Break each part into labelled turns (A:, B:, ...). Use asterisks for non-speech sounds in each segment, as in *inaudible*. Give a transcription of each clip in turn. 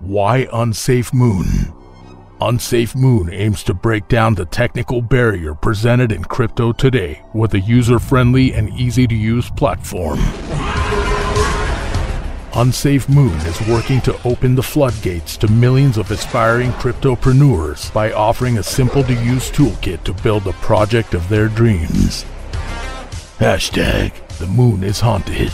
A: Why Unsafe Moon? Unsafe Moon aims to break down the technical barrier presented in crypto today with a user friendly and easy to use platform. Unsafe Moon is working to open the floodgates to millions of aspiring cryptopreneurs by offering a simple to use toolkit to build the project of their dreams. Hashtag The Moon is Haunted.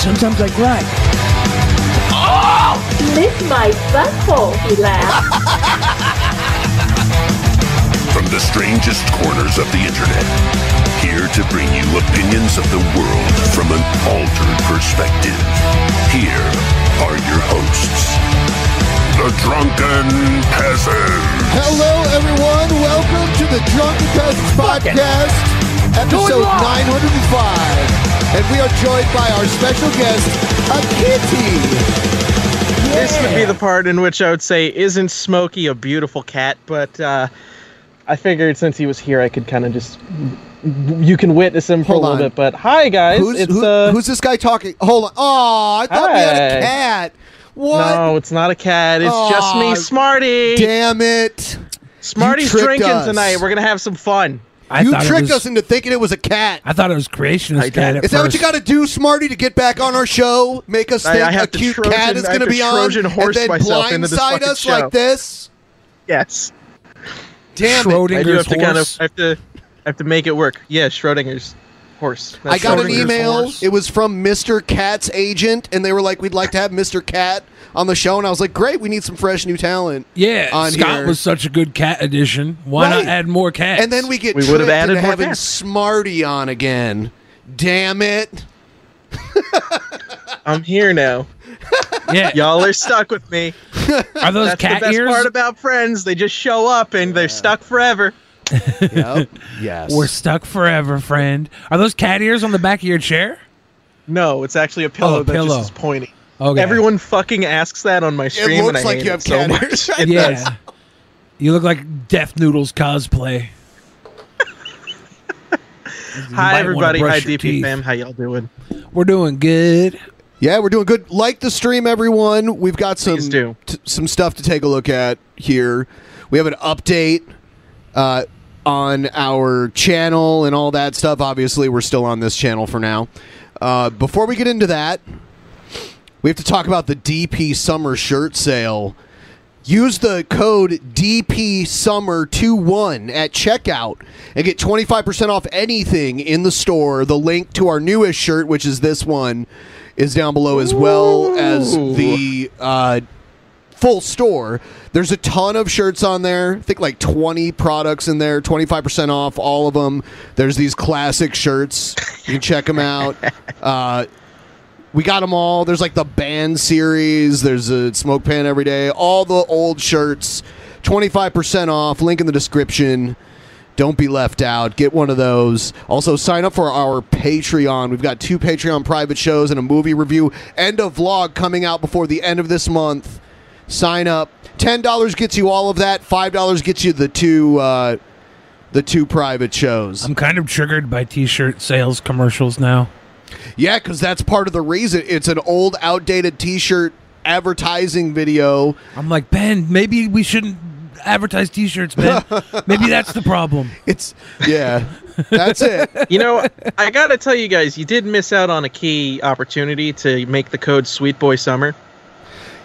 B: Sometimes I cry.
C: Oh!
D: Lick my butthole, he laughed.
E: From the strangest corners of the internet, here to bring you opinions of the world from an altered perspective. Here are your hosts. The Drunken Peasant.
F: Hello, everyone. Welcome to the Drunken Peasants podcast, episode 905 and we are joined by our special guest, Akiti.
G: Yeah. This would be the part in which I would say, "Isn't Smokey a beautiful cat?" But uh, I figured since he was here, I could kind of just you can witness him for Hold a little on. bit. But hi, guys,
F: who's, who, uh, who's this guy talking? Hold on. Oh, I thought hi. we had a cat. What?
G: No, it's not a cat. It's oh, just me, Smarty.
F: Damn it!
G: Smarty's drinking us. tonight. We're gonna have some fun.
F: I you tricked was, us into thinking it was a cat.
H: I thought it was creationist
F: cat. Is that first. what you got to do, Smarty, to get back on our show? Make us think I, I a cute Trojan, cat is going to be
G: Trojan on,
F: horse and then blindside us
G: show.
F: like this.
G: Yes.
F: Damn
H: Schrodinger's it! I do have
G: to
H: kind of,
G: I have to, I have to make it work. Yeah, Schrodinger's horse.
F: That's I got an email. Horse. It was from Mr. Cat's agent, and they were like, "We'd like to have Mr. Cat." on the show, and I was like, "Great, we need some fresh new talent."
H: Yeah,
F: on
H: Scott
F: here.
H: was such a good cat addition. Why right. not add more cats?
F: And then we get we would have added having cats. Smarty on again. Damn it.
G: I'm
F: *laughs*
G: here now.
H: *laughs* Yeah.
G: Y'all are stuck with me.
H: *laughs* Are those
G: That's
H: cat
G: the best
H: ears?
G: part about friends. They just show up and they're stuck forever.
F: *laughs* Yep. yes.
H: We're stuck forever, friend. Are those cat ears on the back of your chair?
G: No, it's actually a pillow that
H: Oh, pillow.
G: just is pointy.
H: Okay.
G: Everyone fucking asks that on my stream.
F: looks
G: and I
F: like
G: hate
F: you
G: it
F: have
G: so
F: cat
G: much. *laughs*
F: ears. *laughs*
G: It
H: *laughs*
G: does.
H: yeah. You look like Death Noodles cosplay.
G: Hi
H: wanna
G: everybody. Hi
H: brush your
G: DP
H: teeth.
G: fam. How y'all doing?
H: We're doing good.
F: Yeah, we're doing good. Like the stream, everyone. We've got some
G: Please do.
F: t- some stuff to take a look at here. We have an update uh, on our channel and all that stuff. Obviously, we're still on this channel for now. Uh, before we get into that, we have to talk about the DP Summer shirt sale. Use the code DPSummer21 at checkout and get 25% off anything in the store. The link to our newest shirt, which is this one, is down below as well as the uh, full store. There's a ton of shirts on there. I think like 20 products in there, 25% off all of them. There's these classic shirts. You can check them out. Uh, we got them all. There's like the band series. There's a smoke pan every day. All the old shirts, twenty five percent off. Link in the description. Don't be left out. Get one of those. Also, sign up for our Patreon. We've got two Patreon private shows and a movie review and a vlog coming out before the end of this month. Sign up. Ten dollars gets you all of that. Five dollars gets you the two, uh, the two private shows.
H: I'm kind of triggered by t-shirt sales commercials now.
F: Yeah, because that's part of the reason. It's an old, outdated T-shirt advertising video.
H: I'm like, Ben, maybe we shouldn't advertise t-shirts,
F: *laughs*
H: Ben. maybe that's the problem.
F: It's yeah, *laughs* that's it.
G: you know, I gotta tell you guys, you did miss out on a key opportunity to make the code Sweet Boy Summer.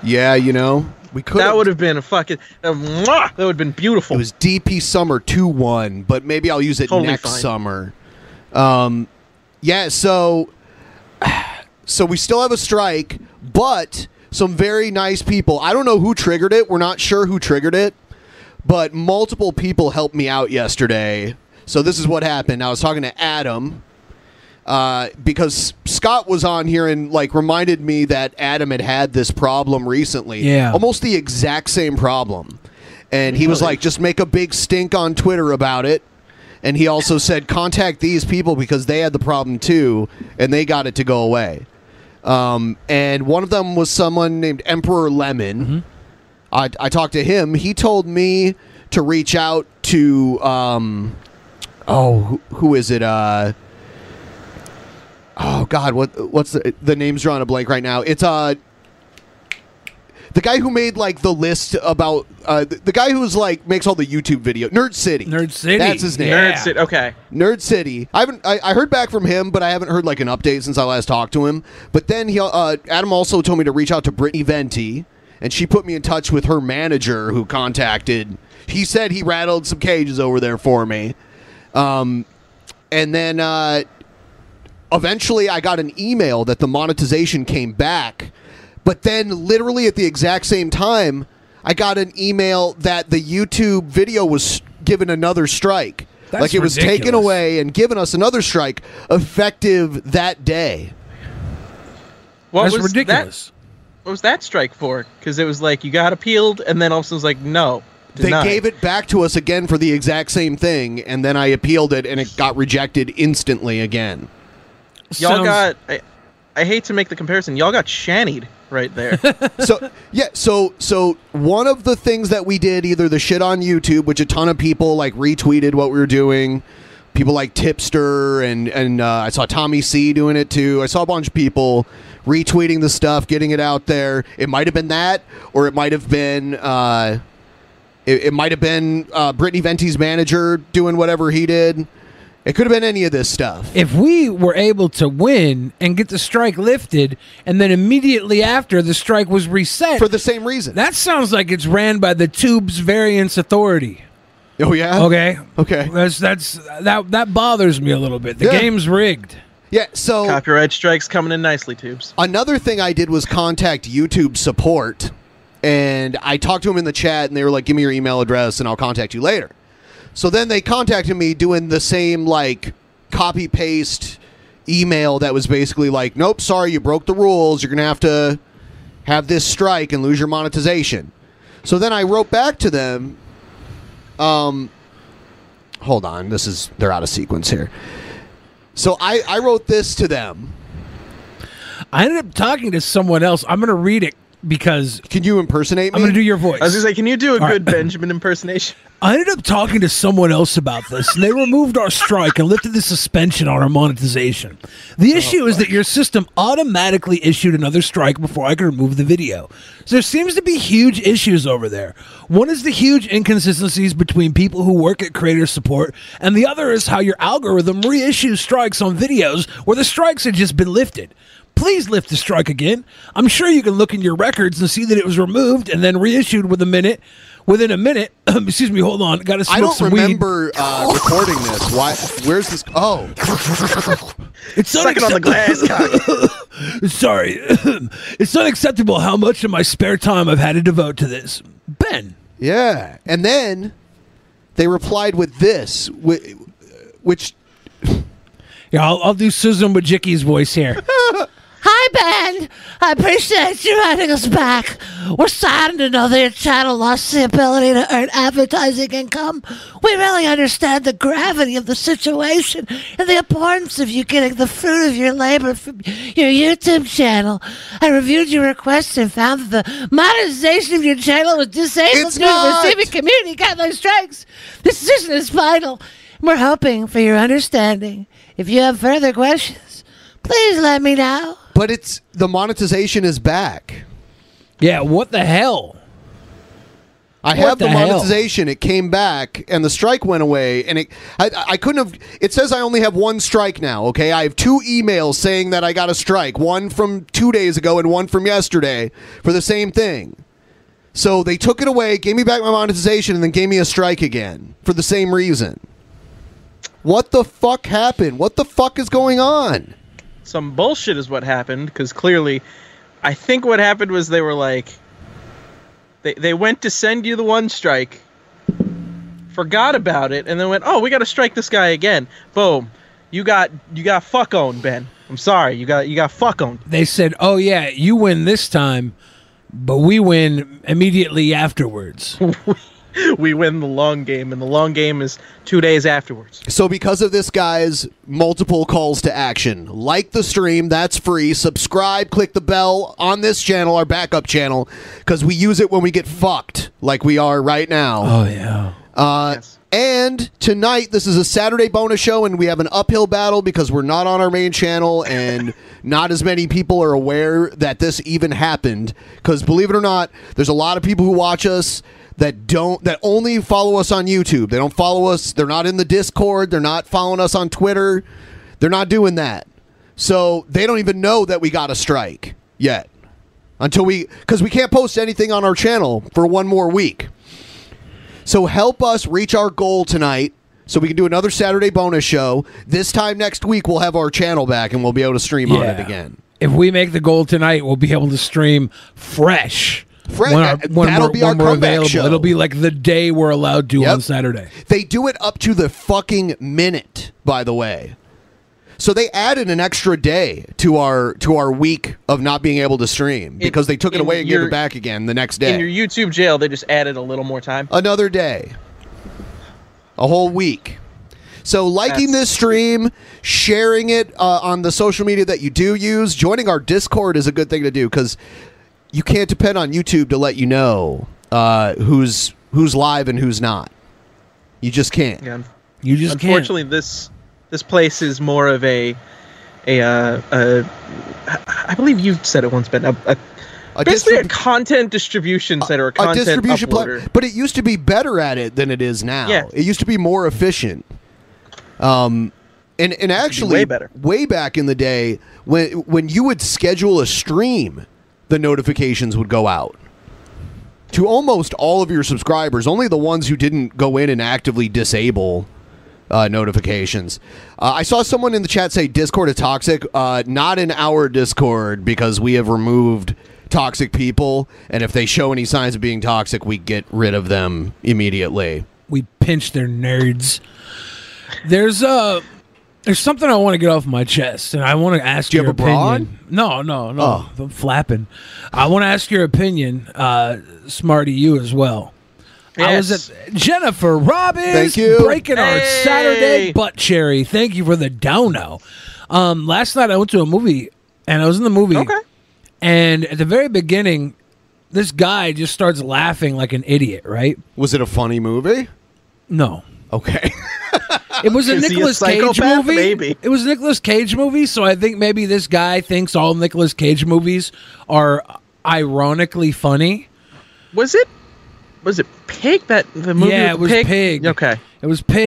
F: Yeah, you know, we could.
G: That
F: have-
G: would have been a fucking a Uh, mwah! that would have been beautiful.
F: It was DP Summer two one, but maybe I'll use it
G: Totally
F: next
G: fine.
F: summer. Um, yeah, so *sighs* so we still have a strike, but some very nice people. I don't know who triggered it. We're not sure who triggered it, but multiple people helped me out yesterday. So this is what happened. I was talking to Adam uh, because Scott was on here and like reminded me that Adam had had this problem recently.
H: Yeah.
F: almost the exact same problem. And he was like, just make a big stink on Twitter about it. And he also said, contact these people because they had the problem too, and they got it to go away. Um, and one of them was someone named Emperor Lemon. I, I talked to him. He told me to reach out to, um, oh, who, who is it? Uh, oh God, what what's the, the name's drawing a blank right now? It's uh, the guy who made like the list about uh, the, the guy who's like makes all the YouTube video, Nerd City.
H: Nerd City.
F: That's his name.
H: Yeah.
G: Nerds it. Okay.
F: Nerd City. I haven't. I, I heard back from him, but I haven't heard like an update since I last talked to him. But then he, uh, Adam, also told me to reach out to Brittany Venti, and she put me in touch with her manager, who contacted. He said he rattled some cages over there for me, um, and then uh, eventually I got an email that the monetization came back. But then, literally at the exact same time, I got an email that the YouTube video was given another strike.
H: That's
F: like it was taken
H: ridiculous.
F: away and given us another strike effective that day.
G: What
H: that's
G: was
H: ridiculous.
G: That, what was that strike for? Because it was like you got appealed, and then all of a sudden it was like, no, denied.
F: They gave it back to us again for the exact same thing, and then I appealed it and it got rejected instantly again.
G: Y'all
H: Sounds-
G: got. I, I hate to make the comparison. Y'all got shannied right
H: *laughs*
G: there.
F: so yeah, so so one of the things that we did, either the shit on YouTube, which a ton of people like retweeted what we were doing, people like Tipster and and uh, I saw Tommy C doing it too. I saw a bunch of people retweeting the stuff, getting it out there. It might have been that, or it might have been. Uh, it, it might have been uh, Brittany Venti's manager doing whatever he did. It could have been any of this stuff.
H: if we were able to win and get the strike lifted, and then immediately after the strike was reset,
F: for the same reason.
H: that sounds like it's ran by the Tubes Variance Authority.
F: oh yeah.
H: Okay,
F: Okay.
H: that's that's that that bothers me a little bit. The
F: Yeah.
H: game's rigged.
F: Yeah.
H: Oh.
F: So
G: Copyright strikes coming in nicely, tubes.
F: Another thing I did was contact YouTube support, and I talked to them in the chat, and they were like, "Give me your email address, and I'll contact you later." So then they contacted me doing the same like copy paste email that was basically like, "Nope, sorry, you broke the rules. You're gonna have to have this strike and lose your monetization." So then I wrote back to them. Um, hold on, this is they're out of sequence here. So I I wrote this to them.
H: I ended up talking to someone else. I'm going to read it because
F: can you impersonate me?
H: I'm going to do your voice.
G: I was gonna say, can you do a good Benjamin impersonation?
H: *laughs* I ended up talking to someone else about this, and they removed our strike and lifted the suspension on our monetization.
G: Oh,
H: The issue is that your system automatically issued another strike before I could remove the video. So there seems to be huge issues over there. One is the huge inconsistencies between people who work at creator support, and the other is how your algorithm reissues strikes on videos where the strikes had just been lifted please lift the strike again. I'm sure you can look in your records and see that it was removed and then reissued with a minute. Within a minute, *clears throat* excuse me, hold on, got to smoke
F: I don't
H: some weed.
F: remember
H: *laughs*
F: uh, *laughs* recording this. Why? Where's this? Oh,
H: It's
F: Sucking on the glass
H: glass. *laughs* Sorry, *clears throat* it's unacceptable how much of my spare time I've had to devote to this. Ben.
F: Yeah, and then they replied with this, whi- which
H: Yeah, I'll, I'll do Susan Wojcicki's voice here. *laughs*
I: Hi, Ben. I appreciate you having us back. We're saddened to know that your channel lost the ability to earn advertising income. We really understand the gravity of the situation and the importance of you getting the fruit of your labor from your YouTube channel. I reviewed your request and found that the monetization of your channel was disabled
J: It's
I: due to
J: not.
I: receiving community guideline strikes. This decision is final. We're hoping for your understanding. If you have further questions, please let me know.
F: but it's the monetization is back.
H: Yeah, what the hell?
F: I
H: What
F: have the,
H: the hell?
F: monetization. It came back, and the strike went away. And it, I, I couldn't have. It says I only have one strike now. Okay, I have two emails saying that I got a strike. One from two days ago, and one from yesterday for the same thing. So they took it away, gave me back my monetization, and then gave me a strike again for the same reason. What the fuck happened? What the fuck is going on?
G: Some bullshit is what happened because clearly, I think what happened was they were like, they they went to send you the one strike, forgot about it, and then went, oh, we got to strike this guy again. Boom, you got you got fuck owned, Ben. I'm sorry, you got you got fuck owned. *laughs*
H: They said, "Oh yeah, you win this time, but we win immediately
F: *laughs*
H: afterwards."
G: we win the long game, and the long game is two days afterwards.
F: So, because of this guy's multiple calls to action, like the stream, that's free. Subscribe, click the bell on this channel, our backup channel, because we use it when we get fucked, like we are right now.
H: Oh, yeah.
F: Uh, And tonight, this is a Saturday bonus show, and we have an uphill battle because we're not on our main channel, and *laughs* not as many people are aware that this even happened. Because believe it or not, there's a lot of people who watch us that don't that only follow us on YouTube. They don't follow us. They're not in the Discord. They're not following us on Twitter. They're not doing that. So they don't even know that we got a strike yet until we because we can't post anything on our channel for one more week. So help us reach our goal tonight so we can do another Saturday bonus show. This time next week, we'll have our channel back and we'll be able to stream on it
H: Yeah.
F: again.
H: If we make the goal tonight, we'll be able to stream fresh.
F: Fresh,
H: when, our,
F: that-
H: when
F: that'll
H: we're,
F: be our
H: when we're
F: comeback
H: available.
F: show.
H: It'll be like the day we're allowed to
F: Yep.
H: on Saturday.
F: They do it up to the fucking minute, by the way. So they added an extra day to our to our week of not being able to stream because they took it
G: in
F: away and gave
G: your-
F: it back again the next day.
G: In your YouTube jail, they just added a little more time.
F: another day, a whole week. So, liking this stream, sharing it uh, on the social media that you do use, joining our Discord is a good thing to do because you can't depend on YouTube to let you know uh, who's who's live and who's not. You just can't.
H: You
G: Unfortunately, this this place is more of a a uh, uh, I- I believe you said it once, Ben. A, a, basically a content distribution center, a
F: a
G: content
F: distribution
G: uploader.
F: platform. But it used to be better at it than it is now.
G: Yeah.
F: It used to be more efficient. Um, and and actually,
G: way better.
F: way back in the day, when when you would schedule a stream, the notifications would go out to almost all of your subscribers. Only the ones who didn't go in and actively disable. Uh, notifications. Uh, I saw someone in the chat say Discord is toxic. Uh, not in our Discord because we have removed toxic people, and if they show any signs of being toxic, we get rid of them immediately.
H: We pinch their nerds. There's a uh, There's something I want to get off my chest, and I want to ask
F: Do you
H: your
F: have a bra Oh.
H: opinion. No, no, no. I'm flapping. I want to ask your opinion, uh, Smarty, you as well. I was at Jennifer Robbins.
F: Thank you.
H: Breaking our Saturday butt cherry. Thank you for the downo. Um, last night I went to a movie, and I was in the movie. Okay. And at the very beginning, this guy just starts laughing like an idiot. Right?
F: Was it a funny movie?
H: No.
F: Okay.
H: *laughs* It was a
F: Is he a
H: Nicolas Cage
F: psychopath?
H: movie.
F: Maybe.
H: It was a Nicolas Cage movie, so I think maybe this guy thinks all Nicolas Cage movies are ironically funny.
G: Was it? Was it Pig that the movie?
H: Yeah,
G: with the
H: it was
G: pig. Okay.
H: It was pig.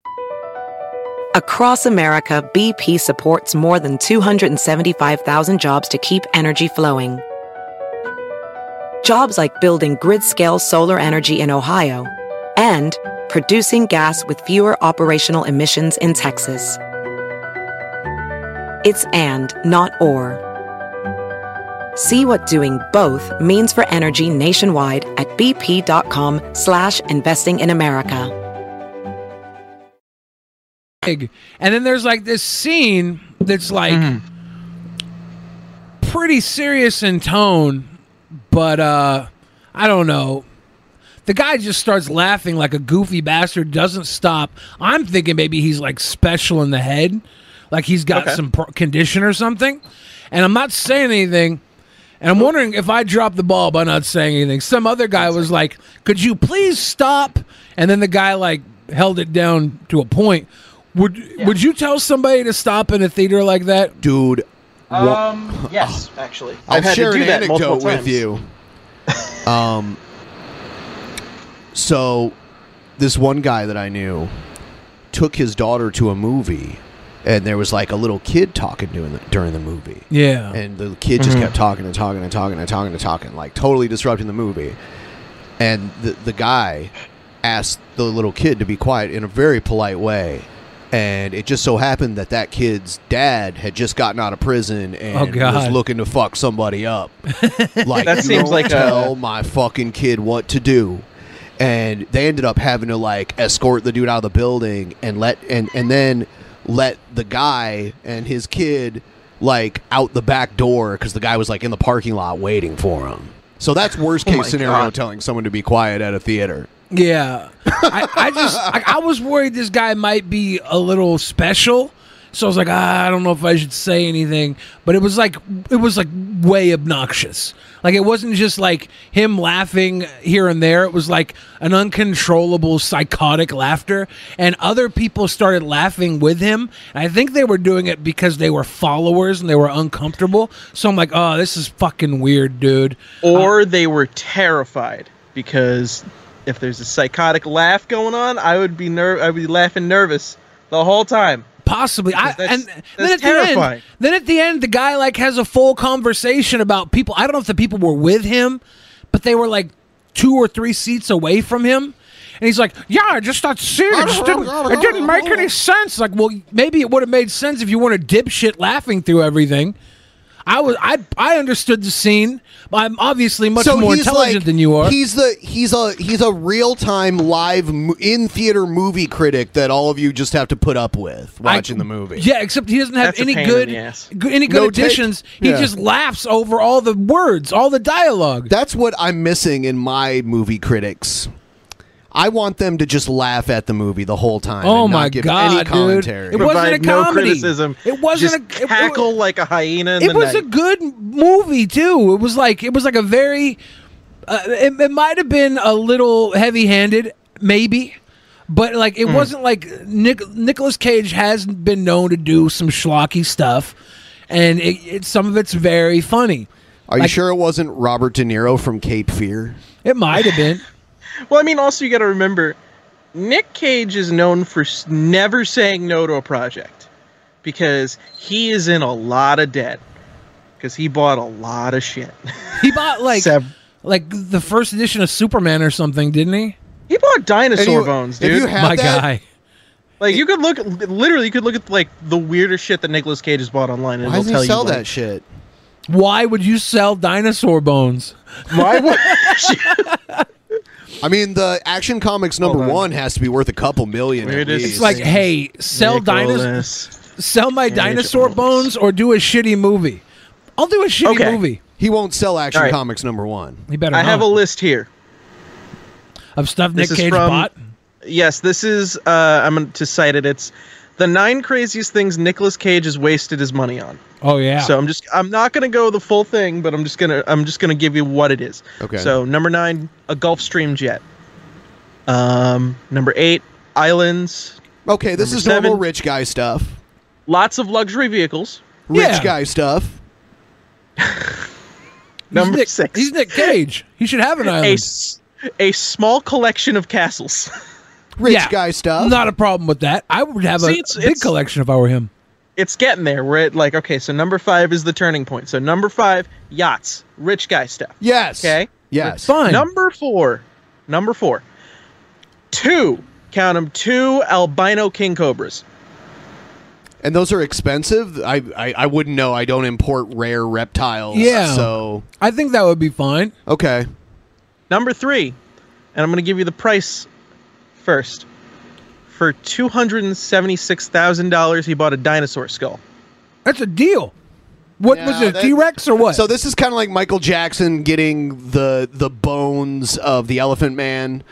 K: Across America, BP supports more than 275,000 jobs to keep energy flowing. Jobs like building grid scale solar energy in Ohio and producing gas with fewer operational emissions in Texas. It's and, not or. See what doing both means for energy nationwide at bp.com slash investing in America.
H: big. And then there's like this scene that's like pretty serious in tone, but uh I don't know. The guy just starts laughing like a goofy bastard, doesn't stop. I'm thinking maybe he's like special in the head, like he's got
G: Okay.
H: some pro- condition or something. And I'm not saying anything. And I'm wondering if I dropped the ball by not saying anything. Some other guy was like, "Could you please stop?" And then the guy like held it down to a point. Would would you tell somebody to stop in a theater like that,
F: dude?
G: Um.
F: *gasps*
G: Yes, actually,
F: I'll
G: I've had
F: share
G: to do
F: an
G: that
F: anecdote
G: multiple
F: with
G: times.
F: you. Um, so this one guy that I knew took his daughter to a movie, and there was like a little kid talking during the, during the movie.
H: Yeah.
F: and the kid just
H: Mhm.
F: kept talking and talking and talking and talking and talking, like totally disrupting the movie. And the the guy asked the little kid to be quiet in a very polite way. And it just so happened that that kid's dad had just gotten out of prison and
H: Oh, God.
F: was looking to fuck somebody up. *laughs* like
G: That
F: you
G: seems
F: don't
G: like a-
F: tell my fucking kid what to do. And they ended up having to like escort the dude out of the building and let and and then let the guy and his kid like out the back door because the guy was like in the parking lot waiting for him. So that's worst
H: Oh
F: case
H: my
F: scenario
H: God.
F: telling someone to be quiet at a theater.
H: Yeah, I, I just I, I was worried this guy might be a little special, so I was like, ah, I don't know if I should say anything. But it was like it was like way obnoxious. Like it wasn't just like him laughing here and there. It was like an uncontrollable psychotic laughter, and other people started laughing with him. And I think they were doing it because they were followers and they were uncomfortable. So I'm like, oh, this is fucking weird, dude.
G: Or they were terrified because if there's a psychotic laugh going on, I would be ner- I would be laughing nervous the whole time.
H: Possibly, I and then
G: that's
H: at the
G: terrifying.
H: end, then at the end, the guy like has a full conversation about people. I don't know if the people were with him, but they were like two or three seats away from him, and he's like, "Yeah, I just not seeing it. Just didn't, it didn't make any sense." Like, well, maybe it would have made sense if you weren't a dipshit laughing through everything. I was, I, I understood the scene. but I'm obviously much more intelligent than you are.
F: He's the he's a he's a real time live in theater movie critic that all of you just have to put up with watching the movie.
H: Yeah, except he doesn't have
F: That's a
H: any
F: pain
H: good,
F: in the ass.
H: good any good
F: No take-
H: additions. He
F: Yeah.
H: just laughs over all the words, all the dialogue.
F: That's what I'm missing in my movie critics. I want them to just laugh at the movie the whole time.
H: Oh
F: and
H: my
F: not give
H: God,
F: any
H: dude.
F: commentary.
H: It wasn't a Provide no comedy.
G: Criticism.
H: It wasn't
G: Just
H: a- it- it
G: cackle like a hyena. In
H: it
G: the
H: was
G: night.
H: a good movie too. It was like it was like a very. Uh, it, it might have been a little heavy-handed, maybe, but like
G: Mm.
H: it wasn't like Nick, Nicolas Cage has been known to do some schlocky stuff, and it, it, some of it's very funny.
F: Are
H: Like,
F: you sure it wasn't Robert De Niro from Cape Fear?
H: It might have been.
G: *laughs* Well, I mean, also you got to remember, Nick Cage is known for s- never saying no to a project because he is in a lot of debt because he bought a lot of shit. *laughs*
H: He bought like like the first edition of Superman or something, didn't he?
G: He bought dinosaur bones, dude.
H: My guy.
G: Like you could look, literally, you could look at like the weirdest shit that Nicolas Cage has bought online. And
H: Why
G: it'll
H: does he
G: tell
H: sell
G: you, like,
H: that
F: shit?
H: Why would you sell dinosaur bones?
G: Why would?
F: I mean, the Action Comics number one has to be worth a couple million. at
H: It's
F: least.
H: like, hey, sell dinosaurs. sell my dinosaur bones or do a shitty movie. I'll do a shitty
F: Okay.
H: movie.
F: He won't sell Action
H: All right.
F: Comics number one.
H: He better.
G: I have a
H: not.
G: list here.
H: of stuff
G: This
H: Nick
G: is
H: Cage
G: from-
H: bought.
G: Yes, this is. Uh, I'm going to cite it. It's the nine craziest things Nicolas Cage has wasted his money on.
H: Oh yeah.
G: So I'm just. I'm not going to go the full thing, but I'm just gonna. I'm just gonna give you what it is.
H: Okay.
G: So number nine, a Gulfstream jet. Um, number eight, islands.
F: Okay, this
G: Number
F: is normal
G: seven.
F: rich guy stuff.
G: Lots of luxury vehicles.
F: Rich guy stuff.
G: Number
H: Nick-
G: six.
H: He's Nick Cage. He should have an
G: A,
H: island.
G: s- a small collection of castles.
F: Rich guy stuff.
H: Not a problem with that. I would have a
G: See, it's-
H: big
G: it's-
H: collection if I were him.
G: it's getting there. We're at like okay, so number five is the turning point. So number five, yachts, rich guy stuff.
F: Yes.
G: Okay.
F: Yes.
H: Fine.
G: Number four, number four, two, count them, two albino king cobras.
F: And those are expensive. I, I I wouldn't know. I don't import rare reptiles.
H: Yeah.
F: So
H: I think that would be fine.
F: okay.
G: Number three, and I'm going to give you the price first. For two hundred and seventy-six thousand dollars, he bought a dinosaur skull.
H: That's a deal. What was
F: Yeah,
H: it?
F: that-
H: T Rex or what?
F: So this is kind of like Michael Jackson getting the the bones of the Elephant Man.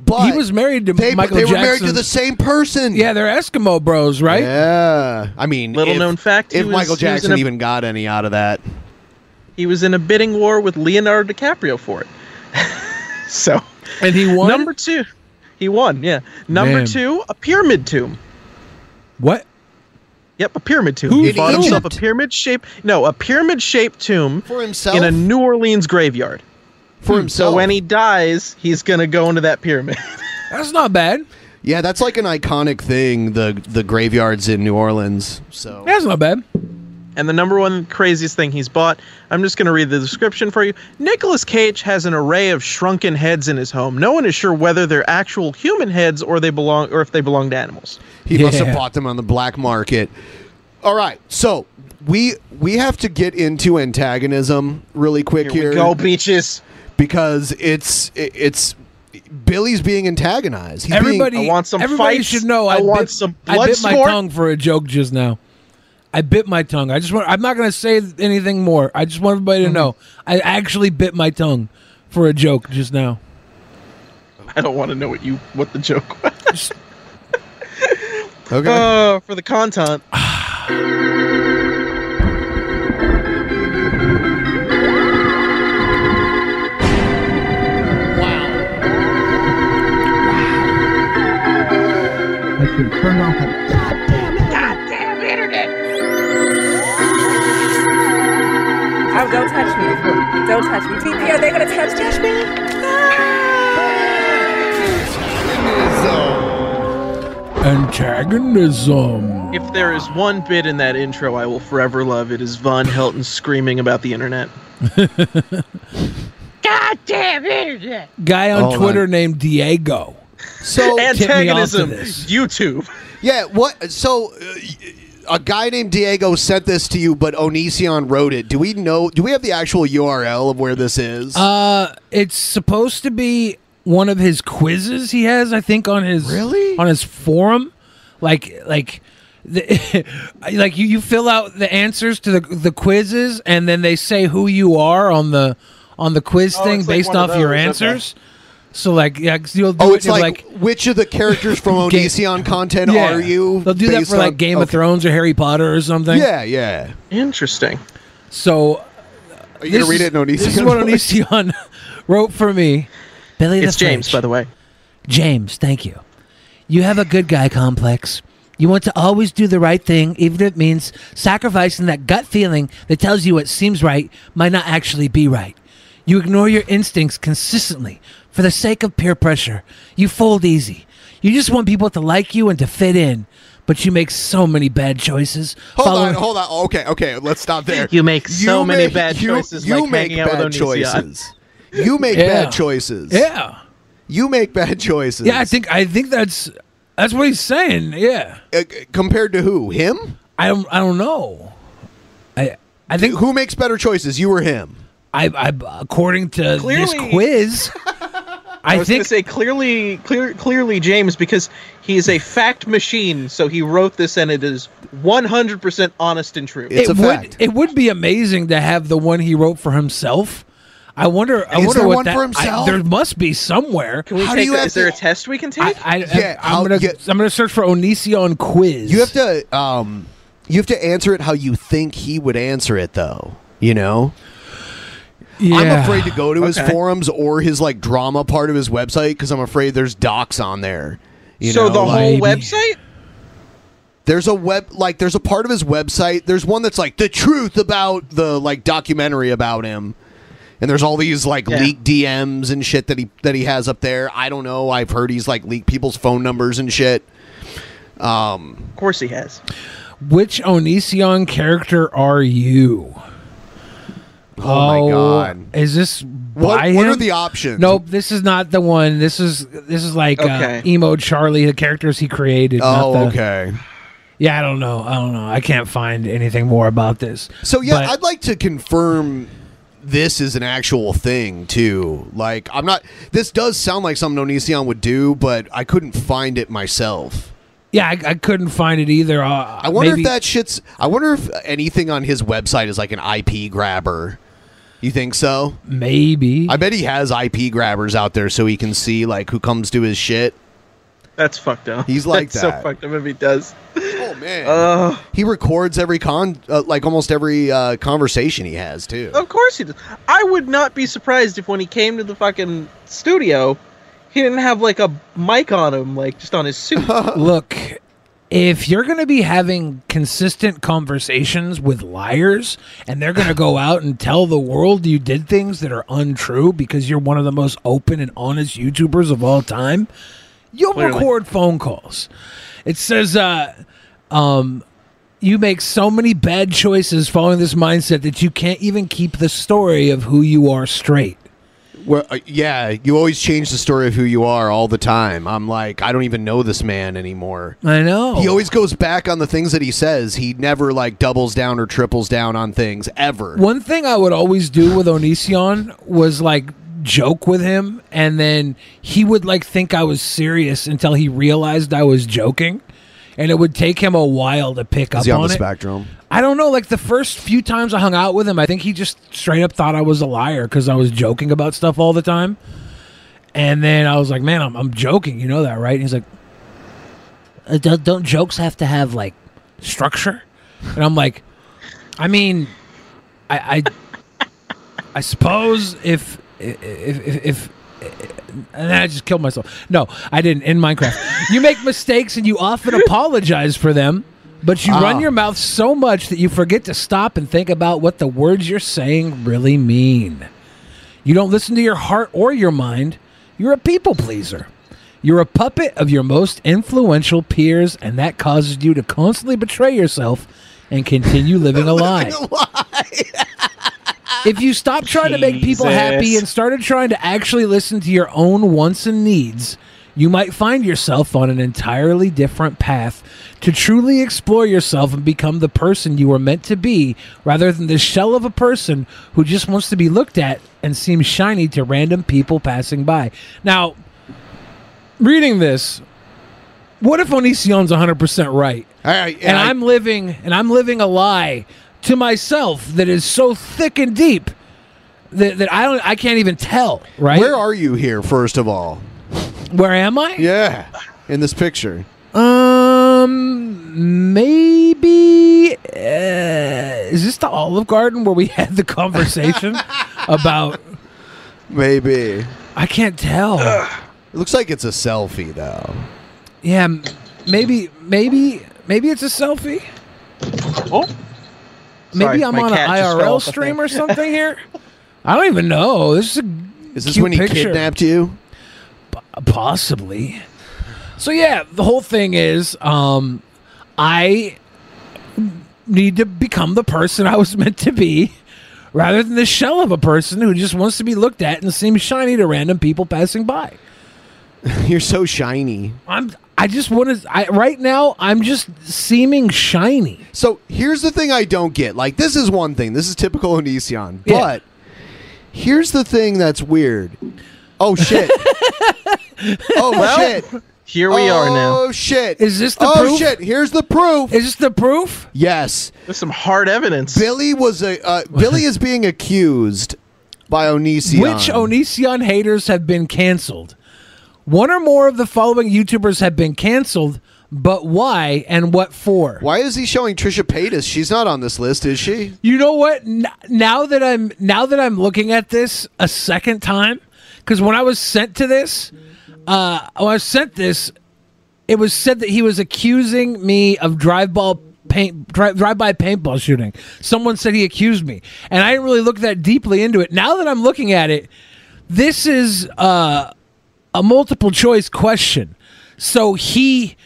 F: But
H: he was married to
F: they,
H: Michael
F: they
H: Jackson.
F: were married to the same person.
H: Yeah, they're Eskimo bros, right?
F: Yeah. I mean,
G: Little
F: if-
G: known fact, he
F: If
G: was-
F: Michael
G: he was in
F: Jackson
G: a-
F: even got any out of that.
G: He was in a bidding war with Leonardo DiCaprio for it. *laughs* so
H: and he won.
G: Number two, he won. Yeah. Number
H: Man.
G: two, a pyramid tomb.
H: What?
G: Yep, a pyramid tomb.
H: Who
G: he bought
H: did
G: himself a pyramid shape. No, a pyramid shaped tomb
F: for himself
G: in a New Orleans graveyard.
F: For himself.
G: So when he dies, he's gonna go into that pyramid. *laughs*
H: That's not bad.
F: Yeah, that's like an iconic thing. The the graveyards in New Orleans. So
H: That's not bad.
G: And the number one craziest thing he's bought, I'm just going to read the description for you. Nicolas Cage has an array of shrunken heads in his home. No one is sure whether they're actual human heads or they belong or if they belong to animals.
F: he must have
G: Yeah.
F: bought them on the black market. All right, so we we have to get into antagonism really quick
G: Here
F: here.
G: we go, beaches.
F: because it's it- it's Billy's being antagonized. He's
H: everybody,
F: being,
H: everybody should know. I,
G: want
H: bit,
G: some
H: I
G: blood
H: bit my
G: sport.
H: tongue for a joke just now. I bit my tongue. I just want. I'm not going to say anything more. I just want everybody to
G: Mm-hmm.
H: know. I actually bit my tongue for a joke just now.
G: I don't want to know what you what the joke was.
F: *laughs* Okay.
G: Uh, for the content.
J: Oh, don't touch me. Don't touch me. TP, are they gonna touch, touch me? Ah!
H: Antagonism.
G: If there is one bit in that intro I will forever love, it is Von Helton screaming about the internet.
I: Goddamn internet!
H: Guy on
G: Hold
H: Twitter named Diego. tipped
F: So
H: me off to
G: antagonism,
H: this.
G: YouTube.
F: Yeah, what? So uh, y- a guy named Diego sent this to you, but Onision wrote it. Do we know? Do we have the actual URL of where this is?
H: Uh, it's supposed to be one of his quizzes he has, I think, on his really on his forum. Like, like, the, *laughs* like you, you fill out the answers to the the quizzes, and then they say who you are on the on the quiz
G: Oh,
H: thing
G: it's like
H: based
G: one of
H: off your
G: those, okay.
H: answers. So like, yeah, 'cause you'll do
F: oh,
H: it
F: it's
H: in,
F: like, which of the characters from
H: *laughs* Game-
F: Onision content
H: Yeah.
F: are you?
H: They'll do that
F: based
H: for like
F: on-
H: Game of
F: okay.
H: Thrones or Harry Potter or something.
F: Yeah, yeah.
G: Interesting.
H: So
F: Are you gonna
H: this
F: read
H: is-
F: it in Onision
H: This is what
F: voice?
H: Onision *laughs* wrote for me. Billy the
G: It's James, by the way.
H: James, thank you. You have a good guy complex. You want to always do the right thing, even if it means sacrificing that gut feeling that tells you what seems right might not actually be right. You ignore your instincts consistently for the sake of peer pressure. You fold easy. You just want people to like you and to fit in, but you make so many bad choices.
F: Hold
H: following-
F: on, hold on. Okay, okay. Let's stop there.
G: You make so many bad
F: you-
G: choices,
F: You
G: like
F: make
G: hanging out with
F: bad
G: Onision.
F: choices. You make
H: Yeah.
F: bad choices.
H: Yeah.
F: You make bad choices.
H: Yeah, I think I think that's that's what he's saying. Yeah.
F: Uh, compared to who? Him?
H: I don't I don't know. I I think
F: who makes better choices, you or him?
H: I I according to this
G: Clearly-
H: quiz,
G: I, was going to say clearly, clear, clearly James, because he is a fact machine. So he wrote this, and it is one hundred percent honest and true.
H: it would it would be amazing to have the one he wrote for himself. I wonder. I
G: Is
H: wonder
G: there
H: what
G: one
H: that,
G: for
H: I-
G: himself?
H: there must be somewhere.
G: Can we take a, Is there a test we can take?
H: I,
F: uh,
H: am gonna I'm gonna search for Onision quiz.
F: You have to um, you have to answer it how you think he would answer it, though. You know. I'm
H: Yeah.
F: afraid to go to his
H: Okay.
F: forums or his like drama part of his website because I'm afraid there's docs on there. You
G: so
F: know,
G: the whole
F: like-
G: website.
F: There's a web like there's a part of his website. There's one that's like the truth about the like documentary about him. And there's all these like
G: Yeah.
F: leaked DMs and shit that he that he has up there. I don't know. I've heard he's like leaked people's phone numbers and shit. Um
G: Of course he has.
H: Which Onision character are you?
F: Oh, my God.
H: Is this
F: What-
H: by
F: what are
H: him?
F: the options?
H: Nope, this is not the one. This is this is like
F: Okay.
H: uh, emo Charlie, the characters he created. not
F: Oh,
H: the-
F: okay.
H: Yeah, I don't know. I don't know. I can't find anything more about this.
F: So yeah,
H: But-
F: I'd like to confirm this is an actual thing too. Like I'm not this does sound like something Onision would do, but I couldn't find it myself.
H: yeah, I, I couldn't find it either. Uh,
F: I wonder
H: maybe-
F: if that shit's. I wonder if anything on his website is like an IP grabber. You think so?
H: Maybe.
F: I bet he has IP grabbers out there so he can see like who comes to his shit.
G: That's fucked up.
F: He's like
G: That's
F: that.
G: So fucked up if he does. Uh,
F: Oh man. he records every con, uh, like almost every uh, conversation he has too.
G: Of course he does. I would not be surprised if when he came to the fucking studio, he didn't have like a mic on him, like just on his suit.
H: Look, if you're going to be having consistent conversations with liars and they're going to go out and tell the world you did things that are untrue because you're one of the most open and honest YouTubers of all time, you'll
L: Clearly.
H: record phone calls. It says, uh, um, you make so many bad choices following this mindset that you can't even keep the story of who you are straight.
F: Well, uh, yeah, you always change the story of who you are all the time. I'm like, I don't even know this man anymore.
H: I know.
F: He always goes back on the things that he says. He never like doubles down or triples down on things ever.
H: One thing I would always do with Onision was like joke with him, and then he would like think I was serious until he realized I was joking, and it would take him a while to pick
F: Is
H: up
F: he on the
H: it.
D: *laughs*
F: spectrum?
H: I don't know. Like the first few times I hung out with him, I think he just straight up thought I was a liar because I was joking about stuff all the time. And then I was like, "Man, I'm, I'm joking. You know that, right?" And he's like, "Uh, don't, "Don't jokes have to have like structure?" And I'm like, "I mean, I, I, I suppose if if if." if and I just killed myself. No, I didn't. In Minecraft, you make mistakes and you often apologize for them, but you
F: Ah.
H: run your mouth so much that you forget to stop and think about what the words you're saying really mean. You don't listen to your heart or your mind. You're a people pleaser. You're a puppet of your most influential peers, and that causes you to constantly betray yourself and continue *laughs* living a lie. if you stop trying to make people happy
L: Jesus.
H: and started trying to actually listen to your own wants and needs, you might find yourself on an entirely different path to truly explore yourself and become the person you were meant to be rather than the shell of a person who just wants to be looked at and seems shiny to random people passing by. Now, reading this, what if Onision's 100% right? and,
F: I-
H: I'm living and I'm living a lie to myself that is so thick and deep that, that I don't I can't even tell. Right?
F: Where are you here, first of all?
H: Where am I?
F: Yeah, in this picture.
H: Um maybe uh, is this the Olive Garden where we *laughs* had the conversation about
F: Maybe.
H: I can't tell.
F: It looks like it's a selfie, though.
H: yeah, m- maybe maybe maybe it's a selfie?
G: Oh.
H: Maybe
F: Sorry,
H: I'm
F: my
H: on an
F: cat just fell
H: IRL
F: off the
H: stream
F: thing.
H: or something
F: *laughs*
H: here. I don't even know. This is a
F: Is this
H: cute
F: when he
H: picture.
F: kidnapped you?
H: possibly. So yeah, the whole thing is um I need to become the person I was *laughs* meant to be rather than the shell of a person who just wants to be looked at and seems shiny to random people passing by.
F: *laughs* You're so shiny.
H: I'm I just want to I right now I'm just seeming shiny.
F: So here's the thing I don't get. Like this is one thing. This is typical Onision. But here's the thing that's weird.
H: *laughs*
F: Oh shit. oh
G: Well,
F: shit.
G: Here we are now.
F: Oh shit.
H: Is this the
F: oh,
H: proof?
F: shit. Here's the proof.
H: Is this the proof?
F: Yes.
G: There's some hard evidence.
F: Billy was a uh, Billy is being accused by Onision.
H: Which Onision haters have been canceled? One or more of the following YouTubers have been canceled, but why and what for?
F: Why is he showing Trisha Paytas? She's not on this list, is she?
H: You know what? N- now that I'm now that I'm looking at this a second time, because when I was sent to this, uh, when I was sent this, it was said that he was accusing me of drive ball paint drive, drive by paintball shooting. Someone said he accused me, and I didn't really look that deeply into it. Now that I'm looking at it, this is uh, a multiple choice question. So he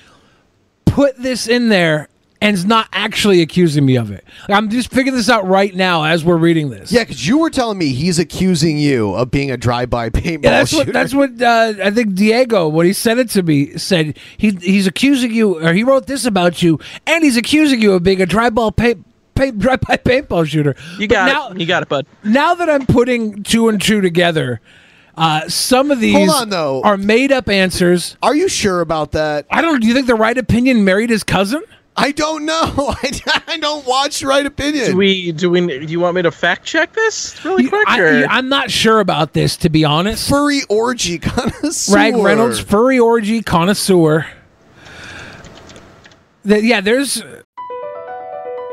H: put this in there and is not actually accusing me of it. Like, I'm just figuring this out right now as we're reading this.
F: Yeah, because you were telling me he's accusing you of being a drive-by *laughs* paintball
H: Yeah, that's what
F: shooter.
H: that's what uh, I think Diego when he sent it to me said he he's accusing you or he wrote this about you and he's accusing you of being a dry ball paint, paint dry by *laughs* paintball shooter.
G: You
H: But
G: got
H: now,
G: it. You got it, bud.
H: now that I'm putting two and two together, uh, some of these
F: Hold on, though.
H: are made up answers.
F: Are you sure about that?
H: I don't. Do you think the right opinion married his cousin?
F: I don't know. *laughs* I, *laughs* I don't watch Right Opinion.
G: Do we? Do we? Do you want me to fact check this really quick?
H: I,
G: or-
H: I'm not sure about this to be honest.
F: Furry orgy *laughs* connoisseur.
H: Rag Reynolds, furry orgy connoisseur. That yeah, there's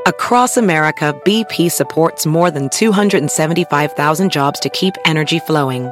K: Across America, BP supports more than 275,000 jobs to keep energy flowing.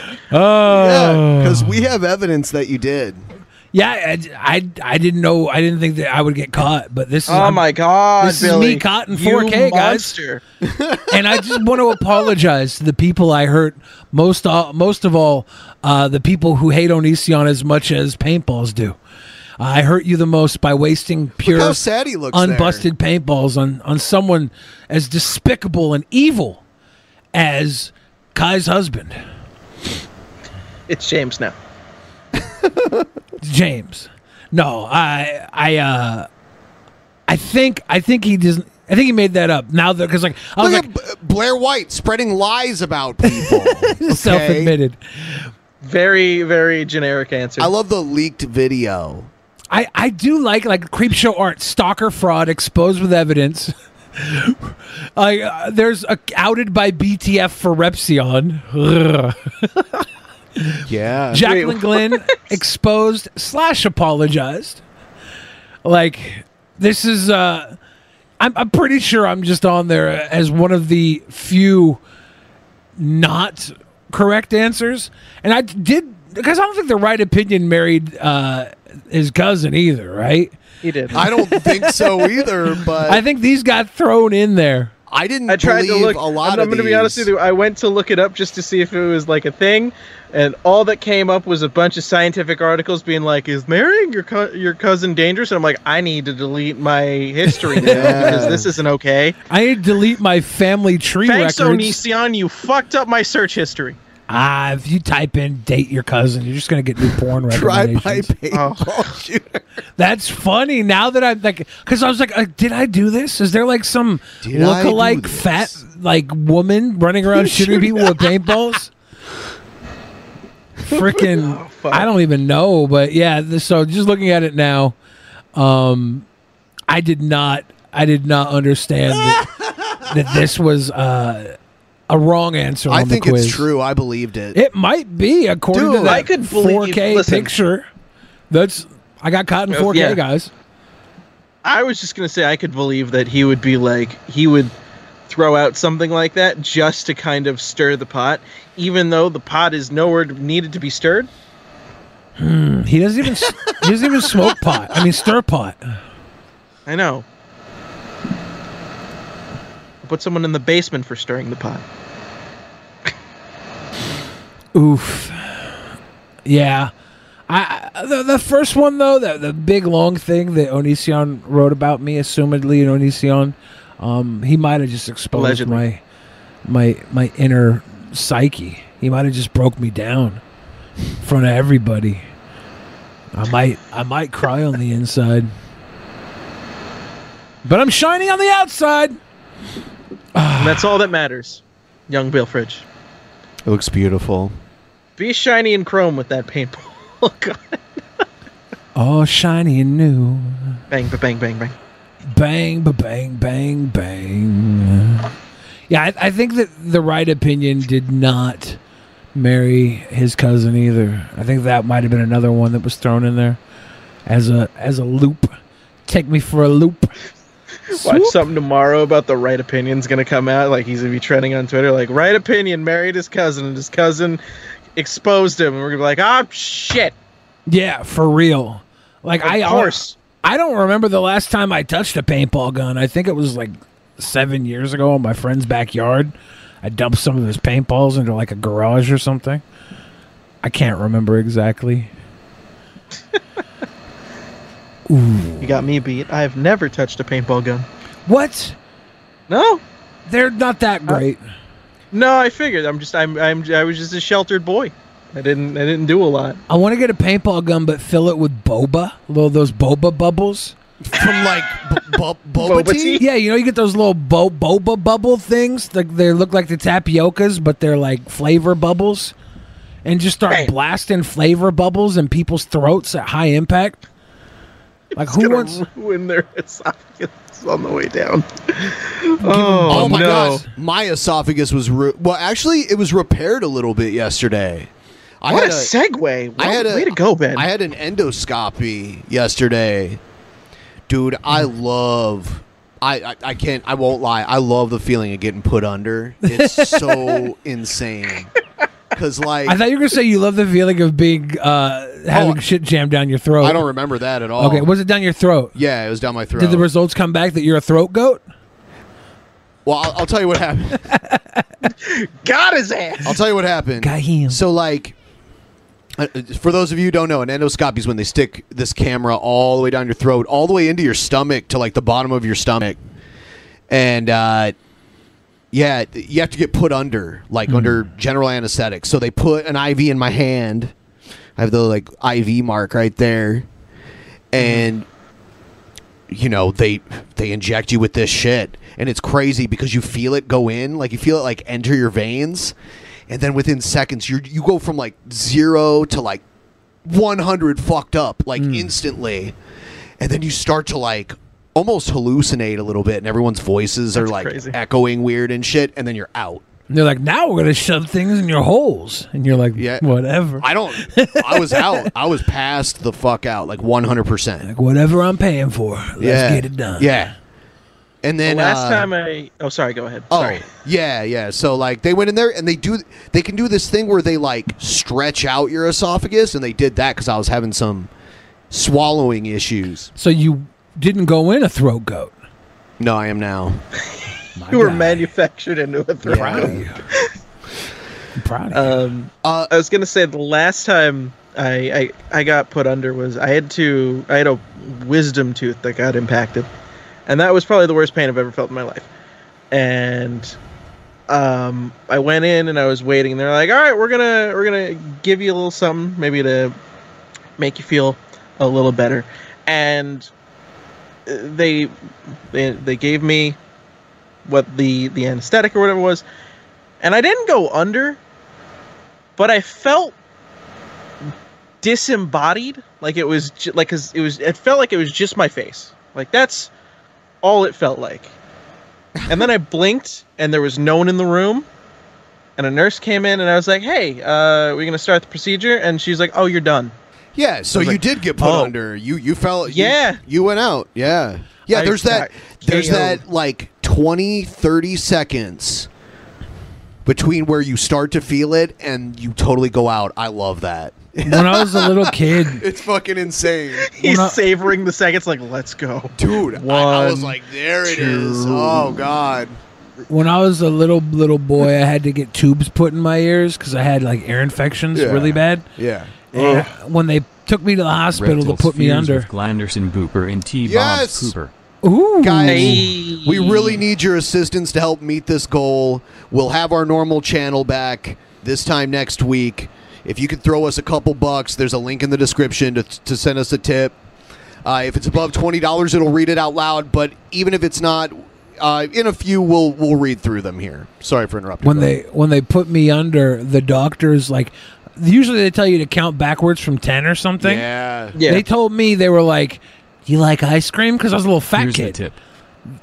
H: Oh.
F: because we have evidence that you did.
H: Yeah, I, I, I didn't know. I didn't think that I would get caught, but this is.
G: oh my god,
H: This
G: Billy.
H: is me caught in
G: You
H: 4K, guys.
G: monster.
H: and I just want to apologize to the people I hurt most. Uh, most of all, uh, the people who hate Onision as much as paintballs do. I hurt you the most by wasting pure,
F: how sad he looks there.
H: unbusted paintballs on on someone as despicable and evil as Kai's husband,
G: It's James now.
H: James. No, I I uh, I think I think he doesn't. I think he made that up now that because like
F: *laughs*
H: I was
F: Look
H: like
F: at B- Blair White spreading lies about people.
H: self admitted.
G: *laughs* Very, very generic answer.
F: I love the leaked video.
H: I, I do like like creep show art, stalker fraud exposed with evidence. *laughs* I, uh, there's a outed by BTF for Repsion. *laughs* Ugh.
F: *laughs*
G: Uh,
F: Yeah.
H: Jacqueline
F: Wait,
G: *laughs*
H: Glynn exposed slash apologized. Like this is uh, I'm I'm pretty sure I'm just on there as one of the few not correct answers, and I did because I don't think the right opinion married uh his cousin either, right?
G: He did.
F: I don't think
H: *laughs*
F: so either, but
H: I think these got thrown in there.
F: I didn't
G: I tried to
F: believe
G: look.
F: a lot
G: I'm,
F: of
G: I'm gonna be honest
F: these.
G: with you. I went to look it up just to see if it was like a thing, and all that came up was a bunch of scientific articles being like, "Is marrying your co- your cousin dangerous?" And I'm like, "I need to delete my
H: *laughs*
G: history now because this isn't okay."
H: I need to delete my family tree
G: Thanks,
H: records.
G: Onision. You fucked up my search history.
H: ah, if you type in "date your cousin," you're just gonna get new
F: *laughs*
H: porn recommendations.
F: Drive-by paintball shooter.
H: *laughs* That's funny. Now that I'm like, because I was like, uh, did I do this? Is there like some
F: Did I do
H: look-alike
F: this?
H: fat like woman running
F: *laughs*
H: around shooting people with paintballs?
F: Oh,
H: Freaking, I don't even know. But yeah, th- so just looking at it now, um, I did not, I did not understand
F: *laughs*
H: that, that this was uh, a wrong answer.
F: I
H: on
F: think
H: the quiz.
F: it's true. I believed it.
H: It might be according to
F: Dude,
H: that
F: I
G: could believe-
H: 4K
G: listen.
H: picture. That's I got caught in
G: Oh,
H: 4K,
G: yeah.
H: guys.
G: I was just gonna say I could believe that he would be like he would throw out something like that just to kind of stir the pot, even though the pot is nowhere needed to be stirred.
H: Hmm, He doesn't even he doesn't even smoke pot. I mean stir pot.
G: I know. Put someone in the basement for stirring the pot.
H: Oof. Yeah. I, I- the, the first one though, the, the big long thing that Onision wrote about me, assumedly in Onision, um, he might have just exposed
G: Allegedly.
H: my my my inner psyche. He might have just broke me down in front of everybody. I might I might cry on the inside. But I'm shining on the outside.
G: And that's all that matters, young Bill Fridge.
F: It looks beautiful.
G: Be shiny and chrome with that paintball. *laughs* Oh, God.
H: All shiny and new.
G: Bang, ba- bang, bang, bang.
H: Bang, ba bang, bang, bang. Yeah, I, I think that the right opinion did not marry his cousin either. I think that might have been another one that was thrown in there as a as a loop. Take me for a loop.
G: Watch
H: Swoop.
G: something tomorrow about the right opinion's gonna come out. Like he's gonna be trending on Twitter. Like right opinion married his cousin, and his cousin exposed him. And we're gonna be like, ah, shit.
H: Yeah, for real. Like I al-
G: course.
H: I don't remember the last time I touched a paintball gun. I think it was like seven years ago in my friend's backyard. I dumped some of his paintballs into like a garage or something. I can't remember exactly.
G: You got me beat. I've never touched a paintball gun.
H: What?
G: No. Uh,
H: They're not that great.
G: no, I figured. I'm just. I'm. I'm. I was just a sheltered boy. I didn't. I didn't do a lot. *laughs*
H: I want to get a paintball gun, but fill it with boba, little those boba bubbles
F: from like bu-
G: boba Boba tea? tea?
H: Yeah, you know you get those little bo- boba bubble things. Like they look like the tapiocas, but they're like flavor bubbles, and just start blasting flavor bubbles in people's throats at high impact. Like who *laughs*
G: gonna
H: wants?
G: ruin their esophagus on the way down? oh,
F: Oh, my
G: no.
F: gosh, my esophagus was ru- well. Actually, it was repaired a little bit yesterday. I
G: What
F: had
G: a segue.
F: I had a,
G: Way to go, Ben.
F: I had an endoscopy yesterday, dude. I love. I, I I can't. I won't lie. I love the feeling of getting put under.
H: *laughs*
F: It's so insane. Cause like Oh.
H: I thought you were gonna say you love the feeling of being uh, having shit jammed down your throat.
F: I don't remember that at all.
H: Okay, was it down your throat?
F: Yeah, it was down my throat.
H: Did the results come back that you're a throat goat?
F: Well, I'll, I'll tell you what happened.
G: *laughs* Got his ass.
F: I'll tell you what happened. Got him. So, like, uh, uh, for those of you who don't know, an endoscopy is when they stick this camera all the way down your throat, all the way into your stomach to like the bottom of your stomach, and uh, yeah, th- you have to get put under, like under general anesthetic. So they put an IV in my hand. I have the like IV mark right there, and you know they they inject you with this shit and it's crazy because you feel it go in like you feel it like enter your veins and then within seconds you you go from like 0 to like 100 fucked up like
H: Hmm.
F: instantly and then you start to like almost hallucinate a little bit and everyone's voices are like echoing weird and shit and then you're out
H: And they're like, now we're gonna shove things in your holes, and you're like, yeah, *laughs* whatever.
F: i don't i was out i was past the fuck out like 100%
H: Like whatever I'm paying for, let's
F: yeah
H: get it done.
F: yeah and then
G: the last
F: uh,
G: time I. Oh, sorry. Go ahead.
F: Oh,
G: Sorry.
F: yeah, yeah. So like they went in there and they do they can do this thing where they like stretch out your esophagus and they did that cuz I was having some swallowing issues.
H: So you didn't go in a throat goat.
F: No, I am now.
G: You were manufactured into a throat.
F: Proud of Uh,
G: goat.
H: Proud
G: Um, I was gonna say the last time I, I I got put under was I had to I had a wisdom tooth that got impacted, and that was probably the worst pain I've ever felt in my life. And um, I went in and I was waiting. And they're like, "All right, we're gonna we're gonna give you a little something, maybe to make you feel a little better." And uh, they they, they gave me what the the anesthetic or whatever it was, and I didn't go under but I felt disembodied. Like it was, ju- like, cause it was, it felt like it was just my face. Like that's all it felt like. And then I blinked, and there was no one in the room. And a nurse came in, and I was like, "Hey, uh, we're gonna start the procedure." And she's like, "Oh, you're done."
F: Yeah, so
G: I was
F: you
G: like,
F: did get put
G: "Oh."
F: under. You you fell you-
G: Yeah.
F: You, went out. Yeah. Yeah,
G: I
F: there's that
G: got
F: there's that
G: KO'd.
F: like 20 30 seconds between where you start to feel it and you totally go out. I love that.
H: When I was a
F: *laughs*
H: little kid,
F: It's fucking insane.
G: *laughs* He's savoring the seconds, like, "Let's go,
F: dude."
G: One,
F: I was like, there it is.
G: two.
F: Oh god.
H: when I was a little little boy, I had to get tubes put in my ears because I had like ear infections
L: Yeah.
H: really bad.
F: Yeah.
H: And I- when they took me to the hospital
L: Rectal
H: to put me
L: spheres
H: under,
L: With Glanderson Booper and T.
F: Yes!
L: Bob Cooper.
H: Ooh.
F: Guys, we really need your assistance to help meet this goal. We'll have our normal channel back this time next week. If you could throw us a couple bucks, there's a link in the description to, to send us a tip. Uh, if it's above twenty dollars, it'll read it out loud. But even if it's not, uh, in a few, we'll we'll read through them here. Sorry for interrupting.
H: when
F: bro.
H: they when they put me under, the doctors like usually they tell you to count backwards from ten or something.
F: Yeah.
L: Yeah.
H: They told me they were like, "Do you like ice cream?" Because I was a little fat
L: Here's
H: kid.
L: the tip.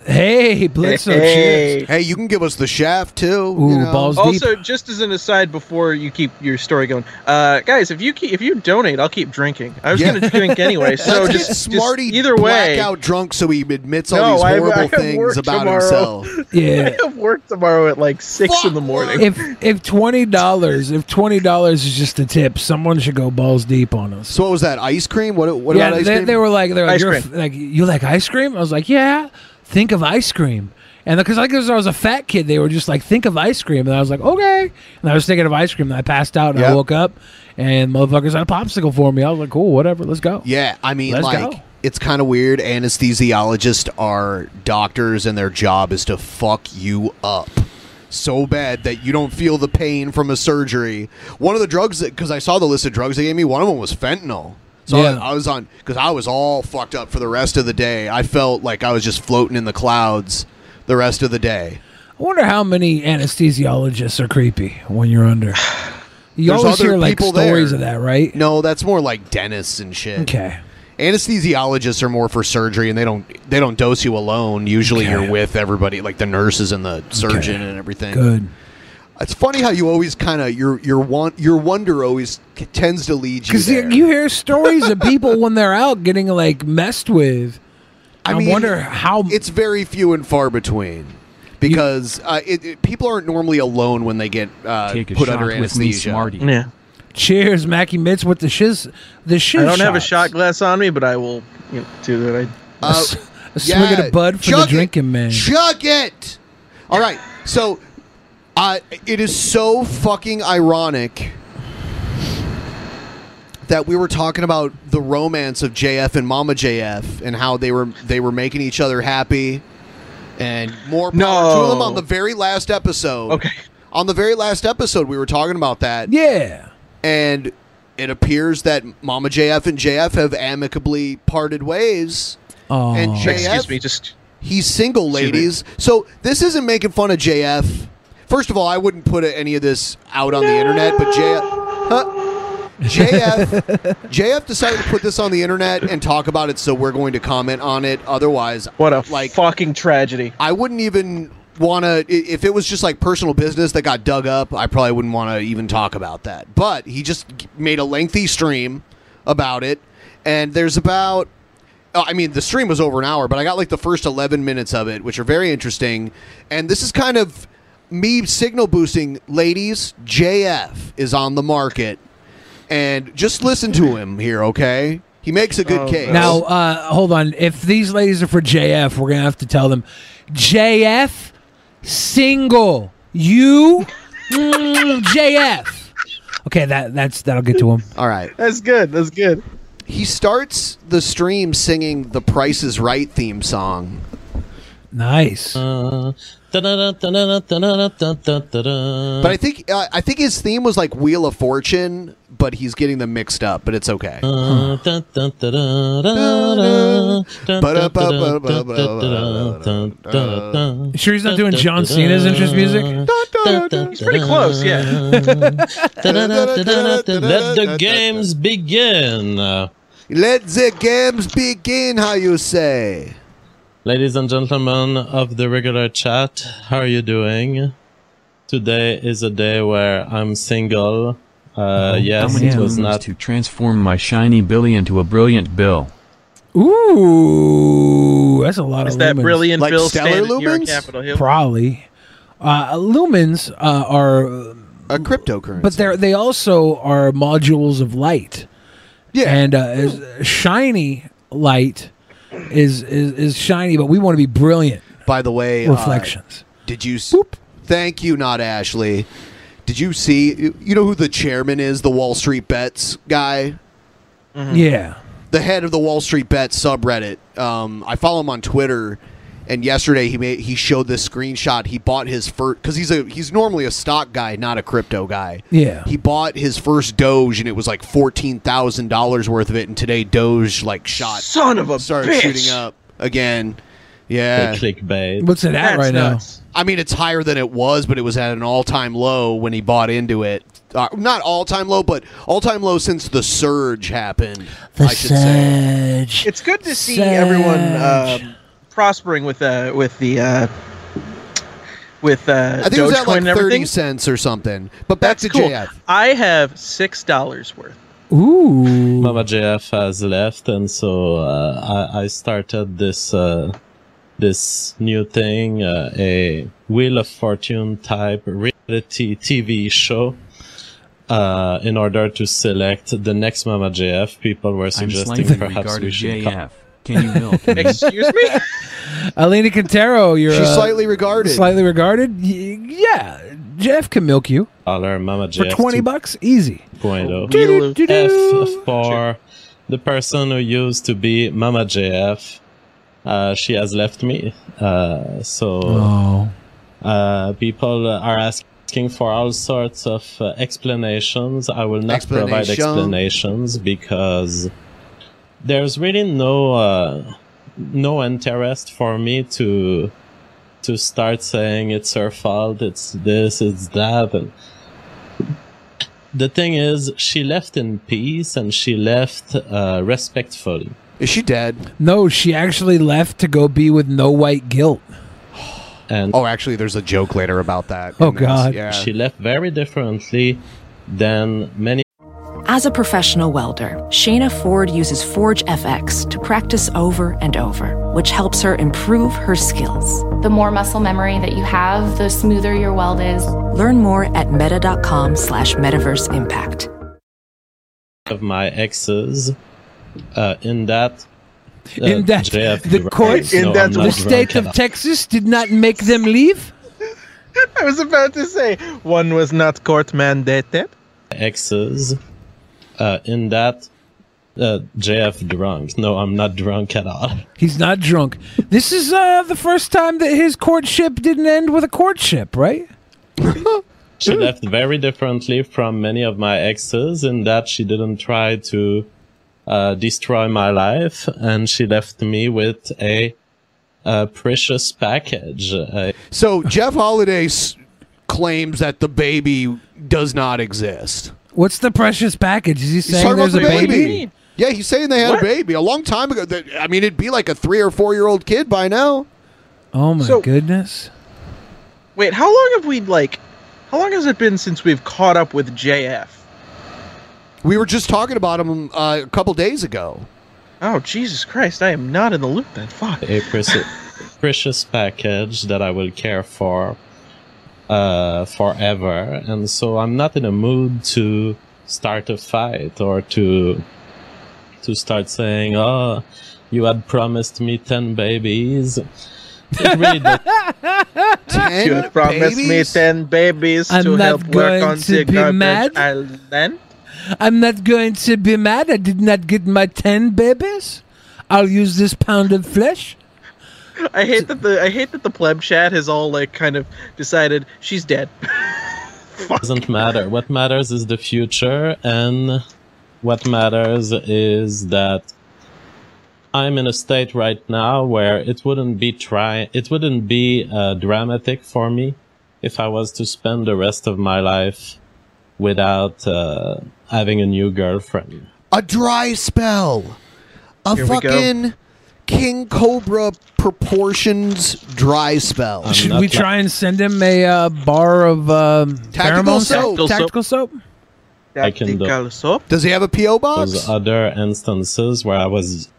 H: Hey, Blitzo,
G: Hey. Oh,
H: cheers.
F: Hey, you can give us the shaft too.
H: Ooh, balls deep.
G: also, just as an aside, before you keep your story going, uh, guys, if you keep, if you donate, I'll keep drinking. I was
F: Yeah.
G: gonna
F: *laughs*
G: drink anyway, so
F: Let's get
G: just, just
F: smarty
G: either way,
F: blackout drunk so he admits all
G: No,
F: these
G: I have- I
F: horrible
G: have
F: things
G: work
F: about
G: tomorrow.
F: himself.
G: *laughs*
H: Yeah.
G: I have work tomorrow at like six in the morning.
H: If if twenty dollars, if twenty dollars is just a tip, someone should go balls deep on us.
F: So what was that? Ice cream? What? What
H: yeah,
F: about ice
H: they,
F: cream?
H: they were like, they're like,
F: Ice
H: you're
F: cream.
H: f- like, you like ice cream? I was like, yeah. Think of ice cream, and because like, 'cause I was a fat kid, they were just like, think of ice cream, and I was like, okay. And I was thinking of ice cream, and I passed out, and I
F: Yep.
H: woke up, and motherfuckers had a popsicle for me. I was like, cool, whatever, let's go.
F: Yeah, I mean,
H: Let's
F: like,
H: go.
F: it's kind of weird. Anesthesiologists are doctors, and their job is to fuck you up so bad that you don't feel the pain from a surgery. One of the drugs that, because I saw the list of drugs they gave me, one of them was fentanyl. So
H: Yeah.
F: I, I was on, because I was all fucked up for the rest of the day. I felt like I was just floating in the clouds the rest of the day.
H: I wonder how many anesthesiologists are creepy when you're under. You
F: There's
H: always
F: other
H: hear like
F: people
H: stories of
F: there.
H: that, right?
F: No, that's more like dentists and shit.
H: Okay.
F: Anesthesiologists are more for surgery, and they don't they don't dose you alone. Usually,
H: Okay.
F: you're with everybody, like the nurses and the surgeon
H: Okay.
F: and everything.
H: Good.
F: It's funny how you always kind of your your want your wonder always c- tends to lead you.
H: Because you,
F: There.
H: you hear stories of people when they're out getting like messed with. I,
F: mean,
H: wonder how
F: it's very few and far between. Because uh, it, it- people aren't normally alone when they get uh,
L: Take a
F: put
L: shot
F: under
L: with me,
F: anesthesia.
L: Smarty.
G: Yeah.
H: Cheers, Mackie Mitts with the shiz. The shiz.
G: I don't have a
H: shot.
G: shot glass on me, but I will you know, do that. I
H: A s- *laughs* a swig of the bud for the
F: Uh, chug it.
H: drinking man.
F: Chug it. All right. So, uh, it is so fucking ironic that we were talking about the romance of JF and Mama JF and how they were they were making each other happy and more power to them on the very last episode. Okay. On the very last episode, we were talking about that.
H: Yeah.
F: And it appears that Mama JF and JF have amicably parted ways.
H: Oh.
F: And JF,
G: Excuse me, just
F: he's single,
G: Excuse me.
F: ladies. So this isn't making fun of JF. First of all, I wouldn't put any of this out on the internet, but JF, huh? JF, JF decided to put this on the internet and talk about it. So we're going to comment on it. Otherwise,
G: what a
F: like
G: fucking tragedy.
F: I wouldn't even want to. If it was just like personal business that got dug up, I probably wouldn't want to even talk about that. But he just g- made a lengthy stream about it, and there's about. uh, I mean, the stream was over an hour, but I got like the first 11 minutes of it, which are very interesting. And this is kind of me signal boosting, ladies. JF is on the market, and just listen to him here, okay? He makes a
G: Oh,
F: good case.
H: Now, uh, hold on. If these ladies are for JF, we're gonna have to tell them, JF, single. You, mm, JF. Okay, that that's that'll get to him.
F: All right.
G: That's good. That's good.
F: He starts the stream singing the Price is Right theme song.
H: Nice.
G: Uh,
H: Mm.
F: But I think uh, I think his theme was like Wheel of Fortune, but he's getting them mixed up, but it's okay.
H: Uh, You sure he's not doing John Cena's entrance music?
G: He's pretty close,
H: *laughs*
G: yeah.
M: Let the games begin.
F: Let the games begin, how you say.
M: Ladies and gentlemen of the regular chat, how are you doing? Today is a day where I'm single.
H: Oh,
M: Uh,
L: How
M: yes,
L: many
M: it was
L: moons
M: not.
L: to transform my shiny Billy into a brilliant Bill?
H: Ooh, that's a lot
G: Is
H: of
G: that
H: lumens.
G: brilliant Like Bill stellar stand at New York lumens? Capitol Hill?
H: Probably. Uh, lumens uh, are
F: a cryptocurrency,
H: but they're they also are modules of light.
F: Yeah,
H: and uh, is- shiny light is, is is shiny, but we want to be brilliant.
F: By the way, uh,
H: reflections.
F: Did you? S- Thank you, not Ashley. Did you see? You you know who the chairman is? The Wall Street Bets guy.
G: Mm-hmm.
H: Yeah.
F: the head of the Wall Street Bet subreddit. Um, I follow him on Twitter, and yesterday he made he showed this screenshot. He bought his first because he's a he's normally a stock guy, not a crypto guy.
H: Yeah.
F: He bought his first Doge, and it was like fourteen thousand dollars worth of it. And today Doge like shot
G: son of a
F: started
G: bitch.
F: shooting up again. Yeah,
M: The clickbait.
H: What's it at That's right now? nuts.
F: I mean, it's higher than it was, but it was at an all-time low when he bought into it. Uh, not all-time low, but all-time low since the surge happened.
I: The
F: I should say.
I: surge.
G: It's good to see everyone um, prospering with uh, with the uh, with uh,
F: I think it was at
G: Dogecoin
F: like
G: and
F: thirty
G: everything.
F: cents or something. But back to
G: Cool.
F: JF.
G: I have six dollars worth.
H: Ooh.
M: Mama JF has left, and so uh, I, I started this uh, this new thing, uh, a Wheel of Fortune type reality TV show. Uh, in order to select the next Mama JF, people were suggesting
L: slightly
M: perhaps we
L: regarded
M: should
L: JF. Can you
M: *laughs*
L: milk me?
G: Excuse me.
H: *laughs*
G: *laughs*
H: Alina Quintero, you're
M: She's
H: uh,
M: slightly regarded.
H: Slightly regarded. Y- yeah, Jeff can milk you
M: Dollar Mama
H: for
M: JF
H: twenty bucks, easy.
M: 2.0. F for the person who used to be Mama JF. Uh, she has left me. Uh, so
H: Oh.
M: uh, people are asking for all sorts of uh, explanations. I will not provide
F: Explanation.
M: explanations because there's really no uh, no interest for me to to start saying it's her fault, it's this, it's that, and the thing is, she left in peace and she left uh, respectfully.
F: Is she dead?
H: No, she actually left to go be with No White Guilt.
M: And
F: oh, actually, there's a joke later about that.
H: Oh, in this, God. yeah.
M: She left very differently than many
N: As a professional welder, Shayna Ford uses Forge FX to practice over and over, which helps her improve her skills.
O: The more muscle memory that you have, the smoother your weld is.
N: Learn more at meta.com slash metaverse impact.
M: of my exes. Uh, in that, uh,
H: In that,
M: JF,
H: the
M: you're
H: courts,
M: right. No, I'm not
H: the state
M: drunk
H: of
M: enough.
H: Texas did not make them leave.
G: *laughs* I was about to say one was not court mandated.
M: exes. Uh, in that, uh, JF drunk. No, I'm not drunk at all.
H: *laughs* He's not drunk. This is uh, the first time that his courtship didn't end with a courtship, right?
M: *laughs* She left very differently from many of my exes in that she didn't try to uh, destroy my life, and she left me with a, uh precious package. A
F: So Jeff Holliday s- claims that the baby does not exist.
H: What's the precious package? Is he
F: He's talking
H: saying there's
F: about the
H: a baby?
F: baby. Yeah, he's saying they had
H: What?
F: a baby a long time ago. That, I mean, it'd be like a three or four year old kid by now.
H: Oh my
G: So-
H: goodness!
G: Wait, how long have we like? How long has it been since we've caught up with JF?
F: We were just talking about him uh, a couple days ago.
G: Oh Jesus Christ! I am not in the loop then. Fuck.
M: a preci- precious package that I will care for uh, forever. And so I'm not in a mood to start a fight or to to start saying, "Oh, you had promised me ten babies." It really does
G: you had promised
M: babies?
G: me ten babies
H: I'm
G: to
H: not
G: help work
H: going
G: on
H: to
G: the
H: be
G: garbage.
H: mad.
G: I'll then.
H: I'm not going to be mad. I did not get my ten babies. I'll use this pound of flesh.
G: I hate that the I hate that the pleb chat has all like kind of decided she's dead. *laughs*
M: doesn't matter. What matters is the future, and what matters is that I'm in a state right now where it wouldn't be try, it wouldn't be uh, dramatic for me if I was to spend the rest of my life without uh, having a new girlfriend.
F: A dry spell. A
M: Here we go.
F: fucking King Cobra proportions dry spell.
H: Should we try and send him a uh, bar of um,
F: Tactical
H: pheromone?
F: soap.
H: Tac- Tactical soap.
M: I can do.
F: Does he have a PO box?
M: Those other instances where I was,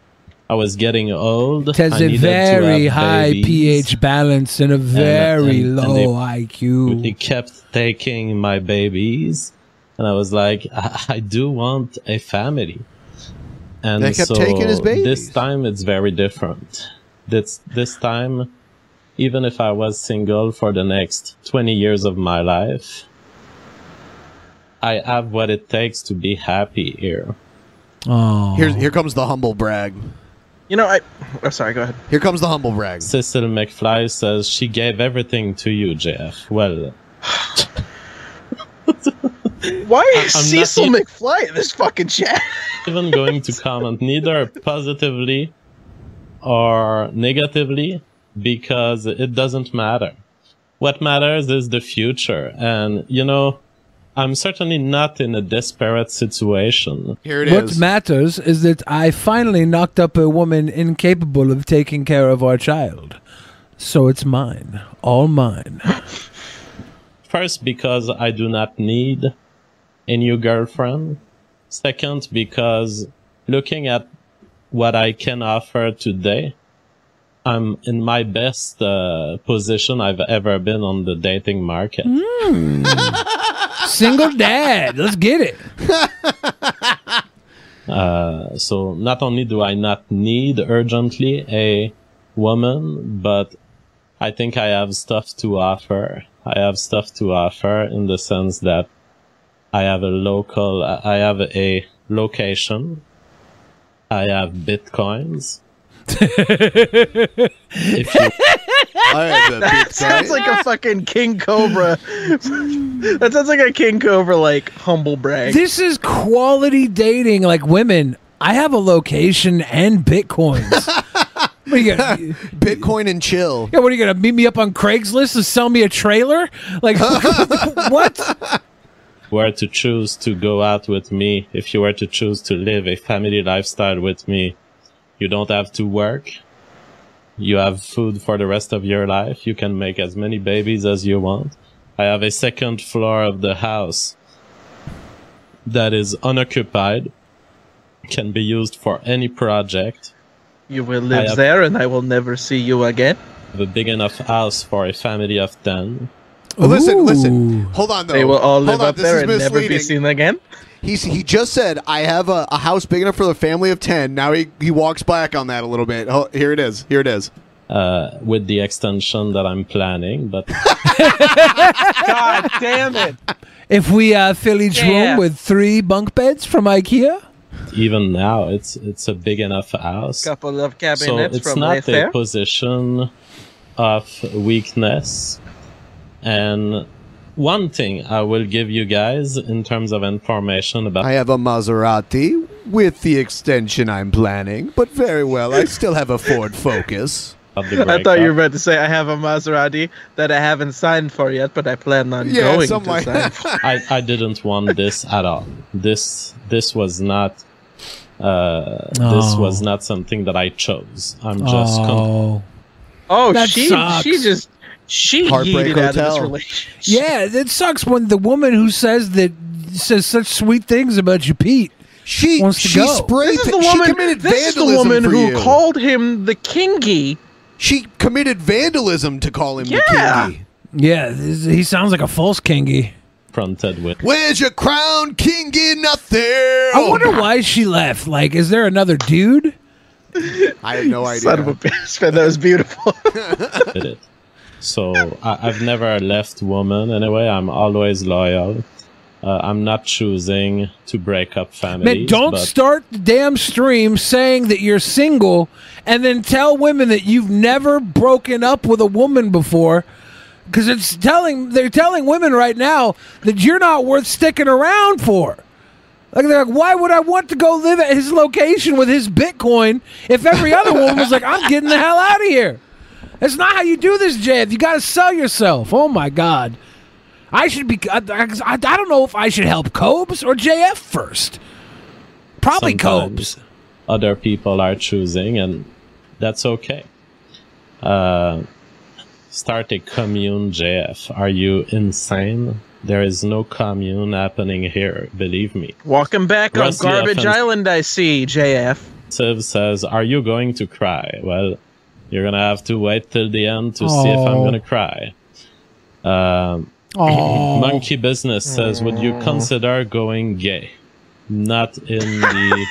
M: I was getting old.
H: It has
M: I
H: a
M: needed to have
H: very high
M: babies. uh,
H: pH balance and a very low IQ.
M: They kept taking my babies, and I was like, *laughs* I, I do want a family. And
F: They kept
M: so
F: taking his babies.
M: This time it's very different. This this time even if I was single for the next 20 years of my life, I have what it takes to be happy here.
H: Oh.
F: Here, here comes the humble brag.
G: You know, I. I'm sorry. Go ahead.
F: Here comes the humble brag.
M: Cecil McFly says she gave everything to you, Jeff. Well,
G: Why
M: I-
G: is
M: I'm not
G: Cecil
M: even-
G: McFly in this fucking chat?
M: *laughs* even going to comment neither positively or negatively because it doesn't matter. What matters is the future. And, you know, I'm certainly not in a desperate situation.
F: Here
H: what matters is that I finally knocked up a woman incapable of taking care of our child. So it's mine. All
F: *laughs*
H: mine.
M: First, because I do not need a new girlfriend. Second, because looking at what I can offer today, I'm in my best uh, position I've ever been on the dating market.
H: Single dad. Let's get it.
F: *laughs*
M: Uh, so not only do I not need urgently a woman, but I think I have stuff to offer. I have stuff to offer in the sense that I have a local, I have a location. I have bitcoins. If you- *laughs*
G: that sounds like a fucking
H: *laughs*
G: King Cobra. that sounds like a King Cobra like humble brag.
H: This is quality dating like women. I have a location and
F: *laughs*
H: bitcoins. what are you gonna,
F: Bitcoin and chill.
H: Yeah, what are you gonna meet me up on Craigslist and sell me a trailer?
F: *laughs*
H: Like *laughs* what?
M: were to choose to go out with me, if you were to choose to live a family lifestyle with me, you don't have to work. You have food for the rest of your life. You can make as many babies as you want. I have a second floor of the house that is unoccupied, can be used for any project.
G: You will
M: I
G: live
M: have-
G: there, and I will never see you again.
M: I have a big enough house for a family of 10.
F: Listen, listen. Hold on, though.
G: They will all live
F: Hold on,
G: up
F: this
G: there
F: is
G: and never be
F: misleading.
G: seen again.
F: He's, he just said, I have a, a house big enough for the family of 10. Now he, he walks back on that a little bit. Oh, here it is. Here it is.
M: uh, with the extension that I'm planning. But
G: God damn it!
H: *laughs* If we uh, fill each
M: Yeah.
H: room with three bunk beds from IKEA,
M: even now, it's it's a big enough house.
G: Couple of cabinets
M: So it's
G: from
M: not
G: Mayfair.
M: a position of weakness. And one thing I will give you guys in terms of information about
F: I have a Maserati with the extension I'm planning, but very well. I still have a Ford Focus. *laughs*
G: I thought you were about to say I have a Maserati that I haven't signed for yet, but I plan on going to sign.
M: I, I didn't want this at all. This this was not uh, this
H: Oh.
M: was not something that I chose. I'm just con-
H: Oh.
G: Oh,
H: That
G: she
H: sucks.
G: *laughs* she just she
M: Heartbreak
G: yeeted out of this
M: Hotel.
G: relationship.
H: yeah, that sucks when the woman who says that says such sweet things about you, Pete,
F: she
H: wants to
F: she
H: go.
F: sprayed
G: This is the woman. This is the woman who called *laughs* him the Kingy.
F: She committed vandalism to call him
G: Yeah.
F: the Kingy.
H: Yeah, this, he sounds like a false kingy.
M: Fronted with.
F: Where's your crown, Kingy? Nothing.
H: I wonder why she left. Like, is there another dude?
G: *laughs*
F: I have no
G: Son of a bitch, man, that was
F: *laughs*
G: beautiful.
M: did it. So I, I've never left woman anyway. I'm always loyal. Uh, I'm not choosing to break up families.
H: Man, don't
M: but
H: start the damn stream saying that you're single and then tell women that you've never broken up with a woman before. Because it's telling they're telling women right now that you're not worth sticking around for. Like they're like, why would I want to go live at his location with his Bitcoin if every other woman was like, I'm getting the hell out of here. That's not how you do this, Jeff. You got to sell yourself. Oh my God, I should be. I, I, I don't know if I should help Cobes or JF first. Probably Cobes.
M: sometimes Other people are choosing, and that's okay. Uh, start a commune, JF. Are you insane? There is no commune happening here. Believe me.
G: Welcome back
M: Rusty
G: on Garbage
M: offense.
G: Island, I see, JF.
M: Siv says, "Are you going to cry?" Well, you're gonna have to wait till the end to see if I'm
G: Oh.
H: Aw.
M: gonna cry. Um,
G: *laughs*
H: Aw.
M: Monkey
G: *laughs*
M: Business says, "Would you consider going gay?" Not in the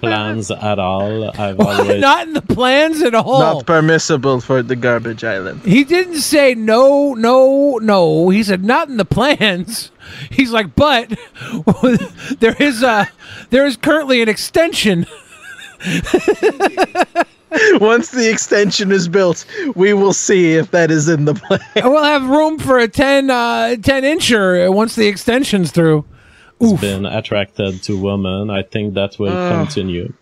M: plans at all. I've
H: *laughs*
M: always
H: Not in the plans at all.
G: Not permissible for the garbage island.
H: He didn't say no, no, no. He said not in the plans. *laughs* He's like, but *laughs* there is a there is currently an extension.
G: *laughs* Once the extension is built, we will see if that is in the plan.
H: we'll have room for a 10, uh, 10 incher once the extension's through.
M: been attracted to women. I think that will
H: Ugh.
M: continue.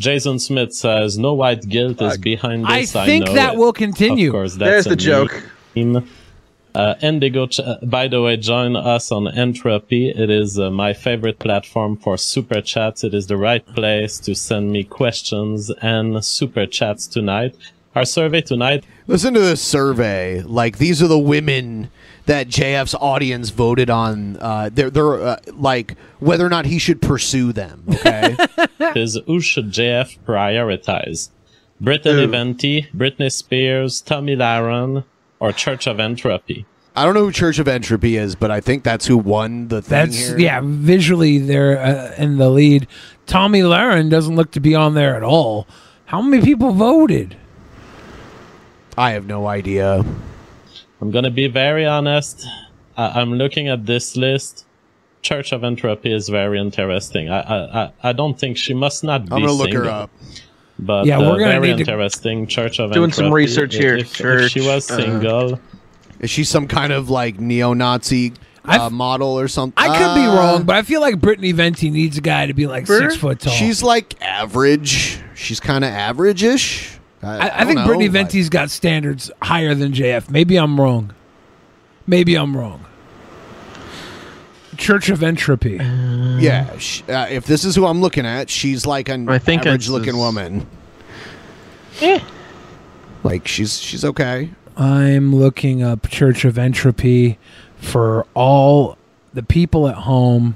M: Jason Smith says no white guilt is behind
H: I
M: this. I,
H: think
M: know
H: that
M: it."
H: will continue.
M: Of course,
H: There's
M: that's
H: the
M: a
H: joke.
M: meme. Uh, Indigo, ch- uh, by the way, join us on Entropy. It is uh, my favorite platform for super chats. It is the right place to send me questions and super chats tonight. Our survey tonight
F: Listen to this survey. Like these are the women that JF's audience voted on. Uh, they're they're uh, like whether or not he should pursue them. Okay.
M: *laughs* is who should JF prioritize? Brittany Venti, Britney Spears, Tommy Lahren, or Church of Entropy?
F: I don't know who Church of Entropy is, but I think that's who won the thing.
H: That's
F: here.
H: yeah, visually they're uh, in the lead. Tommy Lahren doesn't look to be on there at all. How many people voted?
F: I have no idea.
M: I'm gonna be very honest. I- I'm looking at this list. Church of Entropy is very interesting. I I, I, I don't think she must not be.
F: I'm gonna look her
M: single.
F: up.
M: But
F: Yeah,
M: yeah,
F: we're gonna
M: very
F: need to-
M: interesting. Church of
G: Doing some
M: Entropy.
G: research
M: If-
G: here.
M: If, if
G: Church,
M: she was
G: uh,
M: single,
F: Is she some kind of like neo-Nazi uh, model or Uh, something?
H: I could be wrong, but I feel like Brittany Venti needs a guy to be like six foot tall.
F: She's like average. She's kind of average-ish.
H: I, I,
F: don't
H: think
F: know,
H: Brittany
F: like-
H: Venti's got standards higher than JF. Maybe I'm wrong. Maybe I'm wrong. Church of Entropy.
F: Yeah, sh uh, if this is who I'm looking at, she's like an
H: Mm. I think it's
F: average-looking
H: this-
F: woman. *laughs*
P: *laughs*
F: Like she's she's okay.
H: I'm looking up Church of Entropy for all the people at home.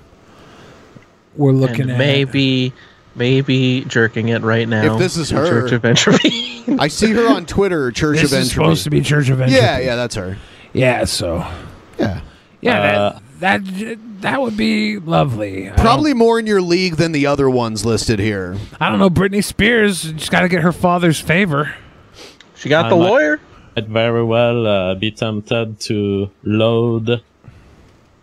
H: We're looking
G: And
H: at
G: maybe, maybe jerking it right now.
F: If this is
G: in
F: her-
G: Church of Entropy.
F: I see her on
H: *laughs*
F: Twitter, Church
H: This
F: of Entropy.
H: is supposed to be Church of
F: Yeah,
H: Entropy.
F: yeah, that's her.
H: Yeah, so yeah,
M: Uh,
H: that, that that would be lovely. I
F: Probably more in your league than the other ones listed here.
H: don't- I don't know. Britney Spears just got to get her father's favor.
G: She got
M: I might- I'd very well uh, be tempted to load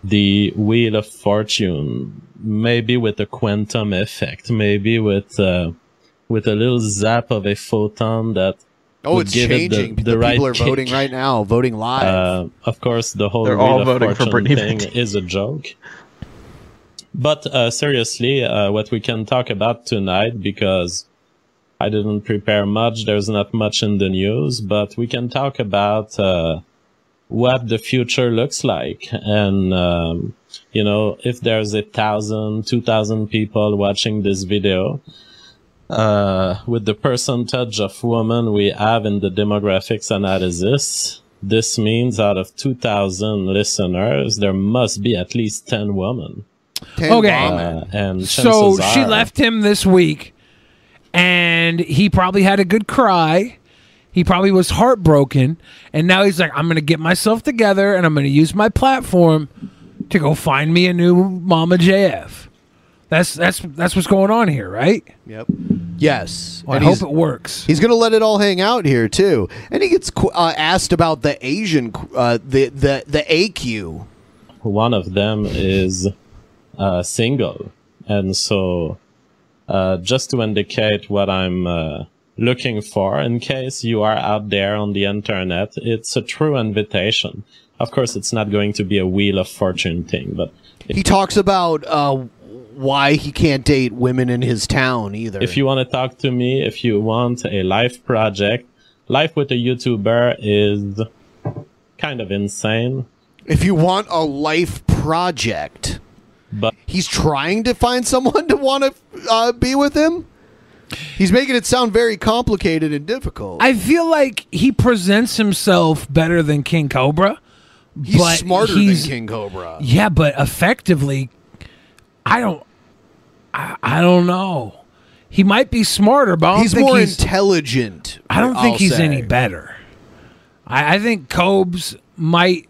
M: the Wheel of Fortune, maybe with a quantum effect, maybe with uh, with a little zap of a photon that.
F: Oh,
M: would
F: it's
M: give it
F: changing.
M: The,
F: The,
M: the
F: people
M: right
F: are voting
M: kick.
F: right now, voting live.
M: Uh, of course, the whole
G: They're
M: Wheel
G: all
M: of
G: voting for
M: Fortune
G: Britney
M: thing is a joke. But uh, seriously, uh, what we can talk about tonight, because I didn't prepare much, there's not much in the news, but we can talk about uh, what the future looks like. And, um, you know, if there's a thousand, two thousand people watching this video, uh, with the percentage of women we have in the demographics analysis, this means out of 2,000 listeners, there must be at least 10 women.
H: Okay.
M: Uh, and
H: so
M: chances
H: she
M: are-
H: left him this week, and he probably had a good cry. He probably was heartbroken, and now he's like, "I'm going to get myself together, and I'm going to use my platform to go find me a new Mama JF." That's that's that's what's going on here, right?
F: Yep. Yes.
H: Well, I
F: And
H: hope
F: he's-
H: it works.
F: He's going to let it all hang out here too, and he gets qu- uh, asked about the Asian, qu- uh, the the the AQ.
M: one of them is uh, single, and so uh, just to indicate what I'm uh, looking for, in case you are out there on the internet, it's a true invitation. Of course, it's not going to be a wheel of fortune thing, but
F: He talks about uh, why he can't date women in his town either.
M: If you want to talk to me, if you want a life project, life with a YouTuber is kind of insane.
F: If you want a life project,
M: but
F: he's trying to find someone *laughs* to want to uh, be with him. He's making it sound very complicated and difficult.
H: I feel like he presents himself better than King Cobra.
F: He's
H: but
F: smarter
H: he's-
F: than King Cobra.
H: Yeah, but effectively, I don't, I, I don't know. He might be smarter, but I don't
F: He's
H: think
F: more
H: he's,
F: intelligent.
H: I don't think
F: I'll
H: he's
F: say.
H: any better. I, I think Cobes might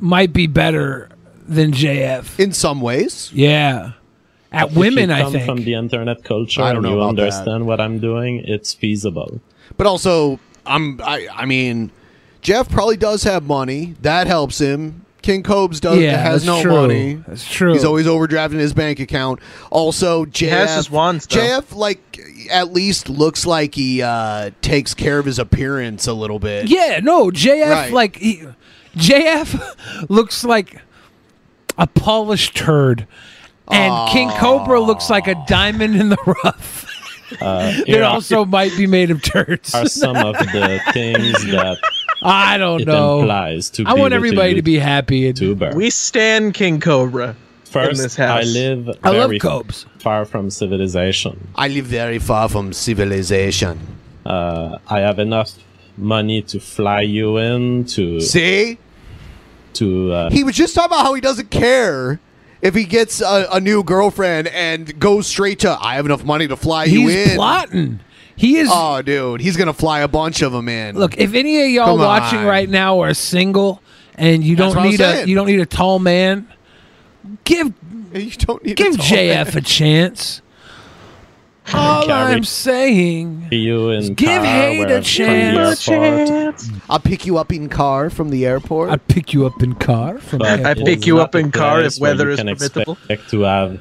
H: might be better than JF
F: in some ways.
H: Yeah, At
M: If
H: women,
M: you
H: I
M: come
H: think.
M: from the internet culture,
F: I don't
M: and
F: know
M: you
F: about that.
M: understand what I'm doing. It's feasible.
F: But also, I'm I, I mean, Jeff probably does have money. That helps him. King Cobes does
H: Yeah, that's
F: has no
H: true.
F: money.
H: That's true.
F: He's always overdrafting his bank account. Also, JF
G: has his wands, though.
F: JF like at least looks like he uh, takes care of his appearance a little bit.
H: Yeah, no, JF
F: Right.
H: like he, JF *laughs* looks like a polished turd, and King Cobra looks like a diamond in the *laughs* rough. *laughs*
M: Uh,
H: that
M: here
H: also might be made of turds.
M: are some of the things that
H: I don't
M: it
H: know.
M: implies to
H: I want
M: be with a
H: everybody to be happy. And,
G: *laughs*
M: YouTuber.
G: We stand King Cobra in
M: First,
G: this house.
M: I live.
G: I love
M: very Far from civilization.
F: I live very far from civilization.
M: Uh, I have enough money to fly you in to
F: see.
M: To uh,
F: He was just talking about how he doesn't care if he gets a, a new girlfriend and goes straight to I have enough money to fly you in.
H: He's plotting. He is.
F: Oh, dude, he's gonna fly a bunch of them
H: *laughs*
F: in.
H: Look, if any of y'all
F: Come
H: watching
F: on.
H: right now are single and you
F: That's
H: don't
F: what I'm
H: need a
F: saying.
H: you don't need a tall man, give
F: you don't need
H: give
M: tall
H: JF
M: man.
H: a chance. All
M: carry-
H: I'm saying,
M: you in
H: Give
M: car,
H: hate
M: where
H: a
M: from the
H: chance.
M: airport.
F: I'll pick you up in car from the airport.
H: I'd pick you up in car from the
M: But it
H: airport.
M: is not a place where you can Expect to have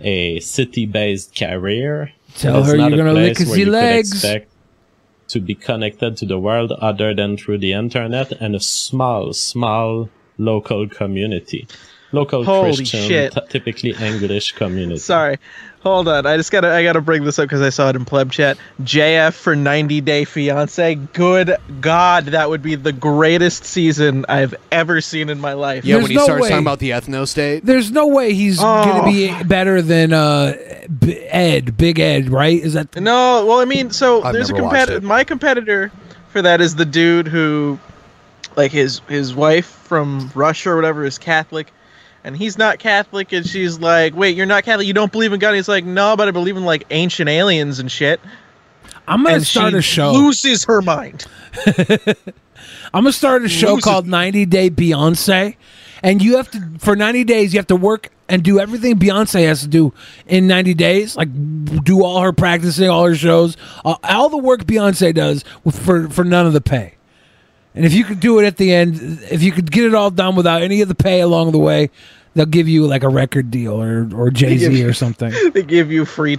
M: a city-based career.
H: Tell
M: It is
H: her
M: not
H: you're
M: a
H: gonna lick
M: place
H: his
M: where you could
H: legs.
M: expect To be connected to the world other than through the internet and a small, small local community, local
G: Holy
M: Christian,
G: shit.
M: t- typically English community.
G: Sorry, hold on. I just gotta I gotta bring this up because I saw it in pleb chat. JF for 90 Day Fiance. Good God, that would be the greatest season I've ever seen in my life.
H: Yeah, There's when he no starts way-
F: talking about the ethno state.
H: There's no way he's
G: Oh.
H: gonna be better than uh, B- Ed, Big Ed, right? Is that
G: No, well, I mean, so
H: I've
G: there's a
H: never watched
G: competitor.
H: it.
G: My competitor for that is the dude who, like, his his wife from Russia or whatever is Catholic, and he's not Catholic, and she's like, "Wait, you're not Catholic? You don't believe in God?" he's like, "No, but I believe in like ancient aliens and shit."
H: I'm gonna
G: And
H: start
G: she
H: a show.
G: Loses her mind.
H: I'm gonna start a show
G: Lose it.
H: called 90 Day Beyonce, and you have to for 90 days you have to work and do everything Beyonce has to do in 90 days, like do all her practicing, all her shows, all, all the work Beyonce does with, for for none of the pay. And if you could do it at the end, if you could get it all done without any of the pay along the way, they'll give you like a record deal or or Jay Z or something.
G: *laughs* they give you free.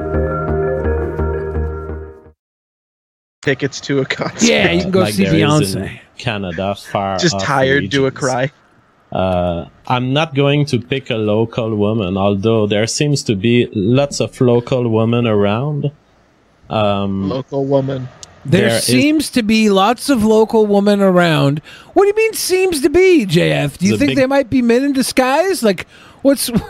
G: Tickets to a concert.
H: Yeah, you can go
M: like
H: see
M: there is in
H: Beyonce.
M: Canada, far
G: Just
M: off
G: tired, do a
M: regions.
G: cry.
M: Uh, I'm not going to pick a local woman, although there seems to be lots of local women around. Um,
G: local woman.
H: There,
M: There is-
H: seems to be lots of local women around. What do you mean seems to be, JF? Do you
M: The
H: think
M: big-
H: they might be men in disguise? Like, what's. *laughs*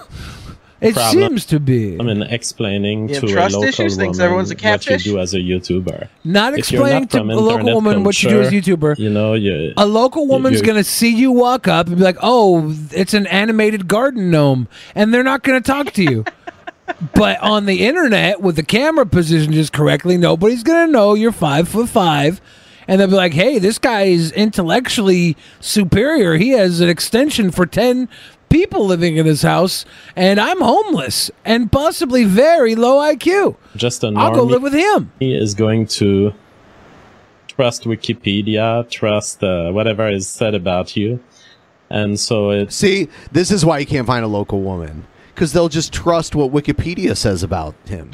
H: It seems to be.
M: I mean, explaining
H: You have
M: to a
H: trust
M: local
H: issues,
M: woman
H: thinks everyone's a
M: what you
H: catfish?
M: do as a YouTuber.
H: Not
M: If you're
H: explaining to
M: from
H: a local
M: internet
H: woman what you do as a YouTuber.
M: You know, you,
H: a local woman's
M: you-
H: going to see you walk up and be like, oh, it's an animated garden gnome. And they're not going to talk to you. *laughs* but on the internet, with the camera positioned just correctly, nobody's going to know you're five foot five. And they'll be like, hey, this guy is intellectually superior. He has an extension for 10 people living in his house. And I'm homeless and possibly very low IQ.
M: just a normie
H: I'll go live with him.
M: He is going to trust Wikipedia, trust uh, whatever is said about you, and so it
F: See, this is why you can't find a local woman because they'll just trust what Wikipedia says about him.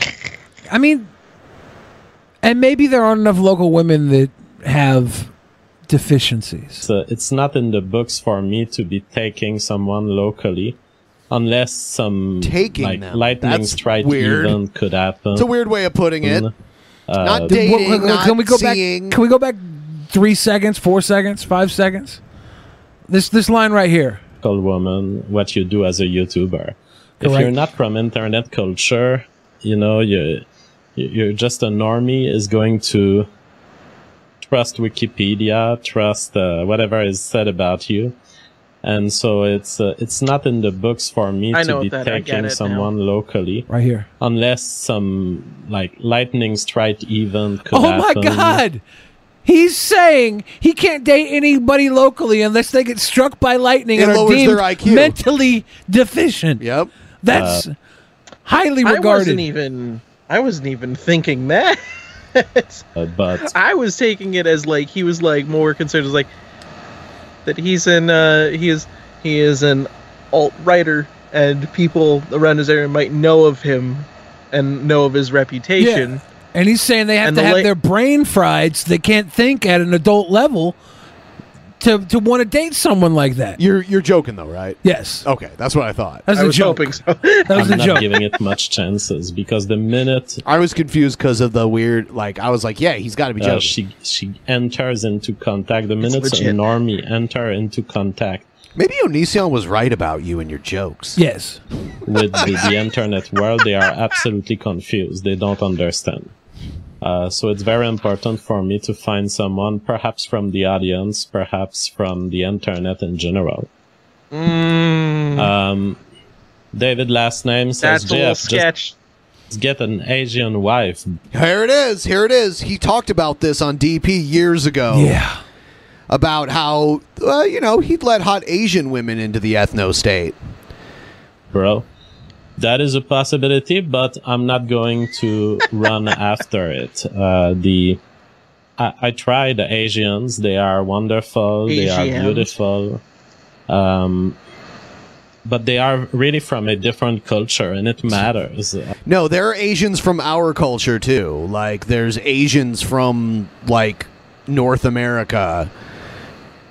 H: I mean, and maybe there aren't enough local women that have deficiencies.
M: So it's not in the books for me to be taking someone locally, unless some
F: Taking
M: like,
F: them.
M: lightning
F: That's
M: strike
F: weird.
M: even could happen.
F: It's a weird way of putting it.
M: Uh,
F: Not
H: Th-
F: dating,
H: what-
F: not
H: can we go
F: seeing.
H: back? Can we go back three seconds, four seconds, five seconds? This this line right here.
M: local woman, what you do as a YouTuber. If
H: Correct.
M: you're not from internet culture, you know you you're just a normie is going to trust Wikipedia, trust uh, whatever is said about you. And so it's uh, it's not in the books for me
G: I
M: to
G: know
M: be
G: that, I get
M: taking
G: it
M: someone locally,
H: right here,
M: unless some like lightning strike event. Could
H: Oh my
M: happen.
H: God! He's saying he can't date anybody locally unless they get struck by lightning
M: It
H: and are
M: lowers
H: deemed
M: their IQ.
H: mentally deficient.
F: Yep,
H: that's
G: Uh,
H: highly
G: I
H: regarded.
G: wasn't even I wasn't even thinking that. *laughs*
M: but
G: I was taking it as like he was like more concerned as like that he's an uh he is he is an alt writer and people around his area might know of him and know of his reputation.
H: Yeah. And he's saying they have
G: And
H: to
G: the
H: have
G: la-
H: their brain fried so they can't think at an adult level to to want to date someone like that.
F: You're you're joking though, right?
H: Yes.
F: Okay, that's what I thought.
H: That's
F: I
H: a
F: was
H: joke.
F: *laughs*
G: hoping
H: That was
M: I'm
H: a
M: not
H: joke.
M: giving it much chances because the minute
F: I was confused because of the weird. Like I was like, yeah, he's got to be joking.
M: uh, she she enters into contact, the
F: It's
M: minute a
F: legit.
M: normie enter into contact
F: Maybe Onision was right about you and your jokes.
H: Yes.
M: with the,
F: *laughs*
M: the internet world, they are absolutely confused. They don't understand. Uh, so it's very important for me to find someone, perhaps from the audience, perhaps from the internet in general. Um, David last name says
G: Mm. That's a little
M: Jeff, just get an Asian wife.
F: Here it is. Here it is. He talked about this on DP years ago.
H: Yeah.
F: About how, uh, you know, he'd let hot Asian women into the ethno state.
M: bro. That is a possibility, but I'm not going
G: *laughs*
M: to run after it. Uh, the I, I try the Asians; they are wonderful, they are
G: Asians.
M: beautiful, um, but they are really from a different culture,
G: *laughs*
M: and it matters.
F: No, there are Asians from our culture, too. Like, there's Asians from, like, North America.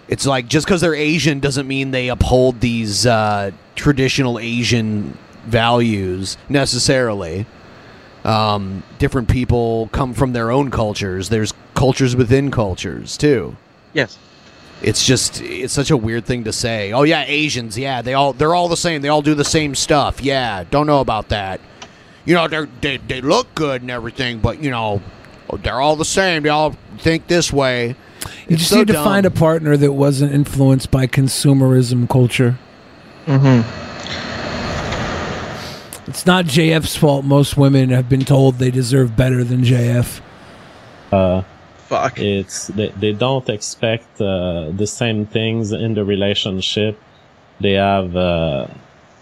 F: It's like just because they're Asian doesn't mean they uphold these uh, traditional Asian values necessarily. Um, different people come from their own cultures. There's cultures within cultures, too.
G: Yes.
F: It's just it's such a weird thing to say. Oh yeah, Asians, yeah, they all they're all the same. They all do the same stuff. Yeah, don't know about that. You know, they they they look good and everything, but you know, they're all the same. They all think this way.
H: You just need to find a partner that wasn't influenced by consumerism culture.
G: Mm-hmm.
H: It's not JF's fault. Most women have been told they deserve better than JF.
M: Uh,
G: Fuck.
M: It's they, they don't expect uh, the same things in the relationship. They have uh,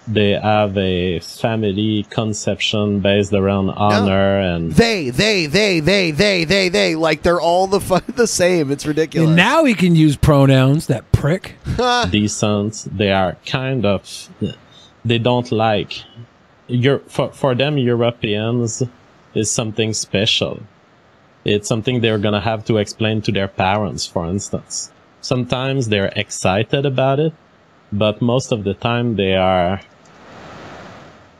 M: they have a family conception based around honor and
F: They they they they they they they like they're all the fu- *laughs* the same. It's ridiculous.
H: And now he can use pronouns. That prick.
M: decent. They are kind of they don't like your for for them Europeans is something special. It's something they're gonna have to explain to their parents, for instance. Sometimes they're excited about it, but most of the time they are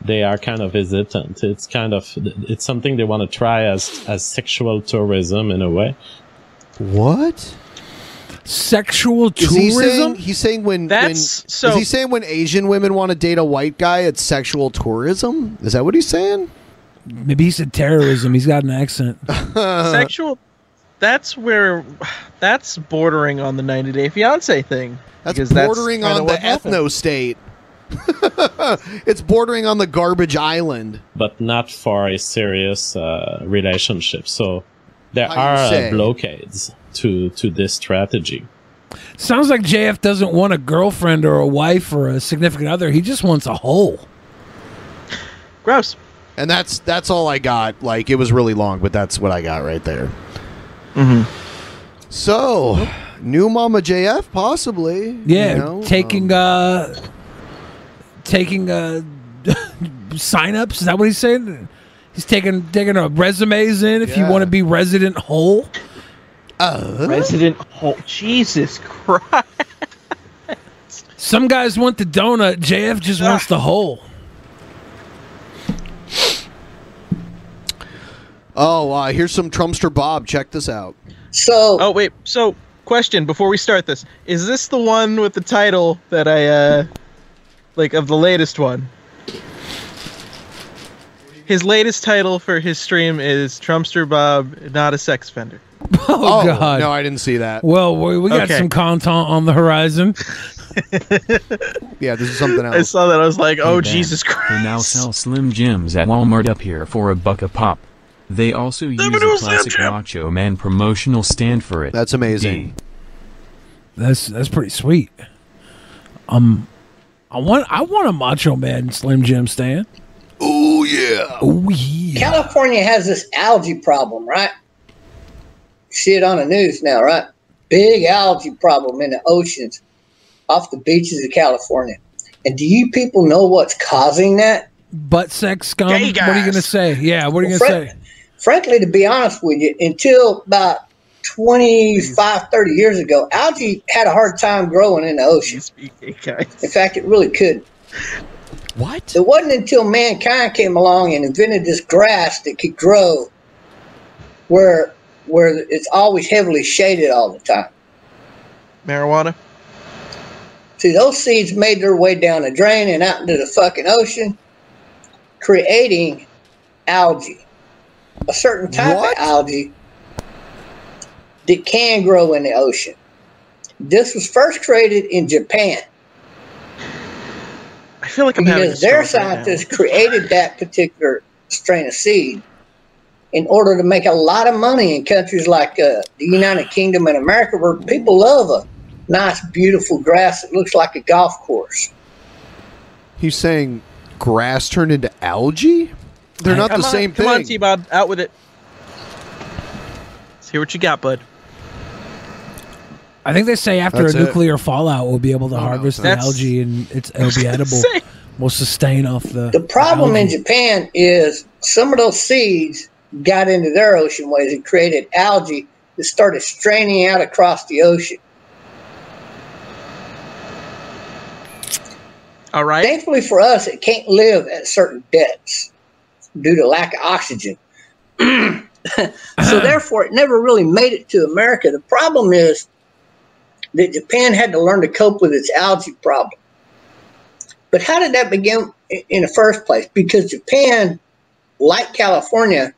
M: they are kind of hesitant. It's kind of it's something they want to try as as sexual tourism in a way.
F: What?
H: Sexual
F: Is he saying,
H: tourism?
F: he's saying when
H: That's-
F: when,
H: so-
F: is he saying when Asian women want to date a white guy, it's sexual tourism? Is that what he's saying?
H: Maybe he said terrorism. He's got an accent.
F: *laughs*
G: Sexual that's where that's bordering on the 90 day fiance thing.
F: That's
G: because
F: bordering
G: kinda
F: on the
G: what happened.
F: ethno state. it's bordering on the garbage island.
M: but not for a serious uh, relationship. So there
F: How you
M: are
F: say?
M: uh, blockades to to this strategy.
H: Sounds like JF doesn't want a girlfriend or a wife or a significant other. He just wants a hole.
G: Gross.
F: And that's that's all I got. Like it was really long, but that's what I got right there.
H: Mm-hmm.
F: So, new mama JF possibly. you
H: Yeah,
F: know? um,
H: taking uh, taking uh, *laughs* signups. Is that what he's saying? He's taking taking uh, resumes in if you want to be resident whole.
F: Uh,
G: Resident whole. Jesus Christ. *laughs*
H: Some guys want the donut. JF just wants the hole.
F: Oh, uh, here's some Trumpster Bob. Check this out.
G: So. Oh wait. So question before we start this: Is this the one with the title that I uh, like of the latest one? His latest title for his stream is Trumpster Bob, not a sex offender.
H: *laughs* Oh, God.
F: No, I didn't see that.
H: Well, we, we got
G: Okay.
H: some content on the
G: *laughs*
H: horizon.
F: yeah, this is something
G: I saw that. I was like, oh,
L: Hey, Dan,
G: Jesus Christ.
L: They now sell Slim Jims at Walmart up here for a buck a pop. They also use a classic Macho Man promotional stand for it.
F: That's amazing.
H: That's that's pretty sweet. Um, I want I want a Macho Man Slim Jim stand.
F: Oh yeah.
H: Oh yeah.
Q: California has this algae problem, right? Shit on the news now, right? Big algae problem in the oceans off the beaches of California. And do you people know what's causing that?
H: Butt sex scum. What are you gonna say? Yeah. What are you gonna
Q: Frank-
H: say?
Q: Frankly, to be honest with you, until about 25, 30 years ago, algae had a hard time growing in the ocean. In fact, it really couldn't.
F: What?
Q: It wasn't until mankind came along and invented this grass that could grow where where it's always heavily shaded all the time.
G: Marijuana?
Q: See, those seeds made their way down the drain and out into the fucking ocean, creating algae. A certain type of algae that can grow in the ocean. This was first created in Japan.
G: I feel like I'm having a
Q: because their
G: stroke right now.
Q: scientists created that particular strain of seed in order to make a lot of money in countries like uh, the United Kingdom and America, where people love a nice, beautiful grass that looks like a golf course.
F: He's saying grass turned into algae? They're not
G: Come
F: the
G: on,
F: same
G: Come on,
F: thing.
G: T Bob. Out with it. Let's hear what you got, bud.
H: I think they say after
G: That's
H: a
G: it.
H: nuclear fallout, we'll be able to
G: Oh, no,
H: harvest the
Q: that's-
H: algae and it's, it'll be edible.
Q: say.
H: We'll sustain off the.
Q: The problem
G: Mm-hmm.
Q: in Japan is some of those seeds got into their ocean ways and created algae that started straining out across the ocean.
G: All right.
Q: Thankfully for us, it can't live at certain depths due to lack of
G: *clears throat*
Q: oxygen. so therefore, it never really made it to America. The problem is that Japan had to learn to cope with its algae problem. But how did that begin i- in the first place? Because Japan, like California,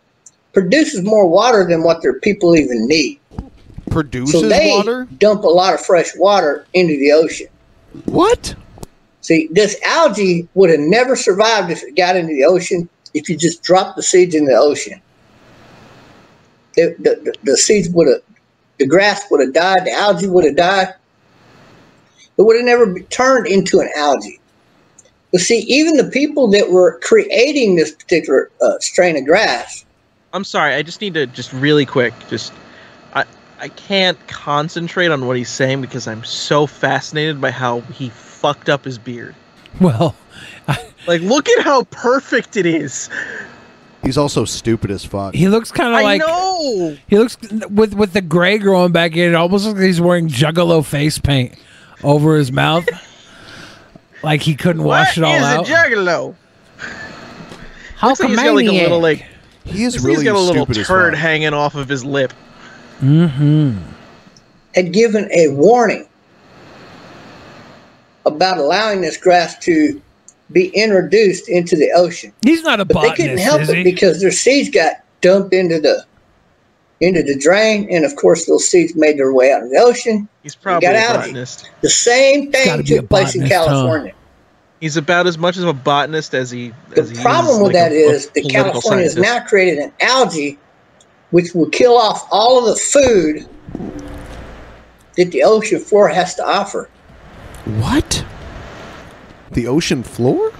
Q: produces more water than what their people even need.
F: Produces
Q: so they
F: water?
Q: dump a lot of fresh water into the ocean.
F: What?
Q: See, this algae would have never survived if it got into the ocean if you just dropped the seeds in the ocean. It- the, the, the seeds would have, the grass would have died, the algae would have died. It would have never be- turned into an algae. But see, even the people that were creating this particular uh, strain of grass,
G: I'm sorry. I just need to just really quick. Just I I can't concentrate on what he's saying because I'm so fascinated by how he fucked up his beard.
H: Well,
G: *laughs* like look at how perfect it is.
F: He's also stupid as fuck.
H: He looks kind of
G: I
H: like
G: know.
H: he looks with with the gray growing back in. It almost looks like he's wearing Juggalo face paint over his mouth, like he couldn't wash it all
G: He's
H: out.
G: a juggalo.
H: How
G: Looks like he's got like a little like
F: he
H: is
G: he's got a
H: really
G: little
H: stupid as
G: turd
H: fuck.
G: hanging off of his lip.
H: mm-hmm.
Q: had given a warning about allowing this grass to be introduced into the ocean.
H: He's not a
Q: but they couldn't
H: botanist,
Q: help
H: is
Q: it
H: he?
Q: because their seeds got dumped into the into the drain, and of course those seeds made their way out in the ocean.
G: He's probably
Q: got
G: a
Q: algae.
G: botanist.
Q: The same thing
G: be a
Q: took place in
G: botanist, huh?
Q: California.
G: He's about as much of a botanist as he. As
Q: The problem with that is that California
G: is
Q: has now created an algae which will kill off all of the food that the ocean floor has to offer.
F: What? The ocean floor?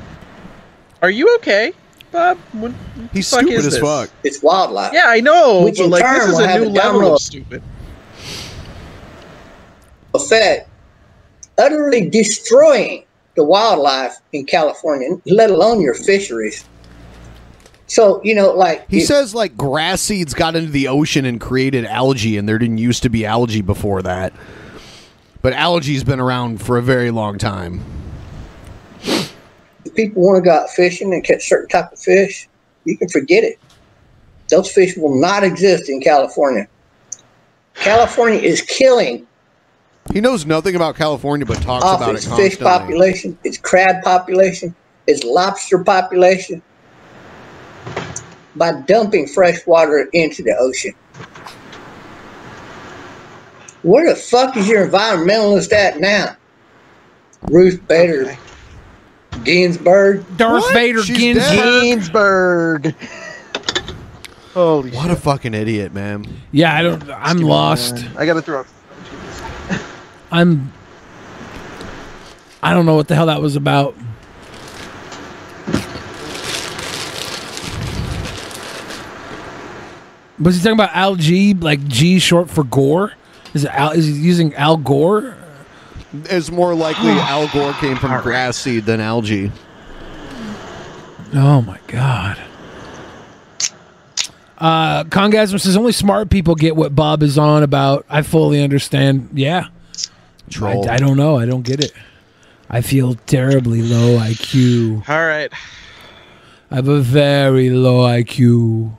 G: Are you okay, Bob? What the
F: He's
G: fuck
F: stupid
G: is
F: as
G: this?
F: fuck.
Q: It's wildlife.
G: Yeah, I know.
Q: Which
G: but
Q: in
G: like,
Q: turn
G: this is
Q: will
G: a
Q: have
G: new
Q: a
G: level
Q: domino-
G: of stupid.
Q: effect, utterly destroying the wildlife in California, let alone your fisheries. So, you know, like
F: He
Q: if-
F: says like grass seeds got into the ocean and created algae, and there didn't used to be algae before that. But algae's been around for a very long time.
Q: if people want to go out fishing and catch certain type of fish, you can forget it. Those fish will not exist in California. California is killing
F: He knows nothing about California, but talks
Q: off
F: about it
Q: its fish
F: constantly.
Q: population, its crab population, its lobster population.
R: by dumping fresh water into the ocean. Where the fuck is your environmentalist at now? Ruth Bader Ginsburg.
H: Darth Vader Ginsburg.
F: Ginsburg. Holy what a fucking idiot, man.
H: Yeah, I don't. I'm lost.
P: I gotta throw up.
H: I'm. I don't know what the hell that was about. Was he talking about Al G? Like G short for Gore? Is it Al? Is he using Al Gore?
F: It's more likely Al Gore came from grass seed than algae.
H: Oh my god. Uh Congasm says only smart people get what Bob is on about. I fully understand. Yeah.
F: Troll.
H: I, I don't know. I don't get it. I feel terribly low IQ.
G: All right.
H: I have a very low IQ.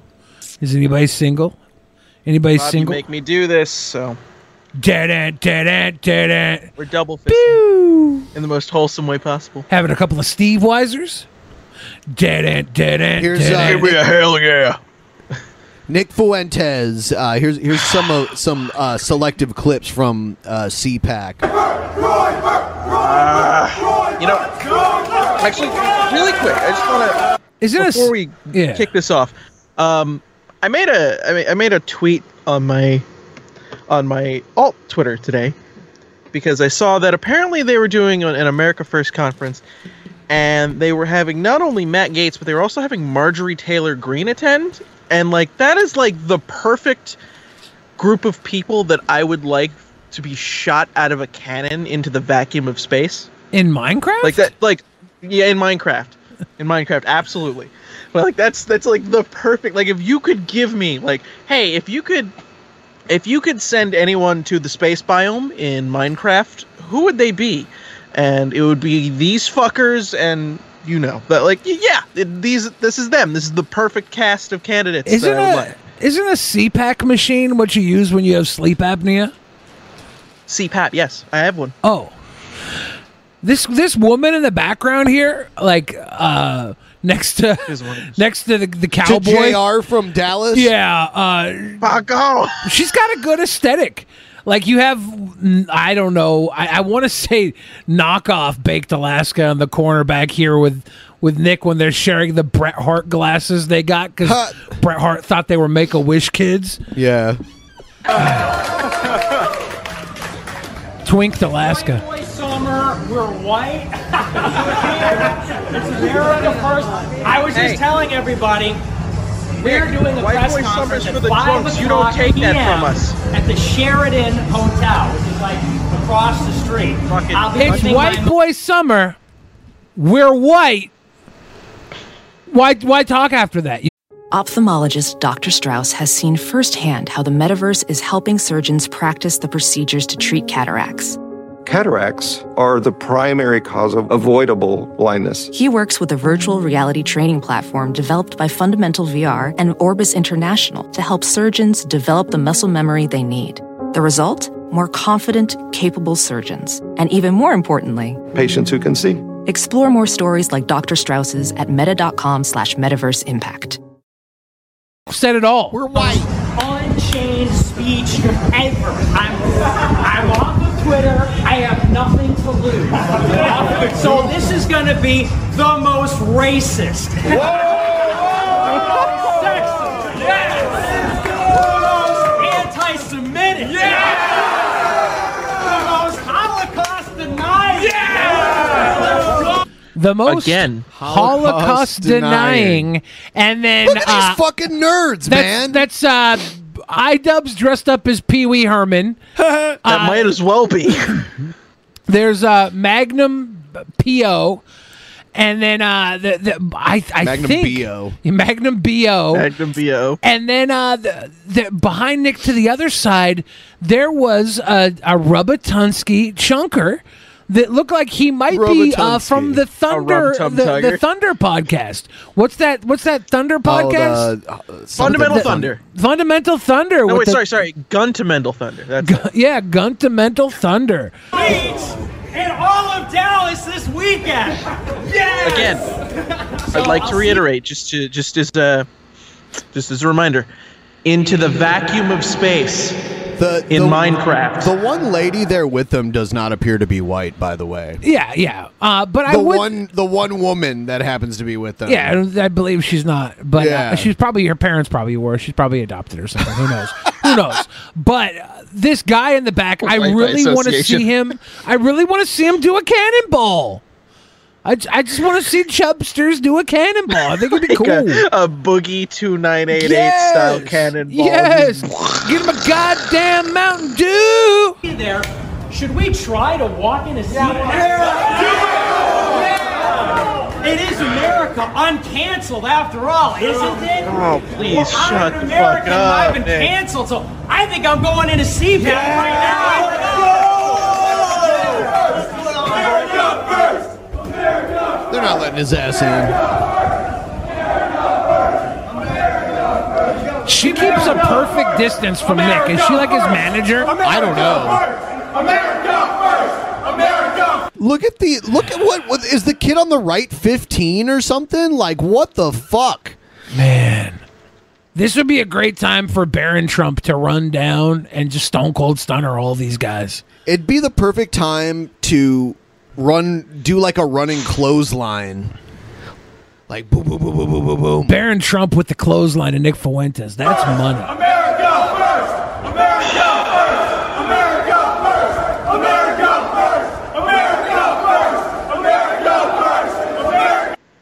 H: Is anybody single? Anybody
G: Bob, you
H: single?
G: make me do this, so
H: Da-da, da-da, da-da.
G: we're double fisting in the most wholesome way possible.
H: Having a couple of Steve Weisers? Da-da, da-da,
F: Here's
H: da-da.
F: uh,
G: yeah.
F: Nick Fuentes. Uh, here's here's some uh, some uh, selective clips from uh, CPAC.
P: You know, actually, really quick, I just want to.
H: Is it a
G: before
H: s-
G: we
H: yeah.
G: kick this off? Um, I made a I made, I made a tweet on my on my alt Twitter today because I saw that apparently they were doing an, an America First conference and they were having not only Matt Gates but they were also having Marjorie Taylor Greene attend and like that is like the perfect group of people that I would like to be shot out of a cannon into the vacuum of space.
H: In Minecraft?
G: Like that like yeah, in Minecraft. In Minecraft, absolutely. But like that's that's like the perfect like if you could give me like hey, if you could if you could send anyone to the space biome in Minecraft, who would they be? And it would be these fuckers and you know, but like y- yeah, it- these this is them. This is the perfect cast of candidates
H: Isn't
G: that I would
H: a,
G: like.
H: isn't a CPAC machine what you use when you have sleep apnea?
G: CPAP, yes, I have one.
H: Oh. This this woman in the background here, like uh next to *laughs* next to the, the
F: To
H: cowboy.
F: JR from Dallas.
H: Yeah, uh She's got a good aesthetic. Like you have, mm, I don't know. I, I want to say knockoff baked Alaska on the corner back here with with Nick when they're sharing the Bret Hart glasses they got because Bret Hart thought they were Make a Wish kids.
F: Yeah,
H: twinked Alaska.
D: Boy Summer, we're white. *laughs* it's America first. I was just
G: Hey.
D: telling everybody we're
G: Nick,
D: doing a
G: white
D: press
G: boy summer's
D: conference at
G: for the
D: 5
G: drunks. You don't
D: o'clock
G: take that
D: PM
G: from us.
D: At the Sheridan Hotel, which is like across the street. I'll be
H: It's
D: opening
H: white
D: my-
H: boy summer. We're white. Why why talk after that?
N: Ophthalmologist Dr. Strauss has seen firsthand how the metaverse is helping surgeons practice the procedures to treat cataracts.
Q: Cataracts are the primary cause of avoidable blindness.
N: He works with a virtual reality training platform developed by Fundamental VR and Orbis International to help surgeons develop the muscle memory they need. The result? More confident, capable surgeons. And even more importantly,
Q: Patients who can see.
N: explore more stories like Dr. Strauss's at meta.com slash metaverse impact.
H: Said it all. We're
F: white.
D: Unchained speech ever. I'm, I'm off of Twitter. I have nothing to lose. so this is going to be the most racist. Sexist. Yes. The most anti-Semitic. The most Holocaust denying.
H: The most
G: Again.
H: Holocaust,
G: Holocaust
H: denying.
G: denying.
H: and then
F: Look at these
H: uh,
F: fucking nerds,
H: that's,
F: man.
H: That's uh, iDubbbz dressed up as Pee Wee
F: *laughs*
H: Herman. that
G: might as well
H: *laughs*
G: be.
H: there's uh, Magnum PO, and then uh, the, the I, I
F: Magnum
H: think
F: BO.
H: *laughs* Magnum BO.
G: Magnum BO.
H: And then uh, the, the, behind Nick to the other side, there was a, a Rubatunsky chunker that looked like he might be uh,
F: Rubatunsky.
H: from the
F: A
H: Thunder
F: Rubtum
H: the,
F: Tiger.
H: the Thunder podcast. What's that? What's that Thunder podcast?
F: Oh, the, uh,
G: Fundamental
H: The-
G: Thunder.
H: Fundamental Thunder.
G: No,
H: with
G: wait,
H: the-
G: sorry, sorry. Gun to Mendel Thunder. That's it.
H: Yeah, Guntamental Thunder.
D: Beach in all of Dallas this weekend. Yes.
G: Again, I'd like to reiterate, just to just as a just as a reminder, into the vacuum of space
F: the,
G: in
F: the-
G: Minecraft.
F: The one lady there with them does not appear to be white, by the way.
H: Yeah, yeah. Uh, but I
F: the
H: would.
F: one the one woman that happens to be with them.
H: yeah, I don't- I believe she's not, but
F: Yeah.
H: uh, she's probably her parents probably were. She's probably adopted or something. Who knows? Who knows? But uh, this guy in the back, I
F: Right by
H: really want to
F: association.
H: see him. I really want to see him do a cannonball. I, j- I just want to see Chubsters do a cannonball. I think
F: *laughs*
H: it'd be cool.
G: a, a boogie two nine eight eight
H: Yes!
G: style cannonball.
H: Yes, give him a goddamn Mountain Dew.
D: There, should we try to walk in a sea? It is America, uncanceled after all, isn't it?
G: Oh, please
D: Well, I'm
G: shut the
D: an American,
G: fuck up,
D: I've been
G: Nick.
D: canceled, so I think I'm going in a sea
F: They're not letting his ass in.
H: She keeps a perfect distance from Nick. Is she like his manager? I don't know.
F: Look at the look at what, what is the kid on the right 15 or something? Like what the fuck?
H: Man. This would be a great time for Baron Trump to run down and just stone cold stunner all these guys.
F: It'd be the perfect time to run do like a running clothesline. Like boom boom boom boom boom boom boom.
H: Baron Trump with the clothesline and Nick Fuentes. That's money.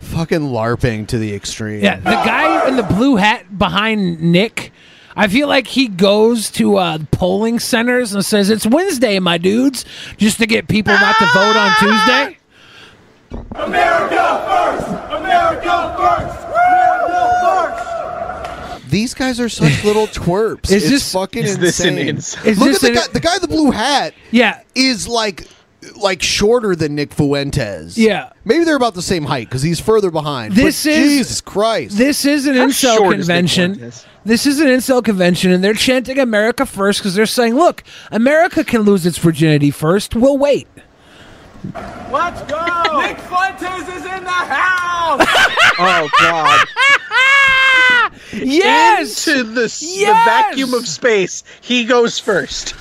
F: Fucking larping to the extreme.
H: Yeah, the guy in the blue hat behind Nick, I feel like he goes to uh, polling centers and says, It's Wednesday, my dudes, just to get people not to vote on Tuesday.
F: These guys
H: *laughs*
F: are such little twerps.
H: Is
F: it's
H: this-
F: fucking
H: is this an
F: insane.
H: ins- Is
F: Look
H: this
F: at
H: an-
F: the guy. The guy in the blue hat.
H: Yeah,
F: is like like shorter than Nick Fuentes.
H: Yeah.
F: maybe they're about the same height because he's further behind. but
H: This is
F: Jesus Christ.
H: This is an
F: How
H: incel
F: short is Nick
H: convention. This is an incel convention, and they're chanting "America first because they're saying, "Look, America can lose its virginity first. We'll wait."
P: Let's go! Nick Fuentes is in the house!
D: *laughs*
G: Oh God!
H: *laughs* yes,
G: into the, s- the vacuum of space, he goes first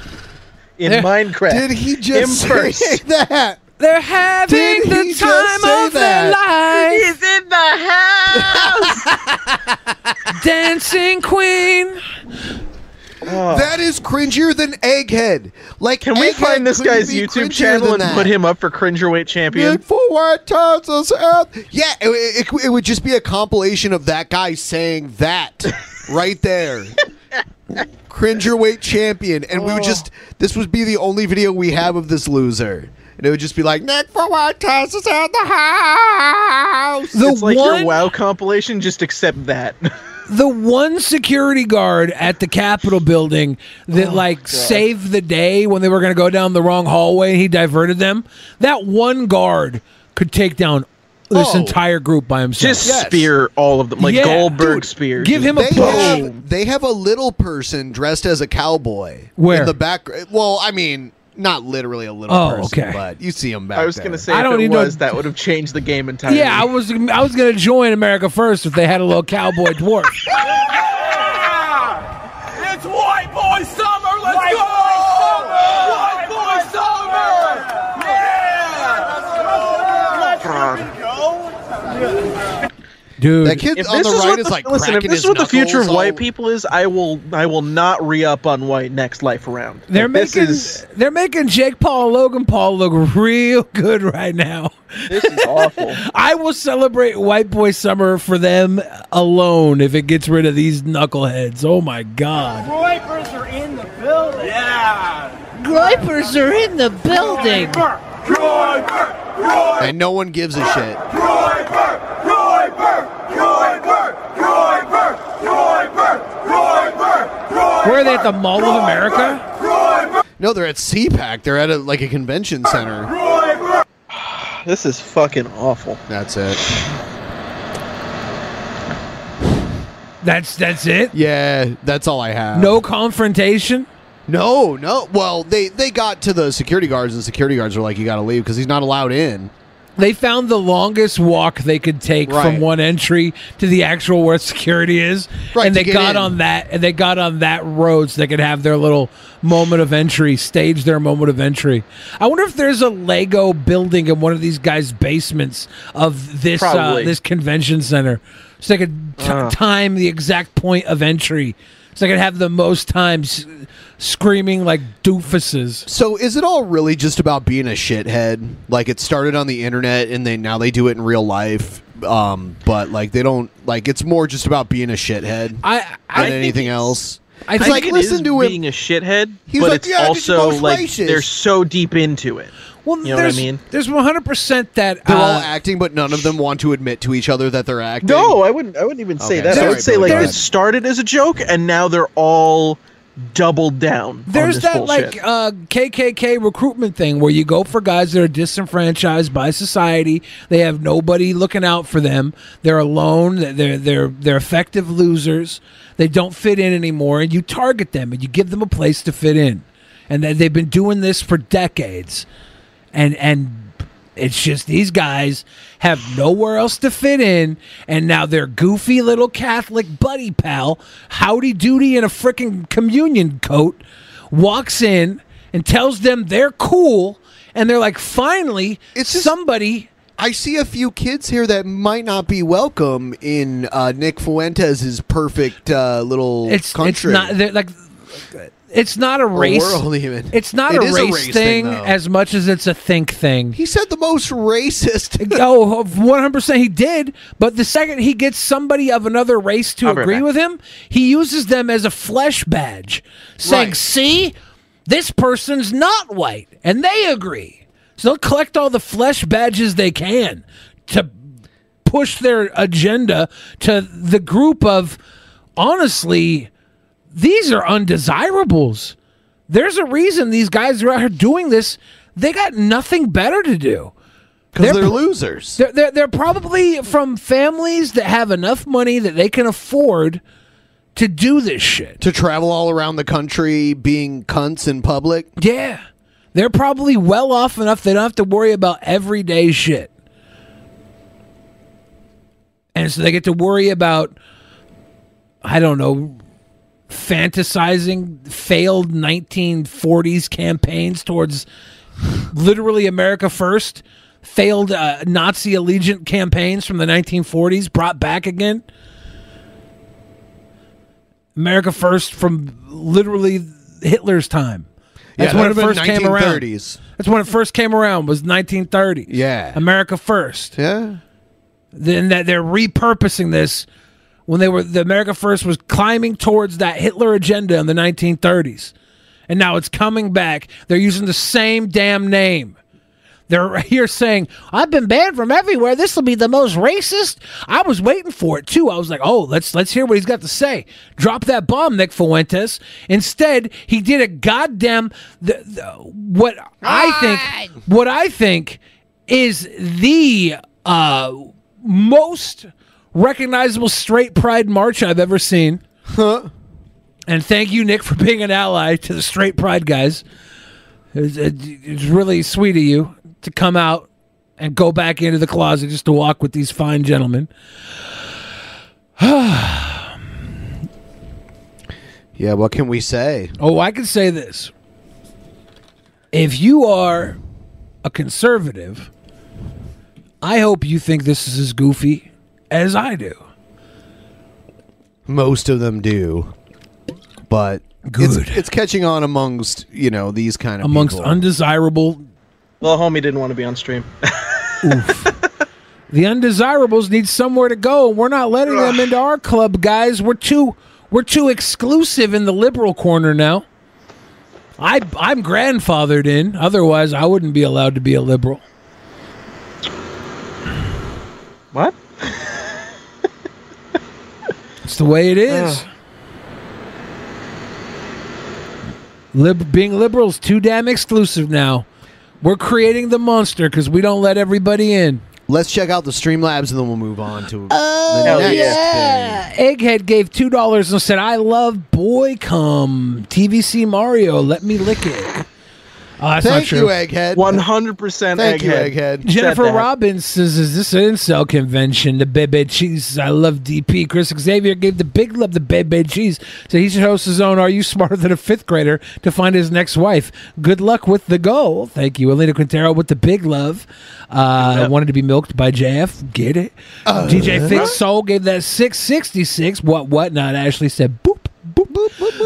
G: in
H: There-
G: Minecraft.
H: Eh, Did he just
G: Him
H: say *laughs*
G: first.
F: that?
H: They're having
G: Did he
H: the
G: just say
H: time of their
G: that?
H: life.
G: He's
H: in the house, *laughs* dancing queen.
F: that is cringier than Egghead. Like,
G: Can we find this guy's YouTube channel and put him up for cringerweight champion?
F: forward towards us earth. Yeah, it, it, it would just be a compilation of that guy saying
G: *laughs*
F: that right there. Cringerweight champion, and we would just this would be the only video we have of this loser, and it would just be like Nick forward towards us earth. The
G: it's like
H: one-
G: your WoW compilation. Just accept that. *laughs*
H: the one security guard at the Capitol building
G: Oh,
H: that like saved the day when they were going to go down the wrong hallway. He diverted them. That one guard could take down this
G: Oh.
H: entire group by himself.
G: Just spear all of them, like
H: Yeah.
G: Goldberg spear.
H: give him a
F: they have, they have a little person dressed as a cowboy
H: Where?
F: in the back. Well, I mean, not literally a little
H: Oh,
F: person,
H: okay.
F: but you see him back.
G: I was
F: there.
G: gonna say, I don't if it was, that would have changed the game entirely.
H: Yeah, I was I was going to join America first if they had a little cowboy dwarf.
P: It's White Boy Summer! Let's go! White Boy Summer! Yeah! Let's fucking go!
H: Dude,
F: that kid
G: If
F: on
G: this
F: the
G: is
F: right
G: what
F: is
G: the-
F: like
G: listen, if
F: cracking
G: this is
F: his
G: what the future of
F: knuckles
G: white
F: all-
G: people is, I will, I will not re up on white next life around.
H: They're
G: Like, this
H: making
G: is-
H: they're making Jake Paul, Logan Paul look real good right now.
G: This is awful.
H: *laughs* I will celebrate White Boy Summer for them alone if it gets rid of these knuckleheads. Oh my god.
P: Groypers are in the building! Yeah!
I: Groypers are in the building.
F: and no one gives a shit.
H: Where are they at the Mall of America?
F: No, they're at CPAC. They're at a, like a convention center.
G: *sighs* This is fucking awful.
F: That's it.
H: That's that's it.
F: Yeah, that's all I have.
H: No confrontation.
F: No, no. Well, they they got to the security guards, and the security guards were like, "You got to leave because he's not allowed in."
H: They found the longest walk they could take from
F: Right.
H: one entry to the actual where security is,
F: Right,
H: and
F: to
H: they
F: get
H: got
F: in.
H: on that and they got on that road so they could have their little moment of entry, stage their moment of entry. I wonder if there's a Lego building in one of these guys' basements of this uh,
G: Probably.
H: this convention center, so they could t-
G: Ah.
H: time the exact point of entry, so they could have the most times screaming like doofuses.
F: So is it all really just about being a shithead? Like it started on the internet and they now they do it in real life. Um, but like they don't like it's more just about being a shithead.
H: I
F: than anything else.
G: I
F: It's
G: think
F: like
G: it
F: listen
G: is
F: to him.
G: being a shithead,
F: He was
G: but
F: like,
G: it's
F: "Yeah, I did
G: also
F: both
G: like
F: races."
G: they're so deep into it.
H: Well,
G: you know what I
H: there's,
G: mean?
H: There's 100 percent that
F: They're all
H: uh,
F: acting, but none of them want to admit to each other that they're acting.
G: No, I wouldn't. I wouldn't even say
F: Okay,
G: that.
F: sorry,
G: I would say
F: Billy,
G: like
F: go
G: it
F: ahead.
G: started as a joke, and now they're all doubled down. on
H: There's
G: this
H: that
G: bullshit.
H: like uh, KKK recruitment thing where you go for guys that are disenfranchised by society. They have nobody looking out for them. They're alone. They're- They're they're they're effective losers. They don't fit in anymore, and you target them and you give them a place to fit in. And that they've been doing this for decades, and and it's just these guys have nowhere else to fit in, and now their goofy little Catholic buddy pal, howdy doody in a freaking communion coat, walks in and tells them they're cool, and they're like, finally, it's somebody.
F: I see a few kids here that might not be welcome in uh, Nick Fuentes' perfect uh, little
H: It's
F: country.
H: it's not they're like. It's not a
F: Or
H: race.
F: world, even.
H: It's not
F: It
H: a,
F: is
H: race thing,
F: though.
H: as much as it's a think thing.
F: He said the
H: *laughs*
F: most racist.
H: oh, 100% he did. But the second he gets somebody of another race to
G: I'll be right
H: agree
G: back.
H: with him, he uses them as a flesh badge, saying, see, this person's not white. And they agree. So they'll collect all the flesh badges they can to push their agenda to the group of, honestly, these are undesirables. There's a reason these guys are out here doing this. They got nothing better to do.
F: 'Cause they're losers.
H: They're, they're, they're probably from families that have enough money that they can afford to do this shit.
F: to travel all around the country being cunts in public.
H: Yeah. They're probably well off enough they don't have to worry about everyday shit. And so they get to worry about, I don't know, fantasizing failed 1940s campaigns towards literally America first, failed uh, Nazi allegiant campaigns from the 1940s brought back again. America first from literally Hitler's time.
F: Yeah,
H: That's
F: that
H: when it
F: would've been
H: first came around.
F: 1930s.
H: That's when it first came around was 1930s.
F: Yeah.
H: America first.
F: Yeah.
H: Then that they're repurposing this when they were the America first was climbing towards that Hitler agenda in the 1930s. And now it's coming back. They're using the same damn name. They're here saying, I've been banned from everywhere. This will be the most racist. I was waiting for it too. I was like, oh, let's let's hear what he's got to say. Drop that bomb, Nick Fuentes. Instead, he did a goddamn the, the, what I think what I think is the uh, most recognizable straight pride march I've ever seen. Huh. And thank you, Nick, for being an ally to the straight pride guys. It's, it- it's really sweet of you to come out and go back into the closet just to walk with these fine gentlemen. *sighs*
F: Yeah, what can we say?
H: Oh, I can say this. If you are a conservative, I hope you think this is as goofy as I do.
F: Most of them do. But good. It's, it's catching on amongst, you know, these kind of
H: Amongst
F: people.
H: undesirable
G: Well, homie didn't want to be on stream. *laughs*
H: The undesirables need somewhere to go, and we're not letting them into our club, guys. We're too we're too exclusive in the liberal corner now. I I'm grandfathered in. Otherwise, I wouldn't be allowed to be a liberal.
G: What?
H: it's the way it is. Lib- being liberals too damn exclusive now. We're creating the monster because we don't let everybody in.
F: Let's check out the Streamlabs and then we'll move on to oh,
H: Hell
F: the next
H: yeah. Egghead gave two dollars and said, "I love Boy Come TVC Mario. Let me lick it." Oh, that's
F: Thank
H: not
F: you,
H: true.
F: Egghead.
G: One hundred percent.
F: Thank you,
G: Egghead.
F: Egghead.
H: Jennifer Robbins says, "Is this an incel convention? The baby cheese. I love DP. Chris Xavier gave the big love the baby cheese. So he should host his own. Are you smarter than a fifth grader to find his next wife? Good luck with the goal. Thank you, Elena Quintero with the big love. Uh, Wanted to be milked by JF. Get it?
F: Uh-huh.
H: DJ Fix Soul gave that six sixty six. What what? Not Ashley said. Boop.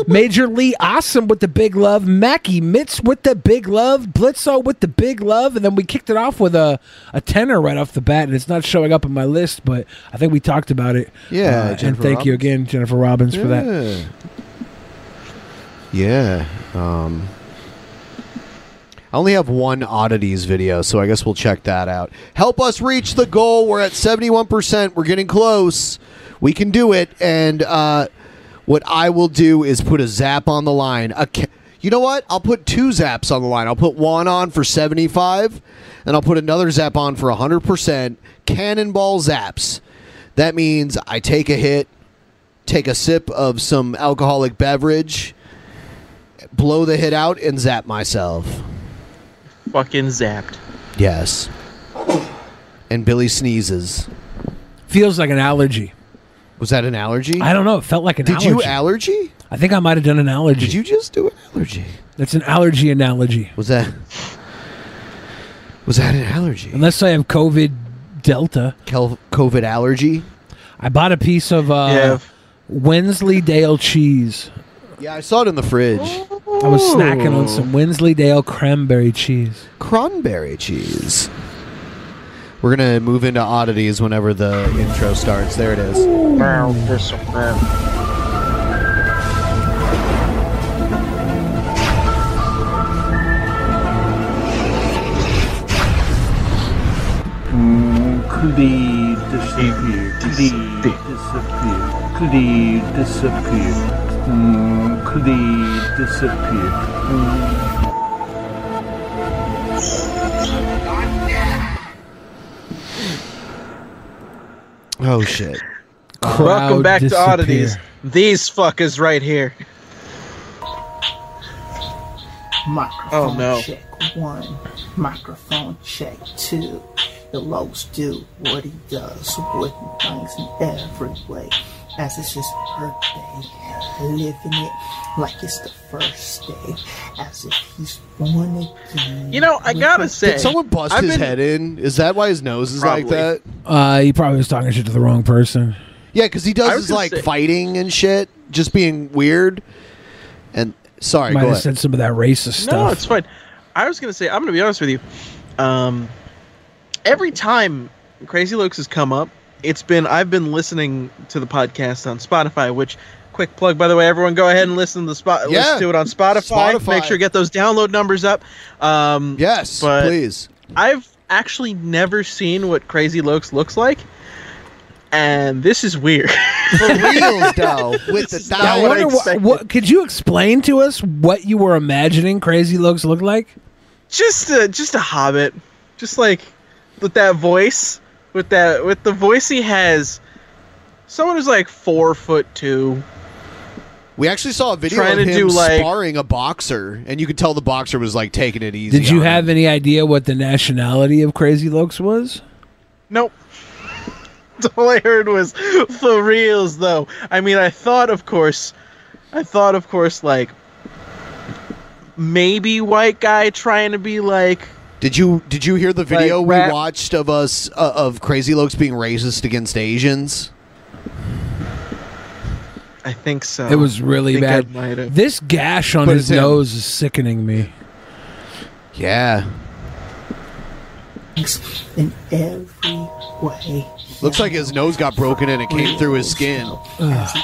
H: Major Lee Awesome with the big love, Mackie Mitz with the big love, Blitzo with the big love, and then we kicked it off with a, a tenor right off the bat, and it's not showing up in my list, but I think we talked about it. Uh,
F: Yeah,
H: and thank
F: Jennifer
H: you
F: Robbins.
H: again, Jennifer Robbins, for that.
F: Yeah. Um, I only have one oddities video, so I guess we'll check that out. Help us reach the goal. We're at 71%. We're getting close. We can do it. And uh, what I will do is put a zap on the line. A ca- you know what? I'll put two zaps on the line. I'll put one on for 75, and I'll put another zap on for 100%. Cannonball zaps. That means I take a hit, take a sip of some alcoholic beverage, blow the hit out, and zap myself.
G: Fucking zapped.
F: Yes. And Billy sneezes.
H: Feels like an allergy.
F: Was that an allergy?
H: I don't know. It felt like an
F: Did
H: allergy.
F: you allergy?
H: I think I might have done an allergy. Did
F: you just do an allergy?
H: That's an allergy analogy.
F: Was that was that an allergy?
H: Unless I have COVID Delta.
F: COVID allergy.
H: I bought a piece of uh,
F: Yeah.
H: Wensleydale cheese.
F: Yeah, I saw it in the fridge.
H: I was snacking on some Wensleydale cranberry cheese.
F: Cranberry cheese. We're gonna move into oddities whenever the intro starts. There it is.
S: Clee disappear. Clee disappear. Clee disappear. Mm, Clee disappear. Mm.
F: Oh shit.
G: Welcome
F: Crowd
G: back
F: disappear.
G: to oddities. These fuckers right here.
T: Microphone
G: Oh, no.
T: check one, microphone check two. The lows do what he does, avoiding things in every way. As it's his birthday, living it like it's the first day, as if he's born again.
G: You know, I gotta say,
F: Did someone bust
G: I've
F: his
G: been-
F: head in? Is that why his nose is like
G: Probably.
F: that?
H: Uh, he probably was talking shit to the wrong person.
F: Yeah, because he
G: I
F: does
G: was
F: his,
G: gonna
F: like
G: say-
F: fighting and shit, just being weird. And sorry,
H: Might
F: go
H: have
F: ahead.
H: said some of that racist
G: No,
H: stuff.
G: it's fine. I was gonna say, I'm gonna be honest with you. Um, every time Crazy Lokes has come up, it's been I've been listening to the podcast on Spotify. Which, quick plug by the way, everyone go ahead and listen to the spot.
F: Yeah.
G: listen to it on Spotify.
F: Spotify.
G: Make sure you get those download numbers up. Um,
F: yes, please.
G: I've actually never seen what Crazy Lokes looks like, and this is weird. *laughs*
F: For reals,
H: *laughs*
F: though, with the
H: Now, I
F: thigh.
H: wonder what, what could you explain to us what you were imagining Crazy Looks look like?
G: just a just a hobbit just like with that voice with that with the voice he has someone who's like four foot two
F: We actually saw a video
G: Trying
F: of
G: to
F: him
G: do, like-
F: sparring a boxer, and you could tell the boxer was like taking it easy.
H: Did you have any idea what the nationality of Crazy Looks was?
G: nope *laughs* all i heard was for reals though i mean i thought of course i thought of course like maybe white guy trying to be like
F: Did you did you hear the video
G: Like,
F: we
G: rap-
F: watched of us uh, of Crazy Lokes being racist against Asians?
G: i think so
H: It was really
G: I think I
H: bad.
G: might have.
H: This gash on
G: But
H: his
G: it's him.
H: nose is sickening me.
F: Yeah.
T: In every way.
F: Looks like his nose got broken and it came through his skin.
T: As he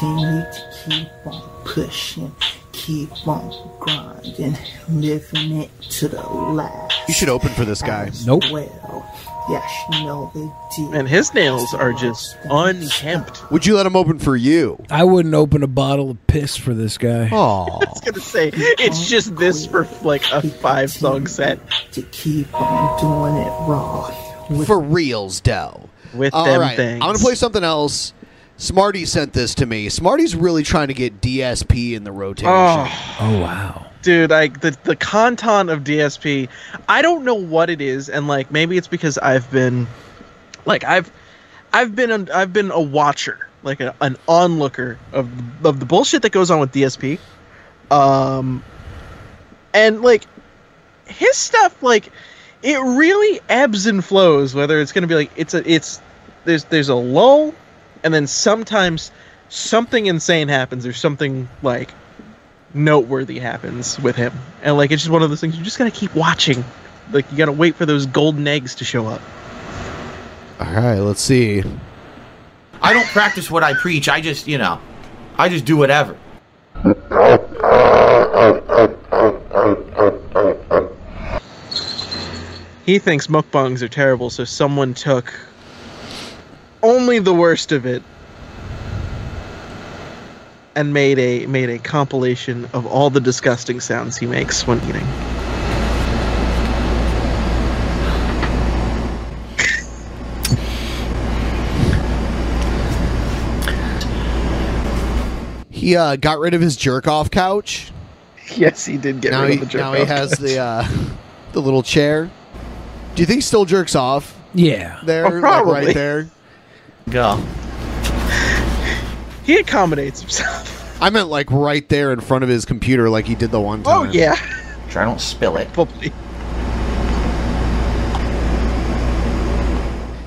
T: continued to keep on pushing, keep on grinding, living it to the last.
F: You should open for this guy.
H: Nope.
T: Yes, you know they did.
G: and his nails are just unkempt
F: Would you let him open for you?
H: I wouldn't open a bottle of piss for this guy.
F: Oh,
G: I was gonna say it's just this for like a five song set.
T: To keep on doing it raw.
F: for reals, Dell.
G: With
F: All
G: them
F: right,
G: things.
F: I'm gonna play something else. Smarty sent this to me. Smarty's really trying to get DSP in the rotation.
G: Oh.
H: Oh wow.
G: dude like the, the content of dsp i don't know what it is and like maybe it's because i've been like i've i've been a, i've been a watcher like a, an onlooker of of the bullshit that goes on with dsp um and like his stuff like it really ebbs and flows whether it's going to be like it's a it's there's there's a lull and then sometimes something insane happens or something like noteworthy happens with him. And like it's just one of those things you just gotta keep watching. Like you gotta wait for those golden eggs to show up.
F: All right, let's see.
U: I don't practice what I preach. I just, you know, I just do whatever.
G: He thinks mukbangs are terrible, so someone took only the worst of it and made a made a compilation of all the disgusting sounds he makes when eating.
F: He uh, got rid of his jerk off couch.
G: Yes, he did get
F: now
G: rid
F: he,
G: of the jerk
F: Now he
G: off
F: has
G: couch.
F: the uh, the little chair. Do you think he still jerks off?
H: Yeah.
F: There,
G: Oh,
F: like,
G: probably.
F: right there.
U: Go.
G: He accommodates himself. *laughs*
F: I meant like right there in front of his computer, like he did the one
G: Oh
F: time.
G: yeah.
U: Try don't spill it.
G: Probably.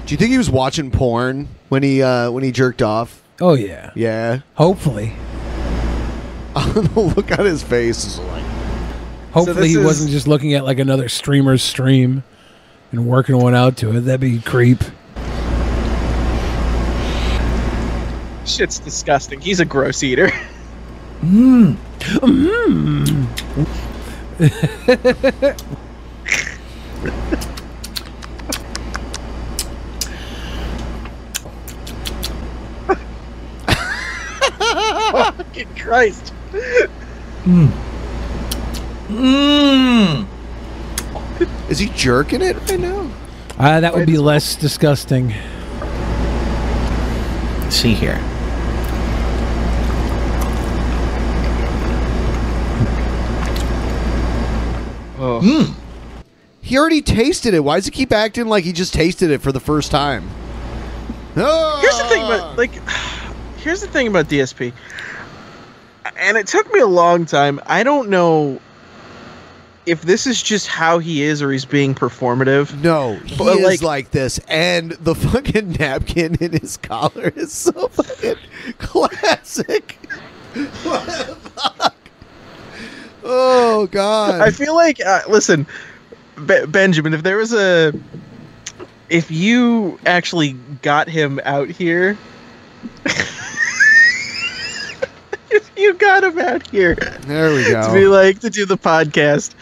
F: Do you think he was watching porn when he uh, when he jerked off?
H: Oh yeah.
F: Yeah.
H: Hopefully.
F: *laughs* the look on his face is like.
H: *laughs* Hopefully
G: this
H: he
G: is-
H: wasn't just looking at like another streamer's stream and working one out to it. That'd be creep.
G: Shit's disgusting. He's a gross eater.
H: Mm. Mm.
G: Fucking Christ. Hmm.
U: Mmm.
F: Is he jerking it right now?
H: Uh, that would be less disgusting.
U: see here.
G: Oh.
F: Hmm. He already tasted it. Why does he keep acting like he just tasted it for the first time?
G: Here's the thing about like here's the thing about DSP. And it took me a long time. I don't know if this is just how he is or he's being performative.
F: No, He is like, this, *laughs* and the fucking napkin in his collar is so fucking classic. *laughs* What the fuck? Oh God!
G: I feel like uh, listen, Be- Benjamin. If there was a, if you actually got him out here, if you got him out here,
F: there we go.
G: *laughs* To be like to do the podcast,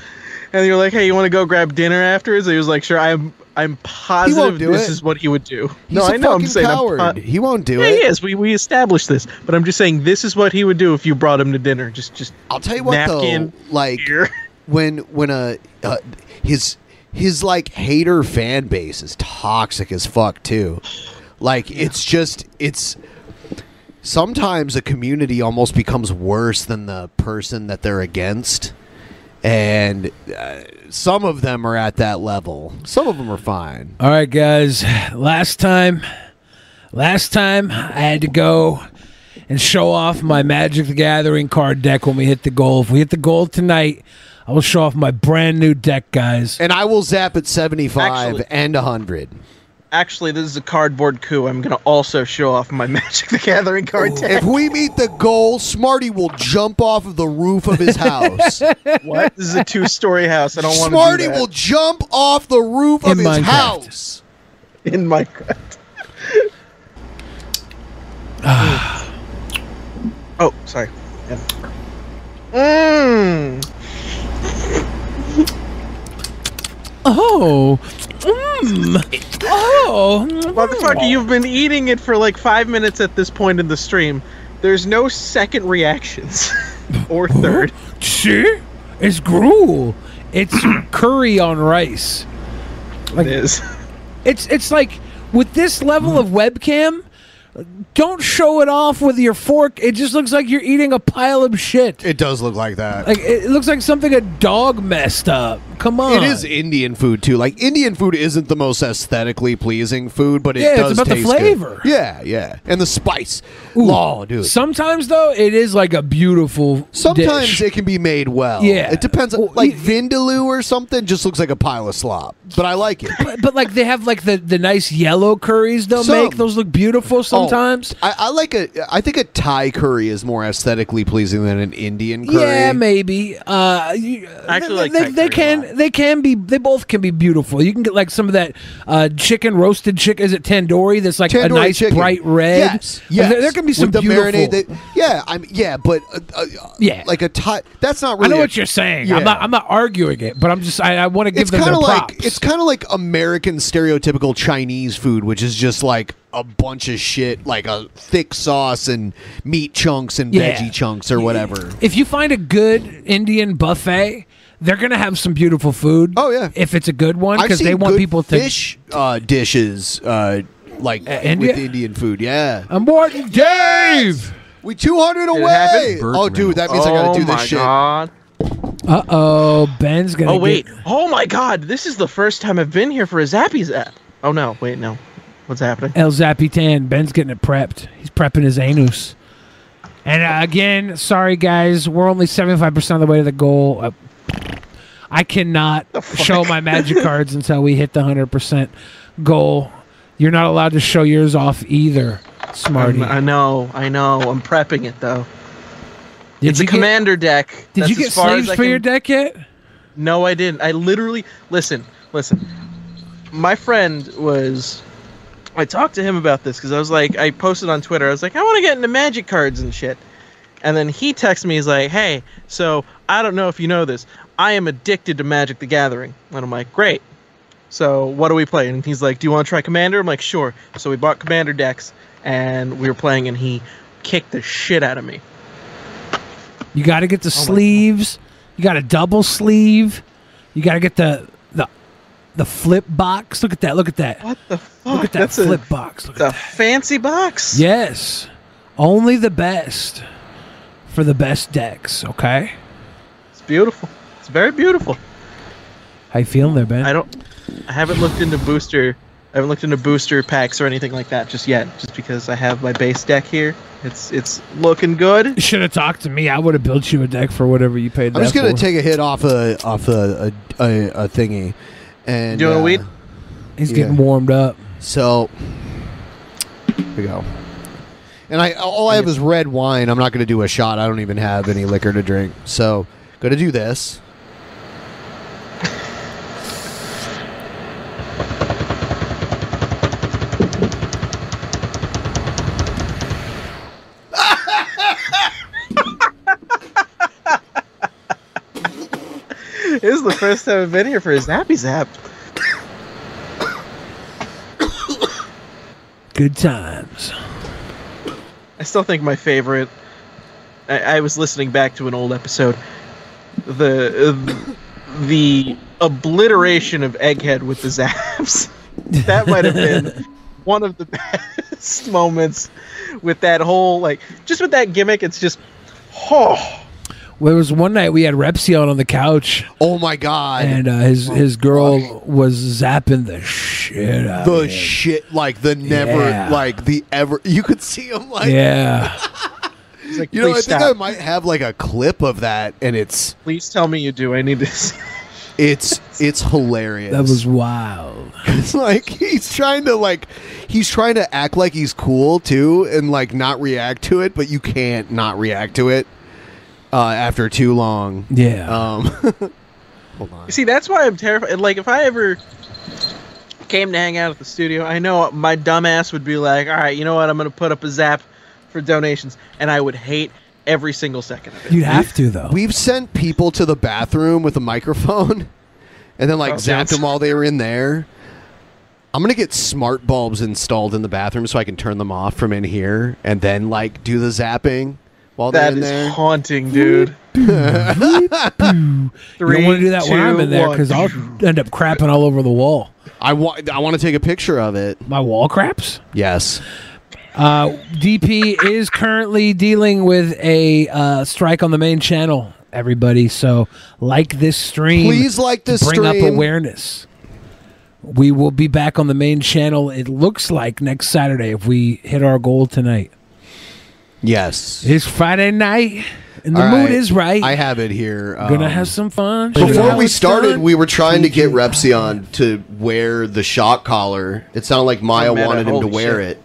G: and you're like, hey, you want to go grab dinner afterwards? And he was like, sure. I'm I'm positive
F: do
G: this
F: it.
G: is what he would do.
F: He's
G: no,
F: a
G: I know. I'm
F: fucking
G: saying I'm
F: coward.
G: po-
F: He won't do
G: yeah,
F: it.
G: He is. We we established this, but I'm just saying this is what he would do if you brought him to dinner. Just just
F: I'll tell you what
G: napkin.
F: though, like
G: *laughs*
F: when when a uh, his his like hater fan base is toxic as fuck too. Like it's just it's sometimes a community almost becomes worse than the person that they're against. And uh, some of them are at that level. Some of them are fine.
H: All right, guys. Last time, last time I had to go and show off my Magic the Gathering card deck when we hit the goal. If we hit the goal tonight, I will show off my brand new deck, guys.
F: And I will zap at 75
G: Actually-
F: and 100.
G: Actually, this is a cardboard coup. I'm gonna also show off my *laughs* Magic the Gathering card
F: If
G: deck.
F: we meet the goal, Smarty will jump off of the roof
G: *laughs*
F: of his house.
G: what? This is a two-story house. I don't want.
F: Smarty will jump off the roof of
G: In
F: his
G: Minecraft.
F: house.
G: *laughs* In Minecraft. *sighs* oh, sorry. Yeah. Mmm.
H: Oh. Mm. Oh.
G: Motherfucker, you've been eating it for like five minutes at this point in the stream. There's no second reactions *laughs* or third.
H: See? It's gruel.
F: *clears throat*
H: It's curry on rice. Like,
G: it is.
H: It's it's like with this level of webcam, Don't show it off with your fork. It just looks like you're eating a pile of shit.
F: It does look like that.
H: Like it looks like something a dog messed up. Come on.
F: It is Indian food too. Like Indian food isn't the most aesthetically pleasing food, but it
H: Yeah, it's
F: does
H: about the
F: taste good.
H: flavor.
F: Yeah, yeah, and the spice.
H: Ooh.
F: Oh, dude.
H: Sometimes though, it is like a beautiful.
F: Sometimes
H: dish.
F: it can be made well.
H: Yeah.
F: it depends. on like vindaloo or something just looks like a pile of slop, but I like it.
H: *laughs* But, but like they have like the, the nice yellow curries they'll
F: Some. Oh,
H: make. Those look beautiful sometimes.
F: I, I like a. I think a Thai curry is more aesthetically pleasing than an Indian curry.
H: Yeah, maybe. Uh, you, they,
F: actually like
H: they,
F: Thai
H: they can they can be they both can be beautiful. You can get like some of that uh, chicken roasted chicken. Is it tandoori? That's like a
F: Tandoori
H: nice
F: chicken.
H: bright red.
F: Yes,
H: Like,
F: yes.
H: There, there can be
F: With
H: some
F: the
H: beautiful.
F: marinade. that- yeah, I'm. Yeah, but uh, uh, yeah, like a Thai. That's not
H: I
F: really.
H: know
F: a-
H: what you're saying.
F: Yeah.
H: I'm not I'm not arguing it, but I'm just I, I want to give
F: it's
H: them
F: kind
H: their
F: of
H: props.
F: like it's kind of like American stereotypical Chinese food, which is just like a bunch of shit, like a thick sauce and meat chunks and
H: Yeah.
F: veggie chunks or whatever.
H: if you find a good Indian buffet, they're gonna have some beautiful food. Oh yeah, if it's a good one
F: I've
H: because they
F: seen
H: want
F: good
H: people to
F: fish uh, dishes uh, like
H: India?
F: with Indian food. Yeah,
H: I'm more Dave.
F: We 200 away. Oh, dude, that means I gotta do this shit.
H: Uh oh, Ben's gonna.
G: Oh
H: get-
G: wait! Oh my God! This is the first time I've been here for a Zappy Zap. Oh no! Wait, no. What's happening?
H: El Zappy Tan. Ben's getting it prepped. He's prepping his anus. And uh, again, sorry guys, we're only seventy five percent of the way to the goal. Uh, I cannot show my *laughs* magic
G: *laughs*
H: cards until we hit the hundred percent goal. You're not allowed to show yours off either, Smarty.
G: I'm- I know, I know. I'm prepping it though.
H: Did
G: it's
H: you
G: a
H: get-
G: commander deck.
H: Did
G: That's
H: you get
G: as far as
H: slaves
G: I
H: for your
G: can-
H: deck yet?
G: No, I didn't. I literally listen, listen. My friend was. I talked to him about this because I was like, I posted on Twitter. I was like, I want to get into magic cards and shit. And then he texts me. He's like, Hey, so I don't know if you know this. I am addicted to Magic: The Gathering. And I'm like, Great. So what do we play? And he's like, Do you want to try Commander? I'm like, Sure. So we bought Commander decks and we were playing, and he kicked the shit out of me.
H: You got to get
G: Oh
H: the sleeves. You got a double sleeve. You got to get the the the flip box. Look at that. Look at that.
G: What the fuck?
H: Look at that
G: That's a-
H: flip box. Look at
G: The fancy box.
H: Yes. Only the best for the best decks, okay?
G: It's beautiful. It's very beautiful.
H: How you feeling there, Ben?
G: I don't. I haven't looked into booster. I haven't looked into booster packs or anything like that just yet. Just because I have my base deck here. It's it's looking good.
H: Should have talked to me. I would have built you a deck for whatever you paid
F: I'm just
H: that
F: gonna
H: for.
F: take a hit off a off a a, a, a thingy, and uh,
H: Doing weed? He's getting warmed up.
F: So here we go. And I all I have is red wine. I'm not gonna do a shot. I don't even have any liquor to drink. So gonna do this.
G: this is the first time I've been here for a zappy zap.
H: Good times.
G: I still think my favorite. I, I was listening back to an old episode. The uh, the obliteration of Egghead with the zaps. *laughs* that might have been one of the best *laughs* moments with that whole like just with that gimmick. It's just oh
H: Well, there was one night we had Repsion on the couch.
F: Oh my god! Oh
H: And uh, his his girl was zapping the shit out.
F: the shit like the never
H: Yeah.
F: like the ever you could see him like *laughs*
H: yeah.
F: you know I
G: "Please
F: think I
G: stop."
F: might have like a clip of that and it's
G: please tell me you do. I need to. *laughs* see-
F: it's it's hilarious
H: That was wild.
F: it's *laughs* like he's trying to like he's trying to act like he's cool too and like not react to it but you can't not react to it uh after too long
H: yeah
F: um *laughs*
G: You see, that's why I'm terrified. Like, if I ever came to hang out at the studio, I know my dumbass would be like, "All right, you know what? I'm gonna put up a zap for donations," and I would hate every single second of it.
H: You'd have to though.
F: We've sent people to the bathroom with a microphone, *laughs* and then like
G: Oh,
F: zapped
G: that's-
F: them while they were in there. I'm gonna get smart bulbs installed in the bathroom so I can turn them off from in here, and then like do the zapping while they're
G: That
F: in
G: is
F: there. *laughs*
G: haunting, dude.
H: You don't want to do that when I'm
F: two,
H: in there
F: one.
H: because I'll end up crapping all over the wall.
F: I want. I want to take a picture of it.
H: My wall craps.
F: Yes.
H: Uh, DP is currently dealing with a uh, strike on the main channel. Everybody, so like this stream.
F: Please like
H: to
F: this
H: bring up
F: stream.
H: awareness. We will be back on the main channel. It looks like next Saturday if we hit our goal tonight.
F: Yes.
H: It's Friday night, and the
F: All
H: mood
F: right.
H: is right.
F: I have it here.
H: Gonna
F: um,
H: have some fun.
F: Before
H: How
F: we
H: it's
F: started,
H: done.
F: we were trying to get Repsion to wear the shock collar. It sounded like Maya
V: Oh, man,
F: wanted him
V: holy
F: to wear
V: shit.
F: it.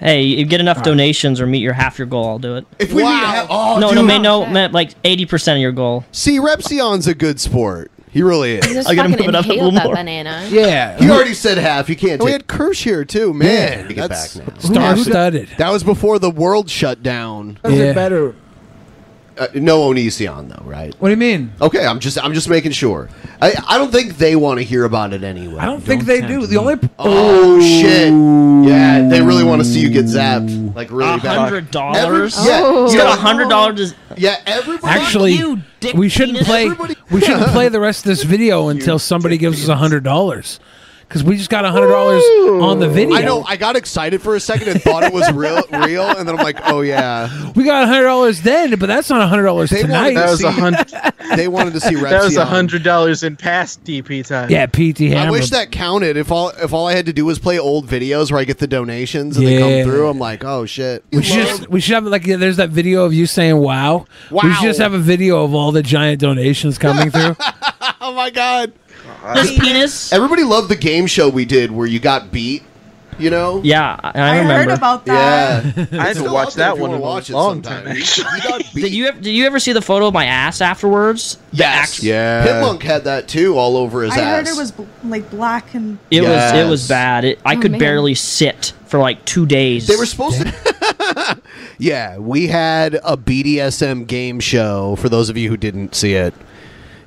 V: Hey, you get enough donations or meet your half your goal, I'll do it.
F: If we meet half- oh,
V: no, no,
F: dude.
V: man, no, man, like eighty percent of your goal.
F: See, Repsion's a good sport. He really is.
B: You just fucking inhale that banana.
F: Yeah, you already said half. You can't.
B: And we
F: take-
B: had
F: Kirsch here too,
B: man.
F: Yeah, get
B: That's
F: back now.
H: Star-studded.
F: That was before the world shut down.
H: Does it Yeah. better?
F: Uh, no Onision though, right?
H: What do you mean?
F: Okay, I'm just I'm just making sure. I, I don't think they want to hear about it anyway. I
H: don't think they do. The only
F: Oh shit! Yeah, they really want to see you get zapped like really bad.
V: hundred dollars.
F: Every- yeah,
V: He's
F: you know,
V: got a hundred dollars.
F: Yeah, everybody.
H: Actually, we shouldn't play.
F: *laughs*
H: We shouldn't play the rest of this video until somebody gives us a hundred dollars, because we just got a hundred dollars on the video.
F: I know. I got excited for a second and thought it was real, *laughs* real, and then I'm like, oh yeah.
H: We got a hundred dollars then, but that's not a hundred dollars
F: They wanted
H: tonight.
F: to That was see- a hun- they wanted to see
G: That was
F: Repsion.
G: a hundred dollars in past DP time.
H: Yeah, PT
F: I
H: Hammer.
F: wish that counted. If all if all I had to do was play old videos where I get the donations and they
H: Yeah.
F: come through, I'm like, oh shit.
H: *laughs* We should just, we should have like yeah, there's that video of you saying wow. We should just
F: Wow.
H: have a video of all the giant donations coming
F: *laughs*
H: through.
F: *laughs* oh my god.
V: This penis.
F: Everybody loved the game show we did where you got beat. You know?
V: Yeah, I, I remember.
F: Yeah,
V: I had to watch that one
F: in a watch long time.
V: Did you ever, did you ever see the photo of my ass afterwards?
F: Yes. Yeah. Pitmonk had that too, all over his
W: I
F: ass.
W: heard it was bl- like black and.
V: It was
F: Yes.
V: it was bad. It, I
W: Oh,
V: could
W: man.
F: *laughs*
V: barely sit for like two days. They were
F: supposed to. yeah, we had a BDSM game show for those of you who didn't see it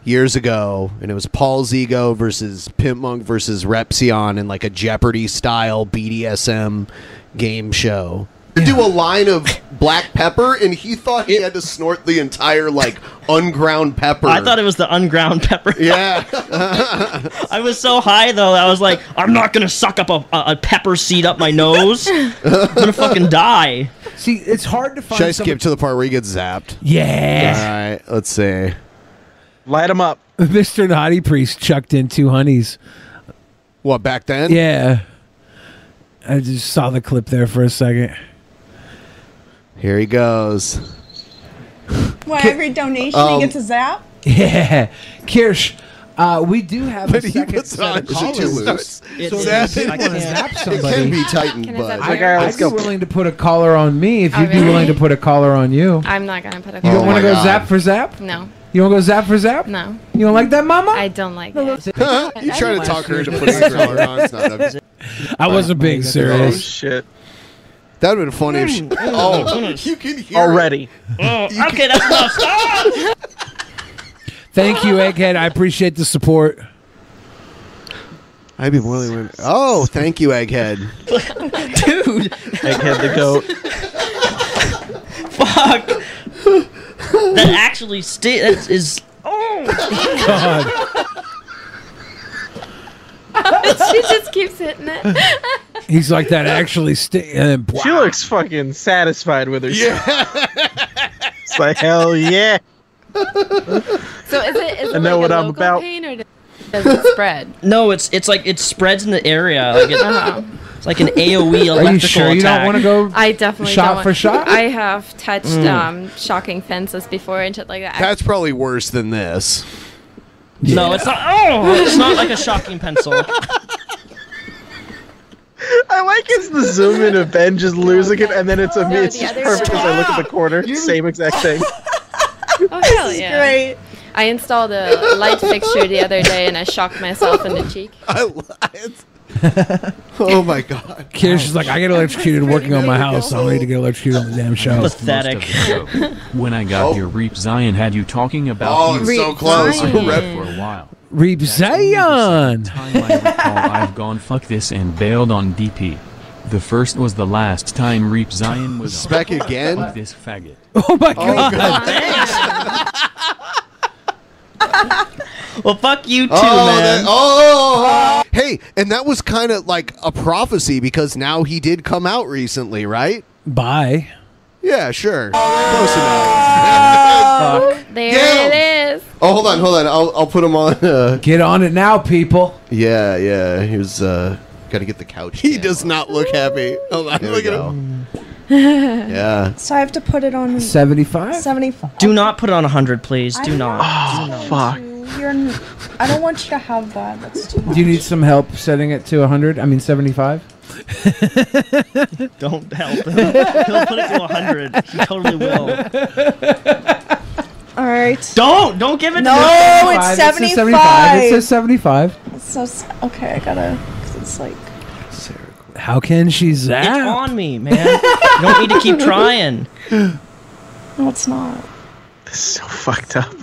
F: years ago, and it was Paul Zigo versus Pimp Monk versus Repsion in like a Jeopardy style BDSM game show. To do a line of black pepper, and he thought he had to snort the entire like unground pepper.
V: I thought it was the unground pepper.
F: *laughs* Yeah.
V: I was so high though. I was like, I'm not gonna suck up a, a, a pepper seed up my nose. I'm gonna fucking die.
H: See, *laughs* it's hard to find.
F: Should I skip to the part where he gets zapped?
H: Yeah.
F: All right, let's see.
G: Light him up.
H: Mr. Naughty Priest chucked in two honeys.
F: What back then?
H: Yeah. I just saw the clip there for a second.
F: Here he goes.
W: Well, every donation
H: um,
W: gets a zap.
H: Yeah, Kirsch. Uh, we do have a second set of
F: Is it too
H: collars.
F: loose?
H: So if you want to zap
F: It can
H: somebody,
F: be tightened, but
H: I, I'd be willing to put a collar on me if
B: Oh,
H: you'd be
B: really?
H: willing to put a collar on you.
B: I'm not gonna put a.
H: You don't
B: collar
H: want to
B: on.
F: Oh
H: go zap for zap? *laughs*
B: No,
H: You want to go zap for zap?
B: no.
H: You don't like that, Mama?
B: I don't like it.
F: you trying to talk her into putting a collar on? It's not up-
H: I wasn't being serious.
G: Oh, shit.
F: That would have been funny if
G: *laughs*
F: she. *laughs* Oh, *laughs* you can hear
G: Already.
V: Uh, okay, that's
F: *laughs*
V: enough. Ah! Stop.
H: Thank you, Egghead. I appreciate the support.
F: I'd be willing. Oh, thank you, Egghead.
V: Dude.
G: Egghead the goat.
V: Fuck. That actually sti- that is. Oh
W: *laughs*
H: God.
B: she just keeps hitting it.
H: He's like that actually sti- and then,
G: She looks fucking satisfied with herself. Yeah. it's like hell yeah.
B: So is it? Is it
V: I know
B: like
V: what
B: a
V: I'm
B: local
V: about.
B: Pain or does it spread?
V: no, it's it's like it spreads in the area. Like it-
B: Uh-huh.
V: it's like an AOE electrical
H: Are you sure you don't
V: attack.
H: want to go?
B: I definitely
H: Shot
B: don't want-
H: for shot?
B: I have touched
F: Mm.
B: um, shocking fences before and shit like that.
F: That's probably worse than this.
V: No, it's not. Oh, it's not like a shocking pencil.
G: I like it's the zoom in of Ben just losing it, and then it's a
B: No,
G: it's
B: the
G: just
B: other
G: perfect.
B: side.
G: I look at the corner, same exact
F: *laughs*
G: thing.
B: *laughs* oh hell yeah! Great. I installed a light fixture the other day and I shocked myself in the cheek.
F: Oh my god.
H: Kirsch is like, I get electrocuted working on my house. I don't need to get electrocuted on the damn show.
L: Pathetic. when I got here, Reap Zion had you talking about.
H: Oh,
L: you.
H: it's so Reap close. Zion.
L: Rep for a
B: *laughs*
L: while.
H: Reap
L: uh,
H: Zion.
L: recall I've gone fuck this and bailed on DP. The first was the last time Reap Zion was on.
F: Spec again?
L: Fuck this
V: *laughs* Oh,
L: faggot.
H: Oh my
L: God.
H: god.
V: Well, fuck you too,
F: oh,
V: man.
F: that- oh, hey, and that was kind of like a prophecy because now he did come out recently, right?
H: Bye.
F: Yeah,
V: *laughs*
F: sure. Close
B: Oh,
F: enough. *laughs*
B: there it is.
F: Oh, hold on, hold on. I'll, I'll put him on. Uh,
H: Get on it now, people.
F: Yeah, yeah. Here's uh, got to get the couch. He does not look happy. Hold on, look at him. Yeah.
W: So I have to put it on
H: 75?
W: 75.
V: Do not put on 100, please.
W: I
V: Do not.
W: don't want you. You're n- I don't want you to have that. That's too much.
C: Do you need some help setting it to 100? I mean, 75?
V: *laughs* Don't help him. *laughs* He'll put it to 100. He totally will.
W: All right.
V: Don't! Don't give it
W: No,
V: to him!
W: it's
C: Five, It
W: 75.
C: says 75. It says 75.
W: So s- okay, I gotta. 'cause it's like.
H: How can she zap?
V: It's on me, man. you don't need to keep trying.
W: No, it's not.
G: So *laughs* fucked up.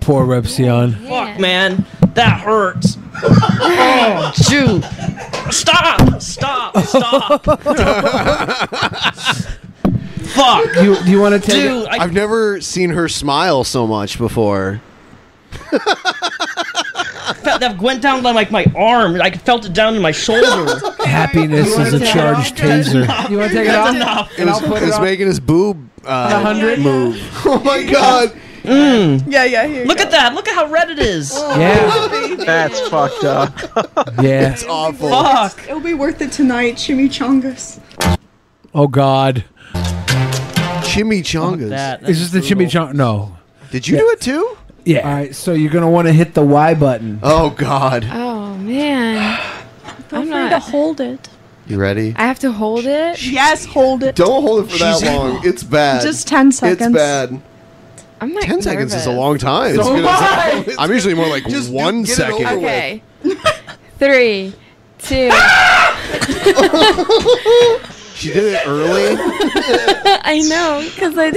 H: Poor Repsion.
V: Fuck, man. That hurts. oh, shoot. Stop! Stop!
F: *laughs*
V: Stop! Fuck.
C: Do you, do you want to take
F: Dude, I- have never seen her smile so much before.
V: I felt that went down by like my arm. I felt it down in my shoulder.
H: Happiness is a charged
V: *laughs*
H: taser.
C: You want to take it
V: That's
C: off?
V: enough.
C: And I'll put it on.
F: making his boob uh,
C: 100?
F: move. *laughs* Oh my god.
H: Mm.
W: Yeah, yeah. Here
V: Look at that. Look at how red it is.
H: *laughs* Yeah.
G: That's fucked up.
H: Yeah.
F: It's awful.
W: Fuck. It'll be worth it tonight, chimichangas.
H: Oh, God.
F: Chimichangas.
H: Is this the chimichanga? No.
F: Did you do it too?
H: Yeah.
C: All right, so you're going to want to hit the Y button.
F: Oh, God.
B: Oh
M: *gasps*
B: man.
W: Feel
B: I'm
W: free
B: not.
W: to hold it.
F: You ready?
B: I have to hold it.
W: Yes, hold it. *laughs*
H: *laughs*
F: Don't hold it for that
W: She's-
F: long. It's bad.
W: Just 10 seconds.
F: It's bad.
B: I'm not.
F: 10 seconds is a
B: nervous.
F: long time.
B: So
F: It's
B: am
F: *laughs*
B: I.
F: I'm usually more like one
B: Get it
F: second.
B: over Okay. *laughs* Three, two.
F: She did it *laughs* early.
B: *laughs* I know, because
F: *laughs*
B: I.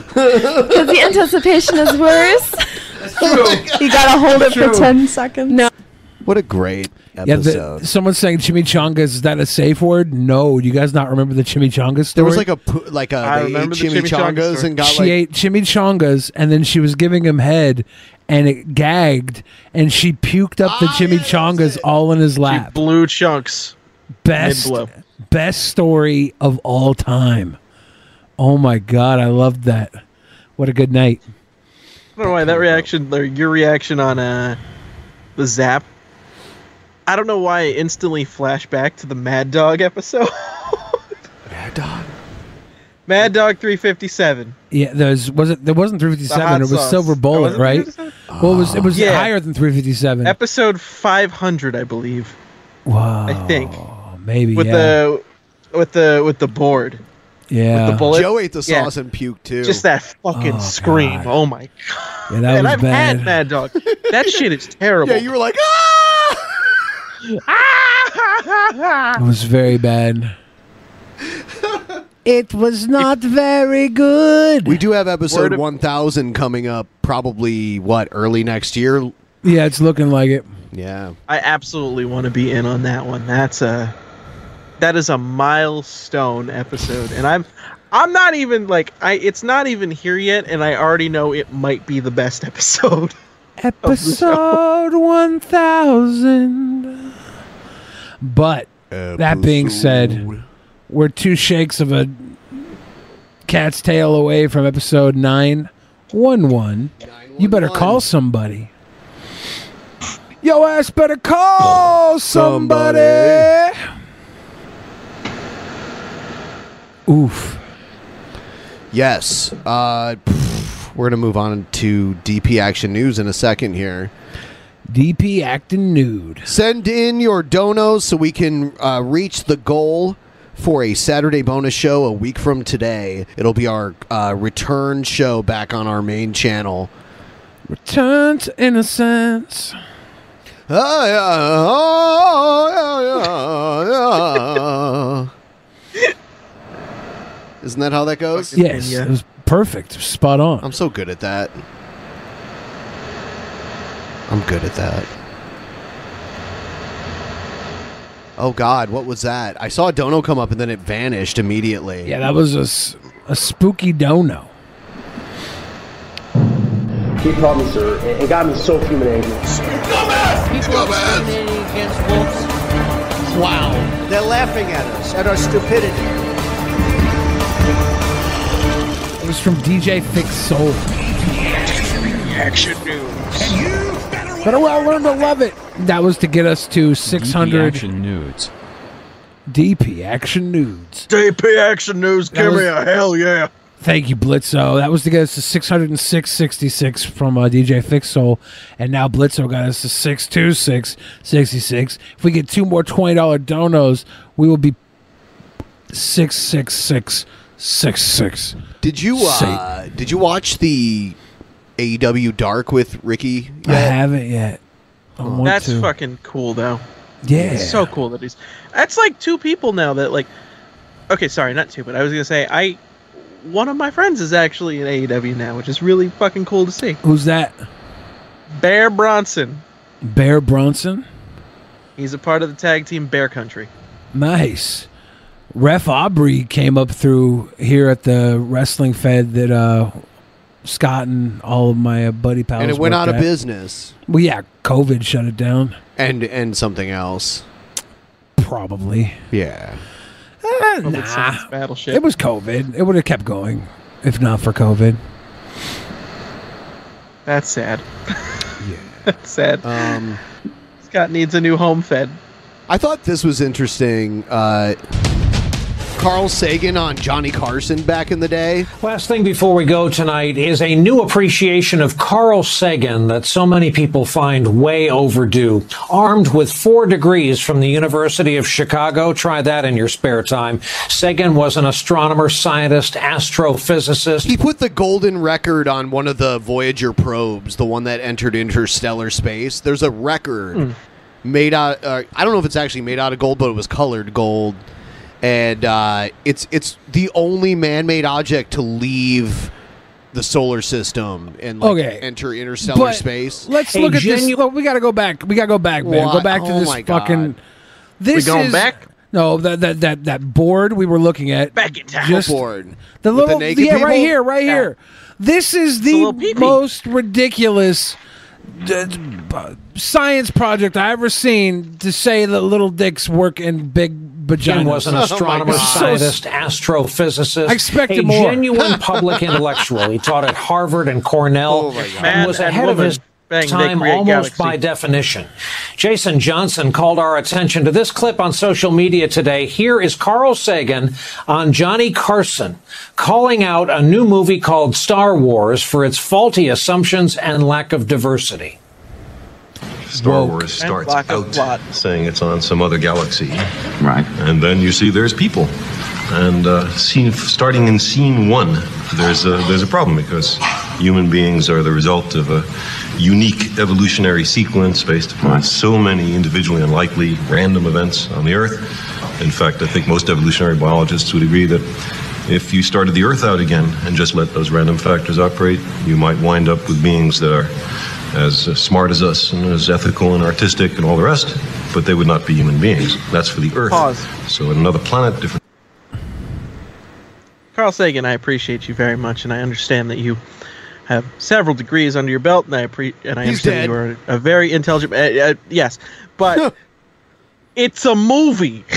B: *laughs* Because the anticipation is worse.
W: You gotta hold it for
H: True.
W: 10 seconds.
B: No.
F: What a great
H: Yeah,
F: episode.
H: the, someone's saying chimichangas. Is that a safe word? No. Do you guys not remember the chimichangas story?
F: there was like a pu- like a
H: I
F: they ate
H: remember the
F: chimichangas,
H: chimichanga
G: story.
F: and got
H: she
F: like
H: ate chimichangas and then she was giving him head and it gagged and she puked
G: Ah,
H: up the chimichangas all in his lap.
G: Blue chunks.
H: Best
G: Mid-blow.
H: best story of all time. Oh my god, I loved that. What a good night.
G: I don't know why that reaction, or your reaction on uh, the zap. I don't know why I instantly flash back to the Mad Dog episode. *laughs* Mad Dog. Mad Dog 357.
H: Yeah, there was, was it there wasn't
G: The
H: 357,
G: hot
H: it was
G: sauce.
H: Silver Bullet,
G: wasn't
H: right? Well, it was it was
G: Yeah.
H: higher than Oh, 357.
G: Episode 500, I believe.
H: Wow.
G: I think.
H: Maybe
G: With
H: yeah.
G: the with the with the board.
H: yeah.
G: With the bullet.
F: Joe ate the
G: Yeah.
F: sauce and puked too.
G: Just that fucking
F: Oh,
G: scream.
F: God.
G: Oh my
H: Yeah,
G: god.
H: that
G: And
H: was
G: I've
H: bad.
G: had
H: *laughs*
G: Mad Dog. That shit is terrible.
F: Yeah, you were like, ah! "Ah!"
H: It was very bad. *laughs* it was not very good.
F: We do have
H: Word
F: episode
H: of-
F: 1000 coming up probably what early next year.
H: Yeah, it's looking like it.
F: Yeah.
G: I absolutely want to be in on that one. That's a that is a milestone episode, and I'm I'm not even like I it's not even here yet, and I already know it might be the best *laughs* episode.
H: Episode 1000. But that being said, we're two shakes of a cat's tail away from episode 911. You better call somebody. Yo ass better call somebody. Oof.
F: Yes. Uh pff, we're going to move on to DP Action News in a second here.
H: DP Acting Nude.
F: Send in your donos so we can uh, reach the goal for a Saturday bonus show a week from today. It'll be our uh, return show back on our main channel.
H: Return to innocence.
F: *laughs* Oh, yeah. Oh, yeah, yeah, yeah. Isn't that how that goes?
H: Yes, it was perfect, spot on.
F: I'm so good at that. I'm good at that. Oh God, what was that? I saw a dono come up and then it vanished immediately.
H: Yeah, that was a s- A spooky dono.
X: He called me sir, and it got me so human angry.
F: Wow. They're laughing at us, at our stupidity.
C: It was from DJ Fix Soul.
P: Action news.
C: But oh, I learned to love it.
H: That was to get us to 600
L: DP action nudes.
H: DP Action Nudes.
G: DP Action News,
H: That
G: give me
H: was-
G: a hell yeah.
H: Thank you, Blitzo. That was to get us to 606.66 from uh, DJ Fixel. And now Blitzo got us to 626.66. If we get two more $20 donos, we will be 666.66.
F: Did you uh, did you watch the AEW Dark with Ricky?
H: I haven't yet. I want
G: That's
H: to.
G: fucking cool though.
H: Yeah.
G: It's so cool that he's that's like two people now that like okay, sorry, not two, but I was gonna say I one of my friends is actually in AEW now, which is really fucking cool to see.
H: Who's that?
G: Bear Bronson.
H: Bear Bronson.
G: He's a part of the tag team Bear Country.
H: Nice. Ref Aubrey came up through here at the wrestling fed that uh, Scott and all of my uh, buddy pals
F: And it went
H: worked
F: out of
H: at.
F: business.
H: Well, yeah, COVID shut it down.
F: And and something else.
H: Probably.
F: Yeah.
H: Eh,
G: Well, it's
H: nah.
G: since Battleship.
H: It was
G: *laughs*
H: COVID. It would have kept going if not for COVID.
G: That's sad. yeah. That's sad. Um Scott needs a new home fed.
F: I thought this was interesting. Uh, Carl Sagan on Johnny Carson back in the day.
Y: Last thing before we go tonight is a new appreciation of Carl Sagan that so many people find way overdue. Armed with four degrees from the University of Chicago, try that in your spare time. Sagan was an astronomer, scientist, astrophysicist.
F: He put the golden record on one of the Voyager probes, the one that entered interstellar space. There's a record
Y: Hmm.
F: made out. Uh, I don't know if it's actually made out of gold, but it was colored gold, and uh, it's it's the only man-made object to leave the solar system and like
H: Okay.
F: enter interstellar
H: But
F: space.
H: Let's look at this. Look, we got to go back. We got to go back, man. Go
F: What?
H: back to
F: Oh
H: this
F: my
H: fucking.
F: God.
H: This
F: We going
H: is,
F: back?
H: No, that that that that board we were looking at. Back in
F: time. Board.
H: The
F: With the
H: little
F: naked
H: yeah, right
F: people?
H: here, right
F: Yeah.
H: here. This is the, most ridiculous d- d- b- science project I ever seen to say that little dicks work in big vaginas. Oh
Y: Sagan
H: *laughs*
Y: was an astronomer,
H: So
Y: scientist, astrophysicist.
H: I expected
Y: a
H: more.
Y: genuine
H: *laughs*
Y: public intellectual. He taught at Harvard and Cornell
G: Oh Man
Y: and was
G: and
Y: ahead of
G: woman.
Y: his
G: Bang, they
Y: time
G: create
Y: almost
G: galaxies.
Y: by definition. Jason Johnson called our attention to this clip on social media today. Here is Carl Sagan on Johnny Carson calling out a new movie called Star Wars for its faulty assumptions and lack of diversity.
J: Star Wars starts out saying it's on some other galaxy. Right. And then you see there's people. And uh, scene, starting in scene one, there's a, there's a problem because human beings are the result of a unique evolutionary sequence based upon so many individually unlikely random events on the Earth. In fact, I think most evolutionary biologists would agree that if you started the Earth out again and just let those random factors operate, you might wind up with beings that are as uh, smart as us and as ethical and artistic and all the rest, but they would not be human beings. That's for the Earth.
G: Pause.
J: So, on another planet, different.
G: Carl Sagan, I appreciate you very much, and I understand that you have several degrees under your belt, and I appre- and I
F: He's
G: understand you are a very intelligent. Uh, uh, yes,
F: *laughs*
G: but it's a movie. *laughs*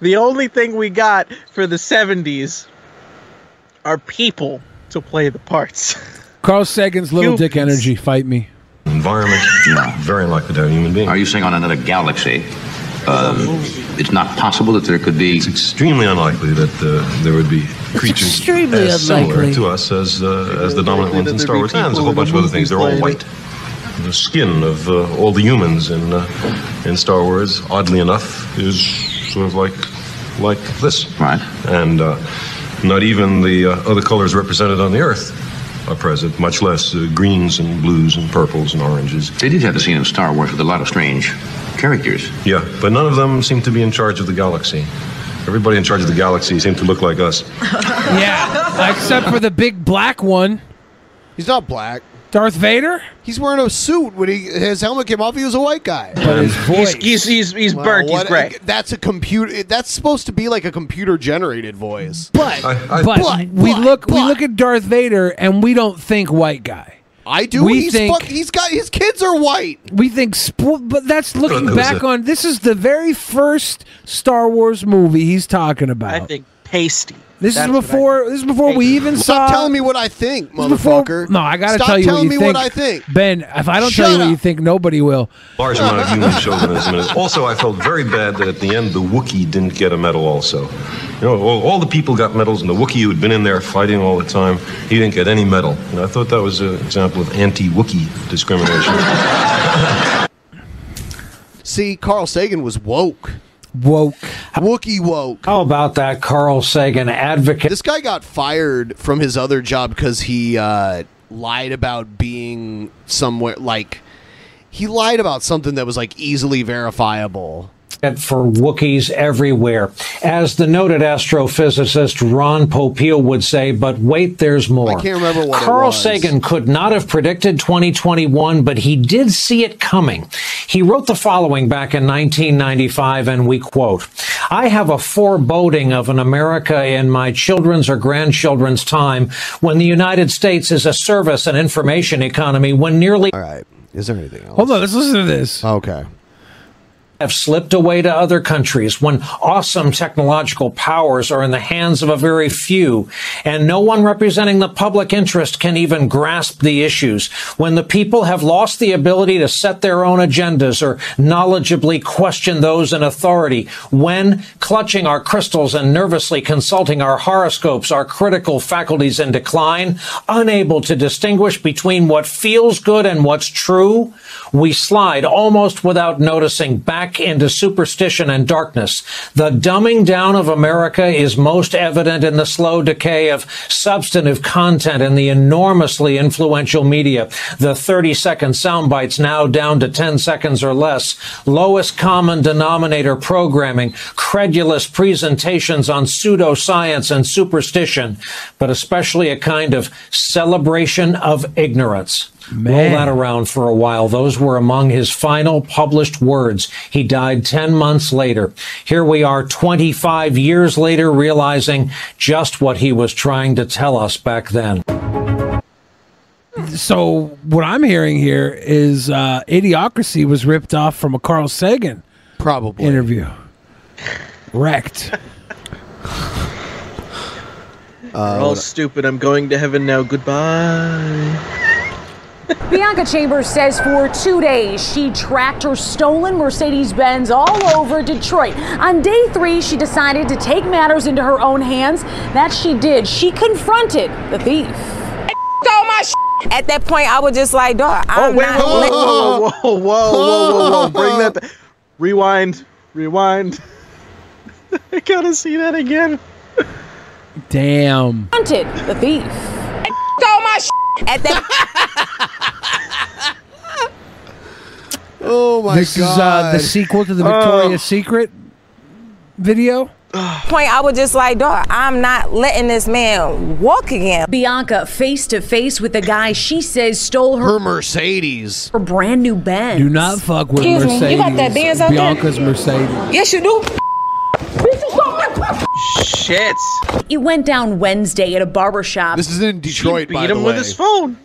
G: the only thing we got for the '70s are people to play the parts. *laughs*
H: Carl Sagan's little
G: You-
H: dick energy. Fight me.
J: environment. Very likely to have human beings. Are you saying on another galaxy? um, it's not possible that there could be. It's extremely unlikely that uh, there would be creatures
Y: extremely
J: as
Y: unlikely.
J: similar to us as uh, as the dominant ones in
Y: that
J: Star
Y: there'd
J: Wars.
Y: be
J: And there's a
Y: people
J: whole
Y: in
J: bunch of
Y: the
J: other things. They're all
Y: movies
J: white. The skin of uh, all the humans in uh, in Star Wars, oddly enough, is sort of like like this. Right. And uh, not even the uh, other colors represented on the Earth are present, much less uh, greens and blues and purples and oranges. They did have a scene in Star Wars with a lot of strange characters. Yeah, but none of them seem to be in charge of the galaxy. Everybody in charge of the galaxy seemed to look like us.
H: yeah, except for the big black one.
F: He's not black.
H: Darth Vader?
F: He's wearing a suit. When he his helmet came off, he was a white guy. But his
G: voice- He's- he's- he's- he's burnt, he's gray.
F: That's a computer. That's supposed to be like a computer generated voice.
H: But but we look we look at Darth Vader and we don't think white guy.
F: I do.
H: We
F: he's
H: think
F: fuck- he's got his kids are white.
H: we think, spo- but that's
F: It
H: looking
F: was
H: back
F: a-
H: on. This is the very first Star Wars movie he's talking about.
G: I think pasty.
H: This
G: That's
H: is
G: what I
H: before. This is before we even saw.
F: Stop telling me what I think,
H: this is before-
F: motherfucker.
H: no, I gotta
F: Stop
H: tell you
F: telling
H: what you
F: me
H: think.
F: what I think.
H: Ben, if I don't tell you what you think, nobody will.
J: Large amount of human chauvinism. And also, I felt very bad that at the end the Wookiee didn't get a medal. Also, you know, all, all the people got medals, and the Wookiee who had been in there fighting all the time, he didn't get any medal. And I thought that was an example of anti-Wookiee discrimination.
F: See, Carl Sagan was woke.
H: Woke.
F: Wookie woke.
Y: How about that Carl Sagan advocate?
F: This guy got fired from his other job because he uh, lied about being somewhere. Like, he lied about something that was like easily verifiable.
Y: for Wookiees everywhere. As the noted astrophysicist Ron Popeil would say, but wait, there's more.
F: I can't remember what it
Y: Carl
F: was.
Y: Sagan could not have predicted 2021, but he did see it coming. He wrote the following back in 1995, and we quote, I have a foreboding of an America in my children's or grandchildren's time when the United States is a service and information economy when nearly. All
F: right. Is there anything else?
H: Hold on, let's listen to this.
F: Okay.
Y: have slipped away to other countries when awesome technological powers are in the hands of a very few and no one representing the public interest can even grasp the issues when the people have lost the ability to set their own agendas or knowledgeably question those in authority when clutching our crystals and nervously consulting our horoscopes our critical faculties in decline unable to distinguish between what feels good and what's true we slide almost without noticing back into superstition and darkness. The dumbing down of America is most evident in the slow decay of substantive content in the enormously influential media. The 30 second sound bites now down to 10 seconds or less. Lowest common denominator programming, credulous presentations on pseudoscience and superstition, but especially a kind of celebration of ignorance. Roll that around for a while. Those were among his final published words. He died 10 months later. Here we are 25 years later realizing just what he was trying to tell us back then.
H: So what I'm hearing here is uh, Idiocracy was ripped off from a Carl Sagan
F: probably
H: interview.
F: *laughs*
H: Wrecked.
G: We're all stupid. I'm going to heaven now. Goodbye.
K: *laughs* Bianca Chambers says for two days she tracked her stolen Mercedes Benz all over Detroit. On day three, she decided to take matters into her own hands. That she did. She confronted the thief.
M: Stole my shit. At that point, I was just like, dog,
K: Oh,
M: I'm
G: Oh, wait,
M: not.
G: whoa,
M: let-
G: whoa, whoa, whoa, whoa, whoa, whoa, whoa. Bring that back. Rewind. Rewind. *laughs* I gotta see that again.
H: Damn.
K: Confronted the thief.
M: Stole my shit. At that.
F: *laughs* Oh my Oh.
H: this is uh, the sequel to the Victoria's Secret video.
M: point, I was just like, dog, I'm not letting this man walk again.
K: Bianca face to face with the guy she says stole her,
F: Her Mercedes.
K: her brand new Benz.
H: Do not fuck with
K: Excuse
H: Mercedes.
K: me, you got that Benz out there?
H: Bianca's Mercedes.
K: Yes, you do.
G: Shit.
K: It went down Wednesday at a barber shop.
F: This is in Detroit.
K: She
F: by
K: beat
F: the
K: him with
F: way.
K: his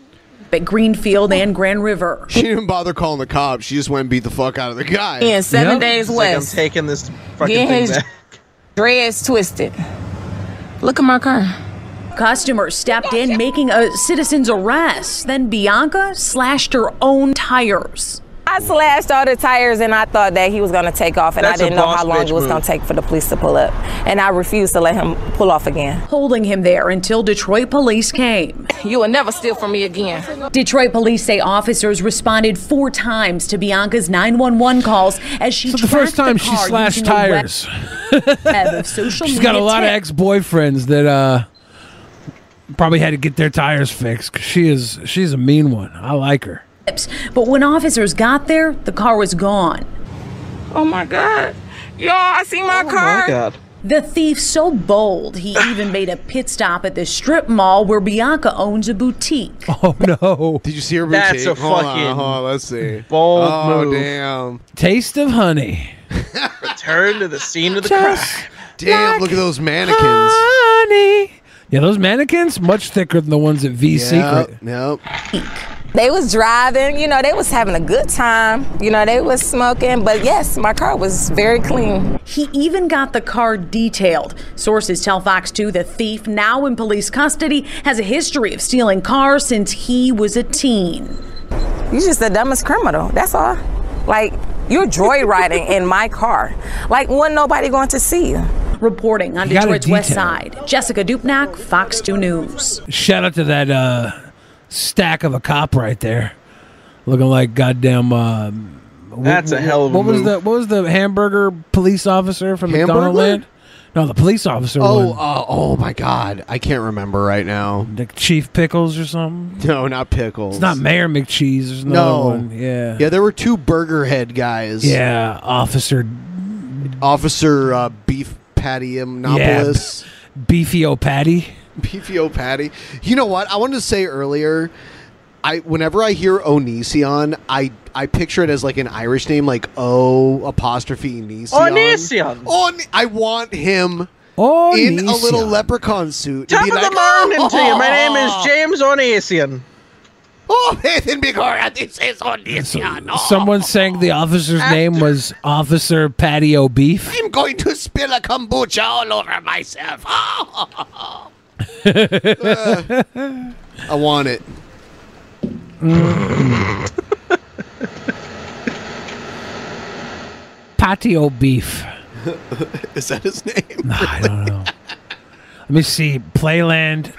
K: at Greenfield and Grand River.
F: She didn't bother calling the cops. She just went and beat the fuck out of the guy.
M: In seven Yep. days
G: It's like I'm
M: west.
G: taking this fucking
M: Get
G: thing
M: his
G: back.
M: dreads twisted. Look at my car.
K: Customers stepped in, making a citizen's arrest. Then Bianca slashed her own tires.
M: I slashed all the tires and I thought that he was gonna take off and
K: That's
M: I
K: a
M: didn't know
K: boss
M: how long
K: bitch
M: it was
K: move.
M: gonna take for the police to pull up. And I refused to let him pull off again.
K: Holding him there until Detroit police came.
M: You will never steal from me again.
K: Detroit police say officers responded four times to Bianca's 911 calls as she
H: The first
K: tracked
H: time
K: the
H: she
K: car
H: slashed
K: using a web-
H: tires.
K: web of social
H: She's
K: media
H: got a lot of
K: tips.
H: ex-boyfriends that uh probably had to get their tires fixed. 'cause she is she's a mean one. I like
F: *laughs*
H: her.
K: tips. But when officers got there, the car was gone.
M: Oh my god. Y'all, I see my car.
G: God.
K: The thief so bold he even made a pit stop at the strip mall where Bianca owns a boutique.
H: Oh *laughs* no!
F: Did you see her boutique?
H: That's a
F: Hold on,
H: fucking
F: hold on, let's see.
G: bold
F: oh,
G: move.
F: damn!
H: Taste of honey.
G: Return to the scene of the crime.
F: Damn! look at those mannequins.
H: Honey. Yeah, those mannequins much thicker than the ones at V Secret.
F: Nope.
M: They was driving, you know, they was having a good time. You know, they was smoking, but yes, my car was very clean.
K: He even got the car detailed. Sources tell Fox 2 the thief, now in police custody, has a history of stealing cars since he was a teen.
M: You just the dumbest criminal. That's all. Like you're joyriding in my car. Like when nobody going to see you.
K: Reporting on
H: You gotta
K: Detroit's West
H: detail.
K: Side, Jessica Dupnak, Fox 2 News.
H: Shout out to that uh, stack of a cop right there, looking like goddamn. Um, wh-
G: That's a
H: wh-
G: hell of a
H: What was
G: move.
H: the What was the hamburger police officer from
F: Hamburglar?
H: McDonaldland? No, the police officer.
F: Oh,
H: one.
F: uh, oh my God! I can't remember right now.
H: The Chief Pickles or something?
F: No, not Pickles.
H: it's not Mayor McCheese. There's another
F: No.
H: one. Yeah.
F: Yeah, there were two Burger Head guys.
H: Yeah, Officer
F: Officer uh, Beef Patty Monopolis.
H: Yeah, b- Beefy O'Patty.
F: Beefy O'Patty. You know what? I wanted to say earlier. I whenever I hear Onision, I I picture it as like an Irish name, like O apostrophe Onision.
G: Onision.
F: On, I want him in a little
G: Onision.
F: leprechaun suit. to
G: Top
F: be
G: of
F: like,
G: the morning to you. My name
F: "Oh,
G: is James Onasian.
F: Oh, Nathan Bigora, this is Onision. Oh,
H: Someone saying the officer's name was Officer Patty O'Beef. *laughs*
F: I'm going to spill a kombucha all over myself. Oh. *laughs* Uh, I want it.
H: *laughs* Patio Beef.
F: *laughs* is that his name?
H: I don't know. Let me see. Playland.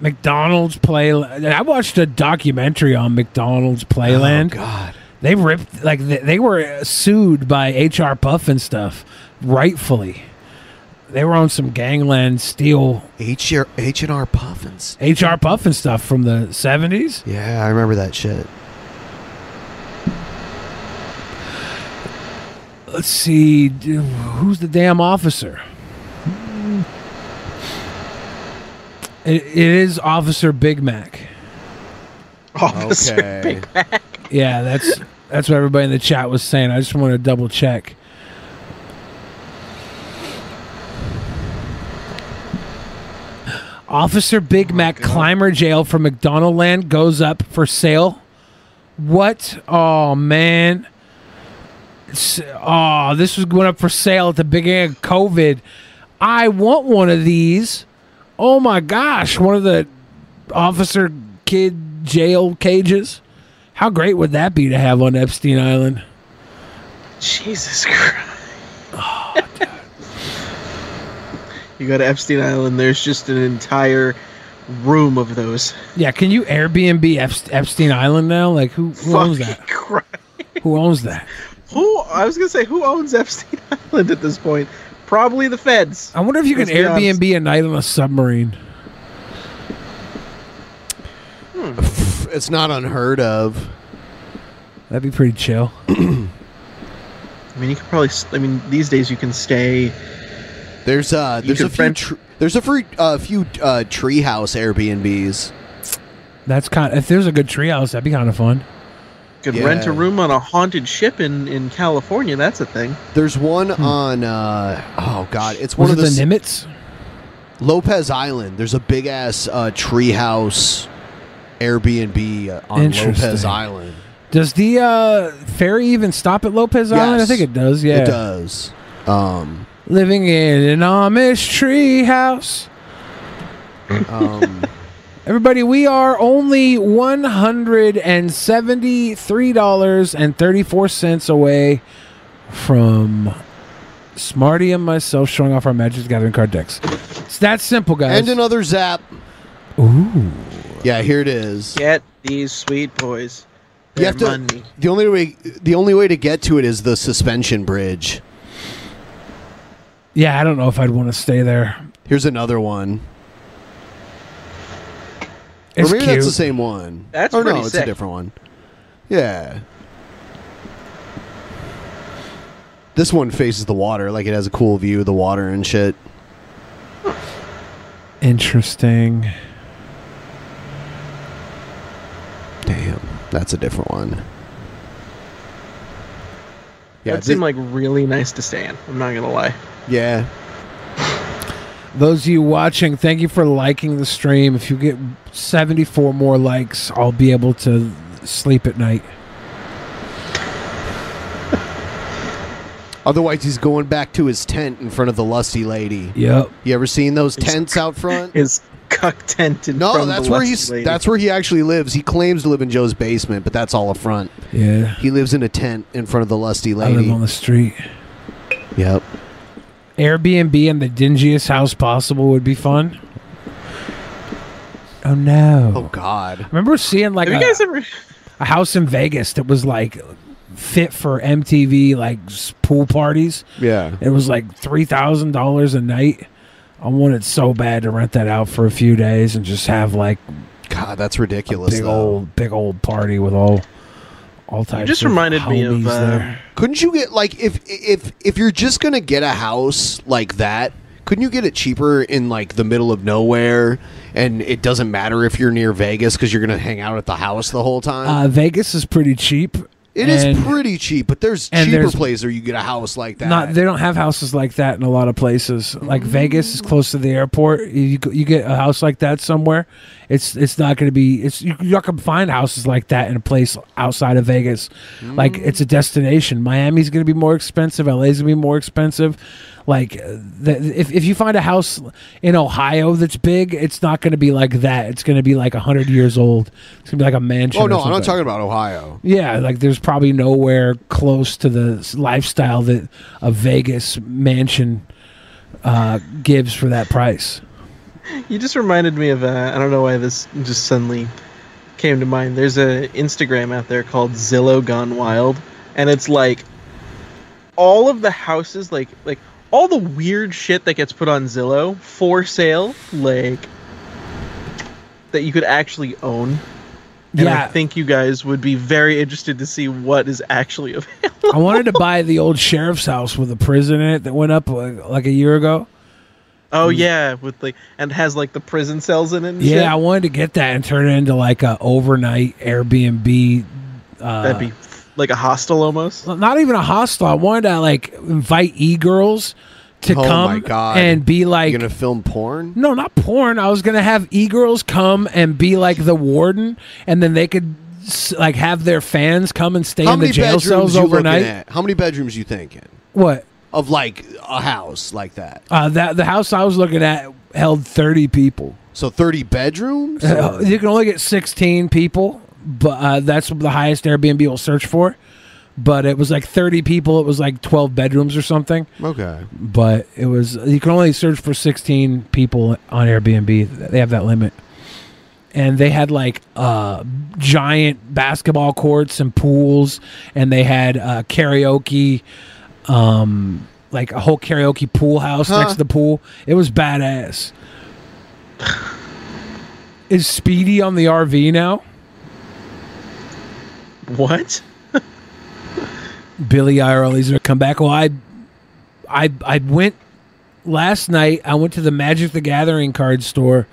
H: McDonald's Playland. I watched a documentary on McDonald's Playland.
F: Oh,
H: God. They ripped, like, they, they were sued by H.R. Puff and stuff, rightfully. They were on some gangland steal.
F: H.R. H&R Puffins.
H: H.R. Puff and stuff from the 70s?
F: Yeah, I remember that shit.
H: Let's see. d- Who's the damn officer? It, it is Officer Big Mac.
G: Officer
H: Okay.
G: Big Mac.
H: Yeah, that's that's what everybody in the chat was saying. I just want to double check. Officer Big Mac climber jail for McDonald Land goes up for sale. What? Oh man. It's- oh, this was going up for sale at the beginning of COVID. I want one of these. Oh my gosh, one of the officer kid jail cages. How great would that be to have on Epstein Island?
G: Jesus Christ. you go to Epstein Island, there's just an entire room of those.
H: Yeah, can you Airbnb Ep- Epstein Island now? Like who, who owns that? Who owns that?
G: Who I was gonna say who owns Epstein *laughs* Island at this point? Probably the feds.
H: I wonder if you can
G: Let's be honest.
H: Airbnb a night on a submarine.
F: Hmm. It's not unheard of.
H: That'd be pretty
G: *clears throat*
H: chill.
G: I mean, you could probably. s- I mean, these days you can stay.
F: There's uh,
G: You
F: There's
G: can
F: a few
G: friend-
F: tr- there's a few uh, few uh, treehouse Airbnbs.
H: That's kind. if there's a good treehouse, that'd be kind of fun.
G: could
F: Yeah.
G: rent a room on a haunted ship in in California. That's a thing.
F: There's one on uh, oh god, it's one
H: Hmm. Was
F: of
H: it the
F: s-
H: Nimitz?
F: Lopez Island. There's a big ass uh, treehouse Airbnb uh, on Lopez
H: Interesting.
F: Island.
H: Does the uh, ferry even stop at Lopez Island? I
F: Yes.
H: think it does. Yeah,
F: it does.
G: *laughs*
F: Um,
H: Living in an Amish treehouse.
F: um,
H: *laughs* Everybody, we are only one hundred and seventy-three dollars and thirty-four cents away from Smarty and myself showing off our Magic the Gathering card decks. It's that simple, guys.
F: and another zap.
H: Ooh.
F: Yeah, here it is.
G: Get these sweet boys.
F: You have
G: their
F: to. The only way the only way to get to it is the suspension bridge.
H: Yeah, I don't know if I'd want to stay there.
F: Here's another one.
H: It's
F: or maybe that's the
H: cute.
F: same one.
H: That's
F: or no,
H: pretty
F: it's a
H: sick.
F: different one. Yeah. This one faces the water, like it has a cool view of the water and shit.
O: Interesting.
F: Damn, that's a different one. Yeah,
G: that
F: thi-
G: seemed like really nice to stay in. I'm not gonna lie.
F: yeah.
H: Those of you watching, thank you for liking the stream. If you get 74 more likes, I'll be able to sleep at night.
F: Otherwise, he's going back to his tent in front of the lusty lady.
H: Yep.
F: You ever seen those tents out front?
G: *laughs* His cuck tent in
F: no,
G: front of
F: that's
G: the
F: where
G: lusty
F: he's.
G: lady.
F: That's where he actually lives. He claims to live in Joe's basement, but that's all a front.
H: Yeah.
F: He lives in a tent in front of the lusty
H: I live
F: lady.
H: on the street.
F: Yep.
H: Airbnb in the dingiest house possible would be fun. Oh no. Oh
F: god.
H: I remember seeing like a,
G: Have you guys ever?
H: a house in Vegas that was like fit for MTV like s- pool parties.
F: Yeah.
H: It was like $3,000 a night. I wanted so bad to rent that out for a few days and just have like
F: God, Ah, that's ridiculous.
H: big old big old party with all all types
G: just
H: of
G: reminded me of,
H: homies
G: uh,
H: there.
F: Couldn't you get like if if if you're just gonna get a house like that? Couldn't you get it cheaper in like the middle of nowhere, and it doesn't matter if you're near Vegas because you're gonna hang out at the house the whole time?
H: Uh, Vegas is pretty cheap.
F: It is
H: and
F: pretty cheap, but there's
H: and
F: cheaper
H: there's-
F: places where you get a house like that. Mm-hmm.
H: Not they don't have houses like that in a lot of places. Like Vegas is close to the airport. You you get a house like that somewhere. It's it's not going to be. It's you, you're not going to find houses like that in a place outside of Vegas. Like
F: Mm.
H: it's a destination. Miami's going to be more expensive. LA's going to be more expensive. Like uh, the, if if you find a house in Ohio that's big, it's not going to be like that. It's going to be like hundred years old. It's going to be like a mansion.
F: oh
H: or
F: no, I'm not
H: something.
F: talking about Ohio.
H: Yeah, like there's probably nowhere close to the s- lifestyle that a Vegas mansion uh, gives for that price.
G: You just reminded me of. Uh, I don't know why this just suddenly came to mind. There's a Instagram out there called Zillow Gone Wild, and it's like all of the houses, like like all the weird shit that gets put on Zillow for sale, like that you could actually own. And I
H: Yeah.
G: think you guys would be very interested to see what is actually available.
H: I wanted to buy the old sheriff's house with a prison in it that went up like, like a year ago.
G: *laughs* Oh yeah, with like and has like the prison cells in it. And
H: Mm. Yeah,
G: shit.
H: I wanted to get that and turn it into like a overnight Airbnb. Uh,
G: that'd be like a hostel almost.
H: not even a hostel. I wanted to like invite e girls to
F: oh
H: come
F: my god!
H: and be like
F: you're gonna film porn.
H: No, not porn. I was gonna have e girls come and be like the warden, and then they could s- like have their fans come and stay
F: How
H: in the
F: many
H: jail
F: bedrooms
H: cells
F: you looking
H: overnight.
F: at? How many bedrooms you thinking
H: What?
F: of like a house like that?
H: Uh, that the house I was looking at held thirty people.
F: So thirty bedrooms.
H: Uh, you can only get sixteen people, but uh, that's the highest Airbnb will search for. But it was like thirty people. It was like twelve bedrooms or something.
F: Okay.
H: But it was you can only search for sixteen people on Airbnb. They have that limit. and they had like uh, giant basketball courts and pools, and they had uh, karaoke, um, like a whole karaoke pool house
F: Huh.
H: next to the pool. It was badass. Is Speedy on the RV now?
G: What?
H: Billy Eiley's gonna come back. Well, I, I, I went last night. I went to the Magic the Gathering card store,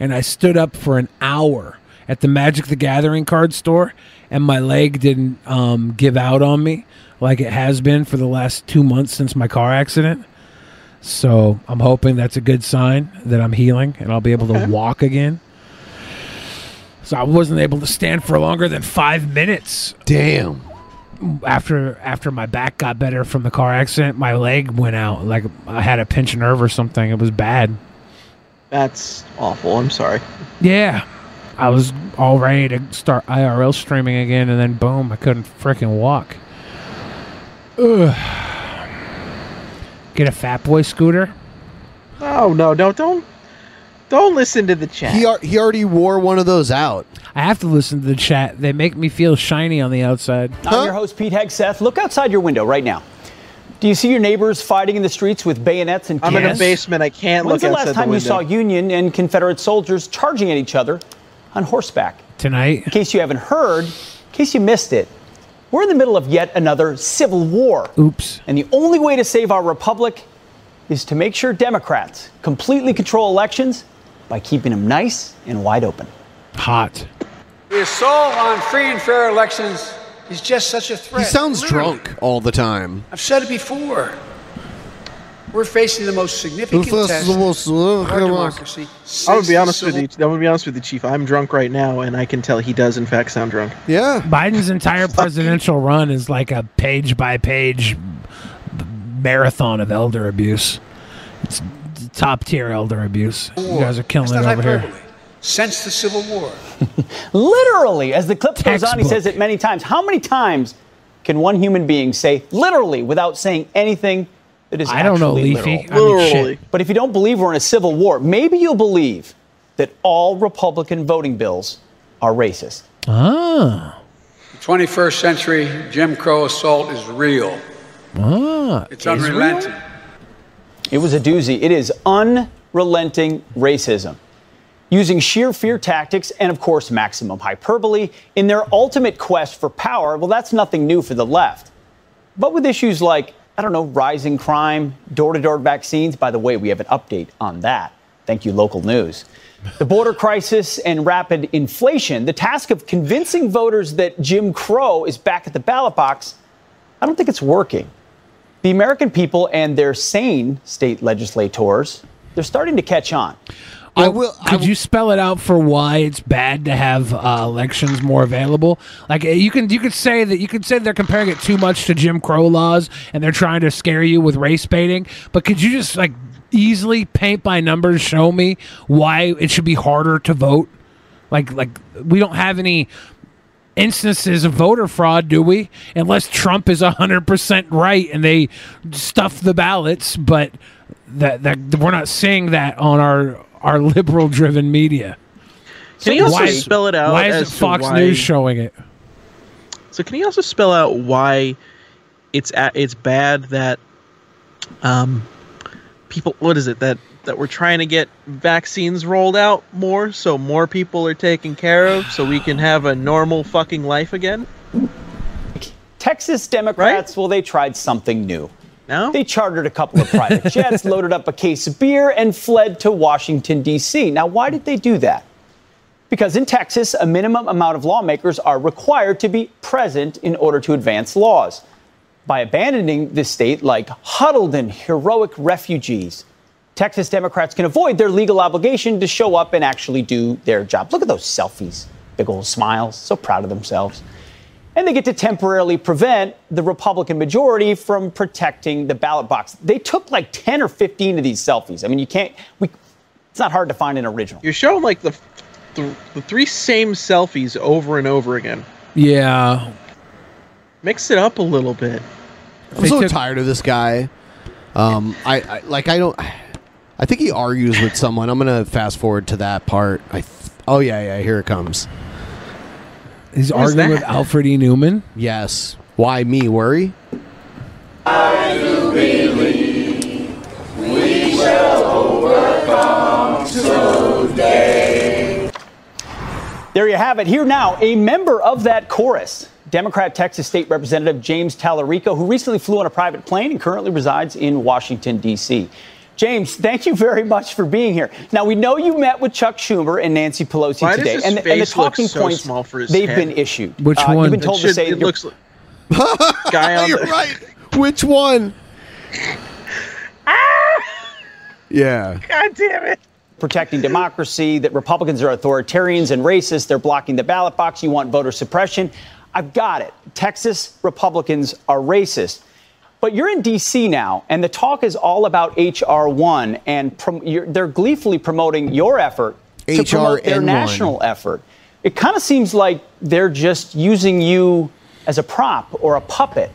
H: and I stood up for an hour at the Magic the Gathering card store, and my leg didn't um, give out on me like it has been for the last two months since my car accident. So I'm hoping that's a good sign that I'm healing and I'll be able to walk again. So I wasn't able to stand for longer than five minutes.
F: Damn.
H: After after my back got better from the car accident, my leg went out. Like I had a pinched nerve or something. It was bad.
G: That's awful. I'm sorry.
H: Yeah. I was all ready to start IRL streaming again, and then boom, I couldn't freaking walk. Ugh. Get a Fat Boy scooter.
G: Oh no! Don't don't don't listen to the chat.
F: He ar- he already wore one of those out.
H: I have to listen to the chat. They make me feel shiny on the outside.
R: I'm your host, Pete Hegseth. Look outside your window right now. Do you see your neighbors fighting in the streets with bayonets and
G: I'm in a
R: cannons?
G: basement. I can't
R: When's
G: look
R: the
G: outside
R: last time
G: the
R: you
G: window.
R: saw Union and Confederate soldiers charging at each other on horseback?
H: Tonight.
R: In case you haven't heard, in case you missed it, We're in the middle of yet another civil war.
H: Oops.
R: And the only way to save our republic is to make sure Democrats completely control elections by keeping them nice and wide open.
H: Hot.
N: His assault on free and fair elections is just such a threat.
F: He sounds
N: Literally.
F: drunk all the time.
N: I've said it before. We're facing the most significant test of our democracy.
G: I would
N: since
G: be
N: the
G: honest with
N: Civil
G: you. I would be honest with you, Chief. I'm drunk right now, and I can tell he does, in fact, sound drunk.
F: Yeah.
H: Biden's
N: *laughs*
H: entire presidential run is like a page by page marathon of elder abuse. It's top tier elder abuse. You
N: War.
H: guys are killing
N: That's
H: it
N: not
H: over here.
N: hyperbole. Since the Civil War.
R: Literally, as the clip goes on, he
H: Textbook.
R: says it many times. How many times can one human being say literally without saying anything that is
H: I don't know,
R: actually
H: Leafy.
R: literal?
H: I mean, shit. Literally.
R: But if you don't believe we're in a civil war, maybe you'll believe that all Republican voting bills are racist.
H: Ah.
N: The 21st century Jim Crow assault is real.
H: Ah.
N: It's unrelenting.
R: It was a doozy. It is unrelenting racism. Using sheer fear tactics and, of course, maximum hyperbole in their ultimate quest for power, well, that's nothing new for the left. But with issues like, I don't know, rising crime, door to door vaccines, by the way, we have an update on that. Thank you, local news. The border crisis and rapid inflation, the task of convincing voters that Jim Crow is back at the ballot box, I don't think it's working the American people and their sane state legislators, they're starting to catch on.
H: I will. Could you spell it out for why it's bad to have uh, elections more available? Like uh, you can, you could say that you could say they're comparing it too much to Jim Crow laws, and they're trying to scare you with race baiting. But could you just like easily paint by numbers show me why it should be harder to vote? Like, like we don't have any instances of voter fraud, do we? Unless Trump is 100% right and they stuff the ballots, but that, that we're not seeing that on our our liberal driven media.
G: Can you also
H: Why is-
G: spell it out
H: Why
G: as
H: isn't
G: to
H: Fox
G: why-
H: News showing it?
G: So can you also spell out why it's a it's bad that um people what is it that that we're trying to get vaccines rolled out more so more people are taken care of so we can have a normal fucking life again?
R: Texas Democrats, well, they tried something new. No? They chartered a couple of private jets, loaded up a case of beer, and fled to Washington, D.C. Now, why did they do that? Because in Texas, a minimum amount of lawmakers are required to be present in order to advance laws. By abandoning the state like huddled in heroic refugees, Texas Democrats can avoid their legal obligation to show up and actually do their job. Look at those selfies, big old smiles, so proud of themselves. And they get to temporarily prevent the Republican majority from protecting the ballot box. They took like 10 or 15 of these selfies. I mean, you can't, we, it's not hard to find an original.
G: You're showing like the the, the three same selfies over and over again.
H: Yeah.
G: Mix it up a little bit.
F: I'm so tired of this guy. Um, I, I like I don't. I think he argues with someone. I'm gonna fast forward to that part. I. Th- oh yeah, yeah. Here it comes.
H: He's arguing with Alfred E. Newman.
F: Yes. Why me worry?
R: There you have it. Here now, a member of that chorus, Democrat Texas State Representative James Tallarico, who recently flew on a private plane and currently resides in Washington, D.C. James, thank you very much for being here. Now, we know you met with Chuck Schumer and Nancy Pelosi
G: Why does
R: today,
G: his
R: and, and the
G: face look
R: talking
G: so
R: points
G: small for his
R: they've
G: head?
R: been issued. Uh,
G: Which
R: You've
G: one?
R: been
G: It
R: told to
G: should-
R: say
G: it
R: your-
G: looks Guy on
F: You're
G: the-
F: right. Which one? yeah.
G: God damn it.
R: protecting democracy, that Republicans are authoritarians and racist, they're blocking the ballot box, you want voter suppression. I've got it. Texas Republicans are racist. But you're in D.C. now, and the talk is all about H.R. 1, and prom- you're, they're gleefully promoting your effort to promote their
F: HRN1.
R: national effort. It kind of seems like they're just using you as a prop or a puppet.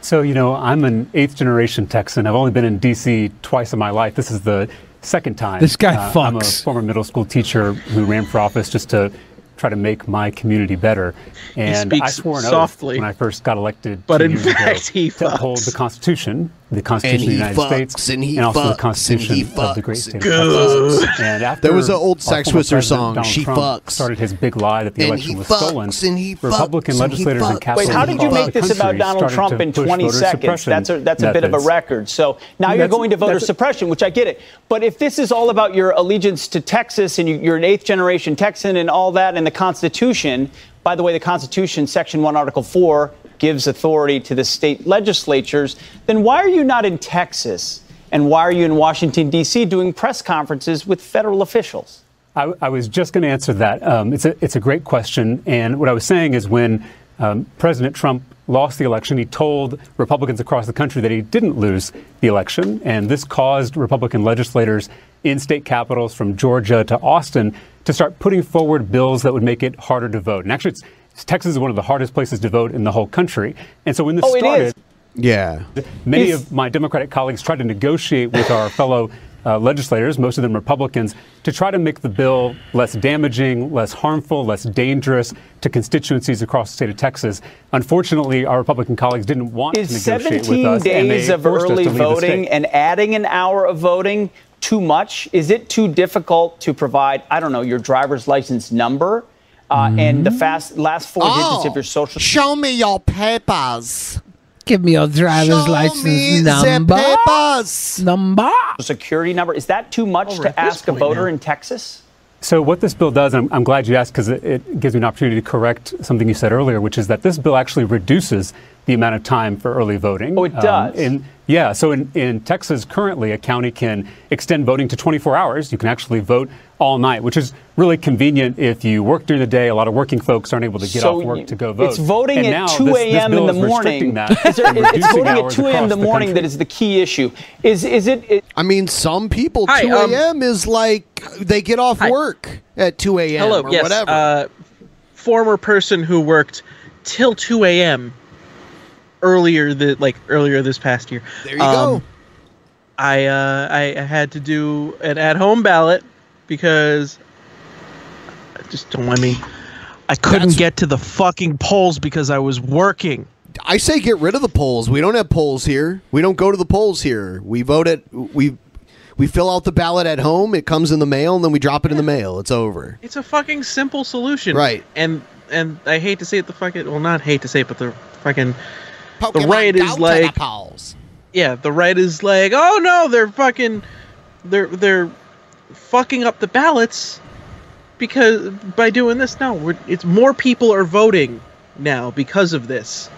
O: So, you know, I'm an eighth generation Texan. I've only been in D.C. twice in my life. This is the second time. uh,
H: This guy
O: I'm a
H: fucks.
O: former middle school teacher who ran for office just to try to make my community better. And I
G: speaks
O: swore an oath
G: softly.
O: when I first got elected
G: But
O: two
G: in
O: years ago
G: fact, he
O: to uphold the Constitution the
F: And
O: Constitution
F: he
O: of the United
F: fucks,
O: States
F: and he
O: also the
F: fucks, and
O: Constitution
F: he
O: of the Great
F: fucks.
O: State of Texas.
F: Good.
O: And after
F: There was an old
O: our
F: Sax
O: former
F: Whistler
O: president,
F: song,
O: Donald
F: "She
O: Trump,
F: fucks."
O: started his big lie that the
F: And
O: election
F: he
O: was
F: fucks,
O: stolen.
F: and he
O: Republican
F: fucks, and he
O: legislators
F: fucks.
O: and Capitol
F: Wait, how
O: Hill
F: did you
O: across
F: make
O: the
F: this
O: country
F: about
O: started
F: Donald
O: to
F: Trump in
O: push
F: 20
O: voter
F: seconds?
O: suppression
F: That's
R: a- that's a bit of a
O: methods.
R: record. So now you're
O: That's-
R: going to voter
O: that's a-
R: suppression, which I get it. But if this is all about your allegiance to Texas and you, you're an eighth generation Texan and all that and the Constitution, by the way, the Constitution, Section 1, Article 4, gives authority to the state legislatures, then why are you not in Texas? And why are you in Washington, D.C., doing press conferences with federal officials?
O: I, I was just going to answer that. Um, it's, a, it's a great question. And what I was saying is when um, President Trump lost the election, he told Republicans across the country that he didn't lose the election. And this caused Republican legislators in state capitals from Georgia to Austin to start putting forward bills that would make it harder to vote. And actually, it's, Texas is one of the hardest places to vote in the whole country. And so when this
R: Oh, it is.
O: started,
F: Yeah.
O: Many
R: Is-
O: of my Democratic colleagues tried to negotiate with
R: *laughs*
O: our fellow uh, legislators, most of them Republicans, to try to make the bill less damaging, less harmful, less dangerous to constituencies across the state of Texas. Unfortunately, our Republican colleagues didn't want to
R: Is
O: negotiate with
R: 17
O: us. and they
R: days of
O: forced us to
R: early
O: leave the
R: voting
O: state.
R: and adding an hour of voting too much? Is it too difficult to provide, I don't know, your driver's license number uh, and the
O: Mm-hmm.
R: fast last four digits of your social
F: Oh, Show me your papers.
H: Give me your driver's
F: me
H: license
F: the
H: number. Number.
R: security number? Is that too much
H: at
R: to
H: this
R: ask a
H: point
R: voter
H: now.
R: in Texas?
O: So, what this bill does, and I'm, I'm glad you asked because it, it gives me an opportunity to correct something you said earlier, which is that this bill actually reduces the amount of time for early voting. Oh, it
R: does?
O: in, yeah, so in, in Texas, currently, a county can extend voting to 24 hours. You can actually vote all night, which is really convenient if you work during the day. A lot of working folks aren't able to get
R: So
O: off
R: you-
O: work to go vote.
R: It's voting
O: And
R: at
O: now
R: 2
O: this- this
R: a.m. in
O: bill
R: the
O: is restricting
R: morning.
O: That
R: *laughs* Is there-
O: and
R: it's
O: reducing
R: voting at
O: hours
R: 2 a.m. in the
O: across
R: morning
O: country.
R: that is the key issue. Is is it? it
F: I mean, some people,
R: Hi,
F: 2
R: um,
F: a.m. is like they get off work *laughs* at 2 a.m.
G: Hello,
F: or
G: yes,
F: whatever.
G: Uh, former person who worked till 2 a.m. earlier the like earlier this past year. Um,
F: There you go.
G: I uh, I had to do an at-home ballot because I just don't. I mean, I couldn't get to the fucking polls because I was working.
F: I say get rid of the polls. We don't have polls here. We don't go to the polls here. We vote at we we fill out the ballot at home. It comes in the mail, and then we drop it in the mail. It's over.
G: It's a fucking simple solution,
F: Right.
G: And and I hate to say it, the fucking well, not hate to say it, but the fucking the
F: Pokemon
G: right
F: go
G: is
F: to the
G: like
F: polls.
G: yeah, the right is like, oh no, they're fucking, they're they're fucking up the ballots because by doing this. No, we're, it's more people are voting now because of this,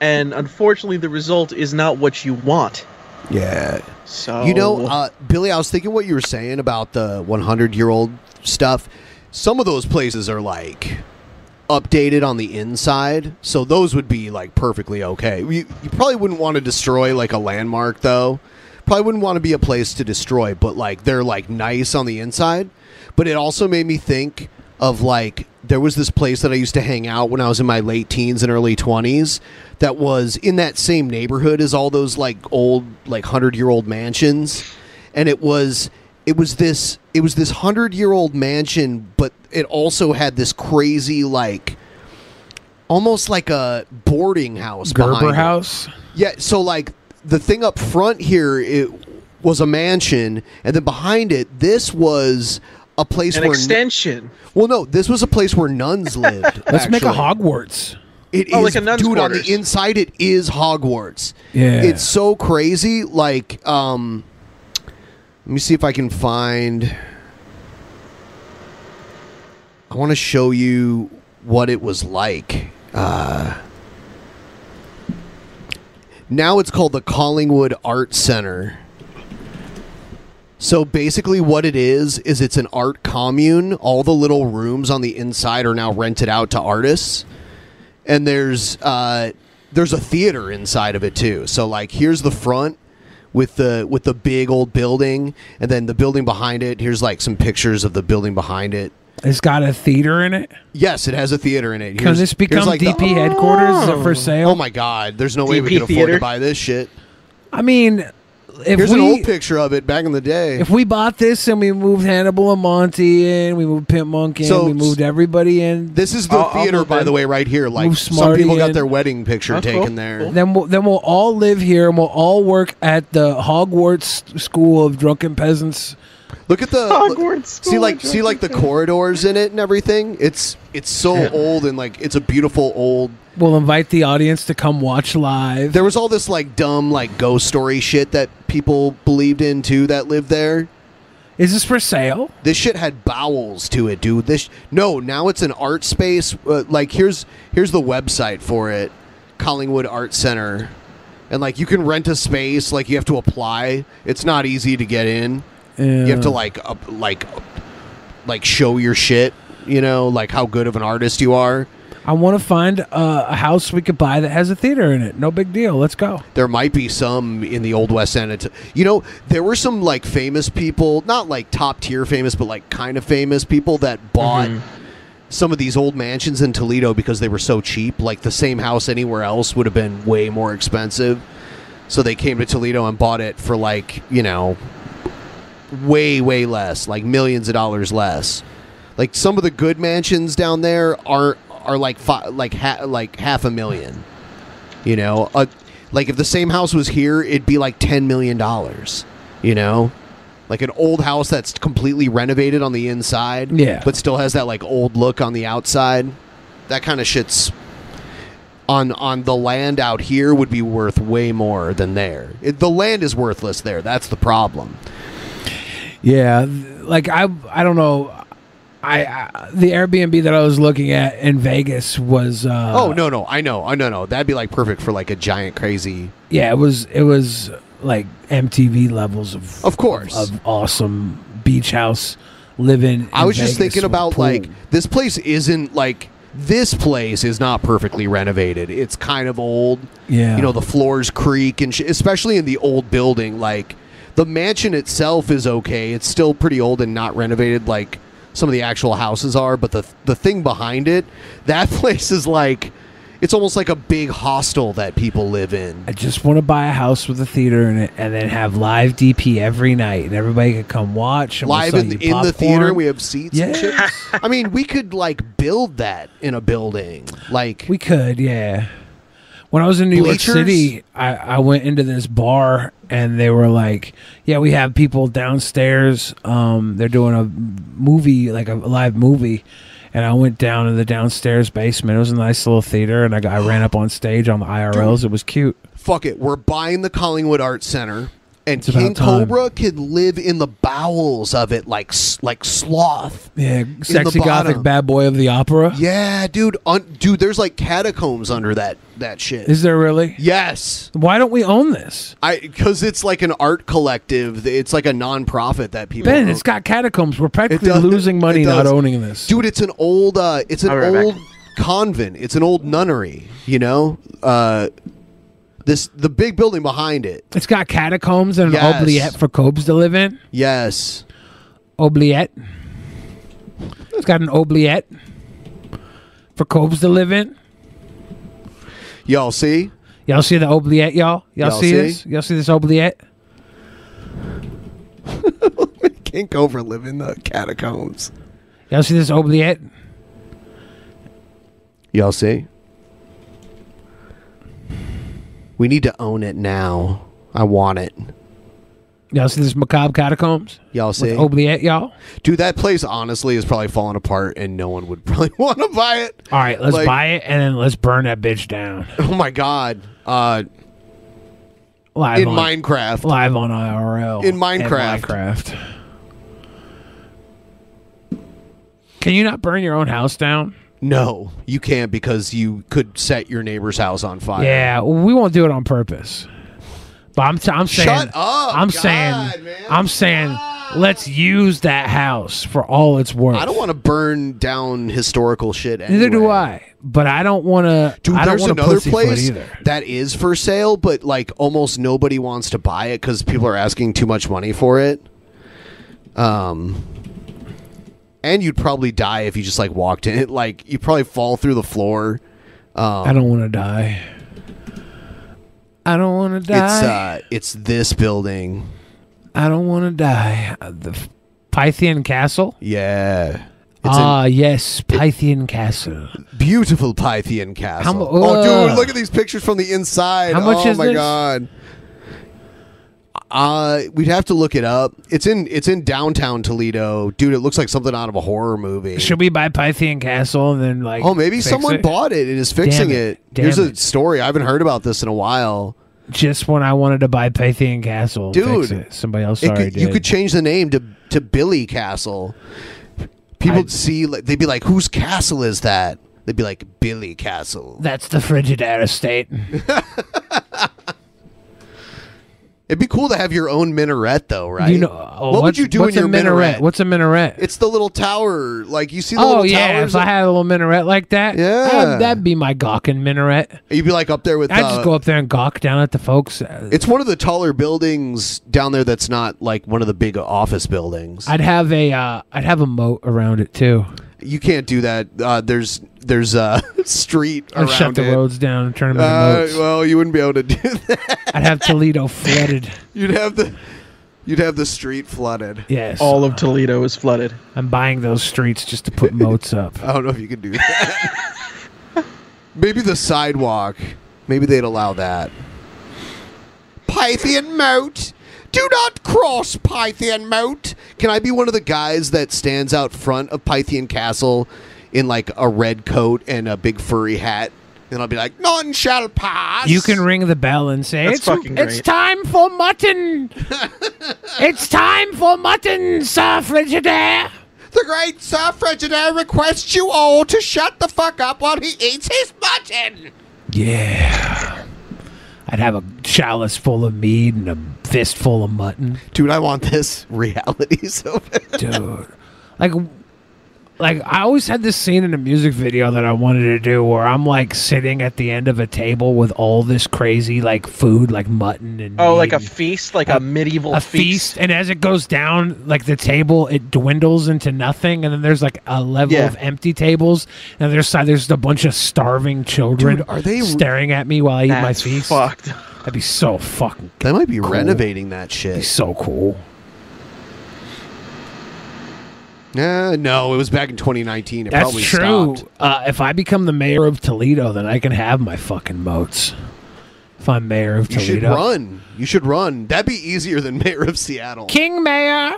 G: and unfortunately, the result is not what you want.
F: Yeah.
G: So
F: You know, uh, Billy, I was thinking what you were saying about the 100 year old stuff. Some of those places are like updated on the inside, so those would be like perfectly okay. You, you probably wouldn't want to destroy like a landmark, though. Probably wouldn't want to be a place to destroy, but like they're like nice on the inside. But it also made me think of like there was this place that I used to hang out when I was in my late teens and early 20s that was in that same neighborhood as all those like old like 100-year-old mansions and it was it was this it was this 100-year-old mansion but it also had this crazy like almost like a boarding house behind
H: Gerber
F: it.
H: House.
F: Yeah, so like the thing up front here it was a mansion and then behind it this was a place
G: an
F: where
G: extension.
F: well, no, this was a place
H: *laughs*
F: where nuns lived.
H: Let's make a
F: actually.
H: Hogwarts.
F: It is,
H: Oh, like a nun's
F: dude. On
H: quarters.
F: the inside, it is Hogwarts.
H: Yeah.
F: it's so crazy. Like, um, let me see if I can find. I want to show you what it was like. Uh, now it's called the Collingwood Art Center. So basically, what it is is it's an art commune. All the little rooms on the inside are now rented out to artists, and there's uh, there's a theater inside of it too. So like, here's the front with the with the big old building, and then the building behind it. Here's like some pictures of the building behind it.
H: It's got a theater in it.
F: Yes, it has a theater in it.
H: Can this become DP headquarters? Is it for sale?
F: Oh my Oh god, there's no way we
H: DP
F: can afford
H: theater?
F: to buy this shit.
H: I mean, if
F: Here's an
H: we-
F: old picture of it back in the day.
H: If we bought this and we moved Hannibal and Monty in, we moved Pimp Monk in,
F: So-
H: we moved everybody in.
F: this is the
H: I'll- I'll
F: theater,
H: move
F: by
H: in.
F: the way, right here. Like
H: Move
F: some
H: Smarty
F: people got
H: in.
F: their wedding picture
H: Oh, cool,
F: taken there.
H: Then we'll, then we'll all live here and we'll all work at the Hogwarts School of Drunken Peasants.
F: Look at the See like see like the corridors in it and everything. It's it's so
H: Yeah.
F: old and like it's a beautiful old.
H: We'll invite the audience to come watch live.
F: There was all this like dumb like ghost story shit that people believed in too that lived there.
H: Is this for sale?
F: This shit had bowels to it, dude. This no, now it's an art space. Uh, like here's here's the website for it, Collingwood Art Center, and like you can rent a space. Like you have to apply. It's not easy to get in. You have to
H: Yeah.
F: like up, like up- like show your shit. You know, like how good of an artist you are.
H: I want to find uh, a house we could buy that has a theater in it. No big deal. Let's go.
F: There might be some in the Old West End. It's- You know, there were some like famous people, not like top tier famous, but like kind of famous people that bought some of these old mansions in Toledo because they were so cheap. Like the same house anywhere else would have been way more expensive. So they came to Toledo and bought it for like, you know, way, way less, like millions of dollars less. Like some of the good mansions down there are are like fi- like ha- like half a million. You know, uh, like if the same house was here, it'd be like ten million dollars. You know, like an old house that's completely renovated on the inside,
H: Yeah.
F: but still has that like old look on the outside. That kind of shit's on on the land out here would be worth way more than there. It, the land is worthless there. That's the problem.
H: Yeah, th- like I I don't know. I, I the Airbnb that I was looking at in Vegas was uh
F: oh no no I know I know no that'd be like perfect for like a giant crazy
H: yeah, it was it was like MTV levels of
F: Of course.
H: of, awesome beach house living.
F: I
H: in
F: was just
H: Vegas
F: thinking
H: with
F: about
H: pool.
F: like this place isn't like this place is not perfectly renovated. It's kind of old.
H: Yeah.
F: You know, the floors creak and sh- especially in the old building like the mansion itself is okay. It's still pretty old and not renovated like some of the actual houses are, but the the thing behind it, that *laughs* place is like it's almost like a big hostel that people live in.
H: I just want to buy a house with a theater in it and then have live DP every night and everybody could come watch. and we'll
F: Live
H: sell
F: in,
H: you
F: in the theater,
H: popcorn.
F: we have seats and shit. I mean, we could like build that in a building. Like
H: we could, yeah. When I was in New
F: Bleachers?
H: York City, I, I went into this bar and they were like, "Yeah, we have people downstairs. Um, they're doing a movie, like a live movie." And I went down to the downstairs basement. It was a nice little theater, and I, got, I ran up on stage on the IRLs. It was cute.
F: fuck it, we're buying the Collingwood Arts Center, and
H: about
F: King
H: time.
F: Cobra could live in the bowels of it, like s- like sloth.
H: Yeah,
F: the
H: sexy gothic
F: bottom.
H: bad boy of the opera.
F: Yeah, dude, un- dude, there's like catacombs under that that shit.
H: Is there really?
F: Yes.
H: Why don't we own this,
F: I because it's like an art collective. It's like a nonprofit that people.
H: Ben?
F: own.
H: It's got catacombs. We're practically
F: does-
H: losing money
F: it
H: not
F: does.
H: owning this.
F: dude. It's an old. Uh, it's an
H: I'll be right back.
F: old convent. It's an old nunnery. You know. Uh, this the big building behind it.
H: It's got catacombs and
F: Yes.
H: an oubliette for Cobes to live in.
F: Yes.
H: Oubliette. It's got an oubliette for Cobes to live in.
F: Y'all see?
H: Y'all see the oubliette, y'all? Y'all,
F: Y'all
H: see,
F: see?
H: this? Y'all see this oubliette?
F: King Cobra live in the catacombs.
H: Y'all see this oubliette?
F: Y'all see? We need to own it now. I want it.
H: Y'all see this macabre
F: *laughs*
H: catacombs?
F: Y'all
H: With
F: see?
H: oubliette, y'all?
F: Dude, that place honestly is probably falling apart and no one would *laughs* probably want to buy it.
H: All right, let's
F: Like-
H: buy it and then let's burn that bitch down.
F: *laughs* Oh my god. Uh
H: Live
F: in
H: on-
F: Minecraft.
H: Live on IRL.
F: In
H: and
F: Minecraft.
H: Minecraft. Can you not burn your own house down?
F: No, you can't because you could set your neighbor's house on fire.
H: Yeah, we won't do it on purpose. But I'm, t- I'm saying,
F: Shut up,
H: I'm
F: God,
H: saying, I'm saying, let's use that house for all it's worth.
F: I don't want to burn down historical shit.
H: Neither do
F: anyway.
H: I. But I don't want to.
F: Dude,
H: I don't
F: there's
H: want to
F: another
H: pussyfoot
F: place
H: either.
F: that is for sale, but like almost nobody wants to buy it because people are asking too much money for it. Um, and you'd probably die if you just like walked in. *laughs* Like you would probably fall through the floor. Um,
H: I don't want to die. I don't want to die.
F: It's uh, it's this building.
H: I don't want to die. Uh, The f- Pythian Castle.
F: Yeah. It's
H: ah,
F: a
H: yes, Pythian Castle.
F: beautiful Pythian castle.
H: mu- uh,
F: oh,
H: Ugh.
F: dude, look at these pictures from the inside.
H: How much
F: oh
H: is
F: my
H: this?
F: god. Uh, we'd have to look it up. It's in it's in downtown Toledo, dude. It looks like something out of a horror movie.
H: Should we buy Pythian Castle and then like?
F: Oh, maybe
H: fix
F: someone
H: it?
F: bought it and is fixing
H: Damn
F: it.
H: it.
F: Here's
H: Damn
F: a story. I haven't heard about this in a while.
H: Just when I wanted to buy Pythian Castle, and fix
F: Dude,
H: it. somebody else
F: It
H: already
F: could- you
H: did.
F: could change the name to to Billy Castle. People would see like they'd be like, "Whose castle is that?" They'd be like, "Billy Castle."
H: That's the Frigidaire estate.
F: *laughs* It'd be cool to have your own minaret, though, right?
H: You know, oh,
F: what would
H: what's-
F: you do in
H: what's a
F: your
H: minaret?
F: minaret?
H: What's a minaret?
F: It's the little tower, like you see the
H: Oh
F: little
H: yeah,
F: towers.
H: if I had a little minaret like that,
F: Yeah.
H: that'd, that'd be my gawking minaret.
F: You'd be like up there with.
H: I'd
F: uh,
H: just go up there and gawk down at the folks. Uh,
F: It's one of the taller buildings down there that's not like one of the big office buildings.
H: I'd have a uh, I'd have a moat around it too.
F: You can't do that. Uh, there's there's a *laughs* street
H: I'd
F: around
H: shut the
F: it.
H: roads down and turn them into
F: Uh,
H: moats.
F: well, you wouldn't be able to do *laughs* that.
H: I'd have
F: *laughs*
H: Toledo flooded.
F: You'd have the you'd have the street flooded.
H: Yes.
G: All of Toledo is flooded.
H: I'm buying those streets just to
F: *laughs*
H: put moats up.
F: I don't know if you can do that. *laughs* Maybe the sidewalk. Maybe they'd allow that. Pythian moat. Do not cross Pythian moat. Can I be one of the guys that stands out front of Pythian Castle in like a red coat and a big furry hat? And I'll be like, none shall pass.
H: You can ring the bell and say
F: That's
H: it's
F: fucking
H: it's
F: great."
H: time for
F: *laughs*
H: mutton. it's time for mutton, Sir Frigidaire.
F: The great Sir Frigidaire requests you all to shut the fuck up while he eats his mutton.
H: Yeah. I'd have a chalice full of mead and a fist full of mutton.
F: Dude, I want this *laughs* reality so bad.
H: Dude. Like like I always had this scene in a music video that I wanted to do where I'm like sitting at the end of a table with all this crazy like food like mutton and
G: Oh, like a feast, like a, medieval
H: a
G: feast.
H: feast and as it goes down like the table it dwindles into nothing and then there's like a level
G: Yeah.
H: of empty tables and there's there's a bunch of starving children
F: Dude, are they-
H: staring at me while I eat my
F: That's
H: feast
F: fucked.
H: that'd be so fucking
F: They might be
H: cool.
F: renovating that shit.
H: He's so cool.
F: Uh, no, it was back in 2019. It
H: that's
F: probably
H: true
F: stopped.
H: uh, if I become the mayor of Toledo then I can have my fucking moats if I'm mayor of
F: You
H: Toledo
F: should run. You should run. That'd be easier than *laughs* mayor of Seattle.
H: King Mayor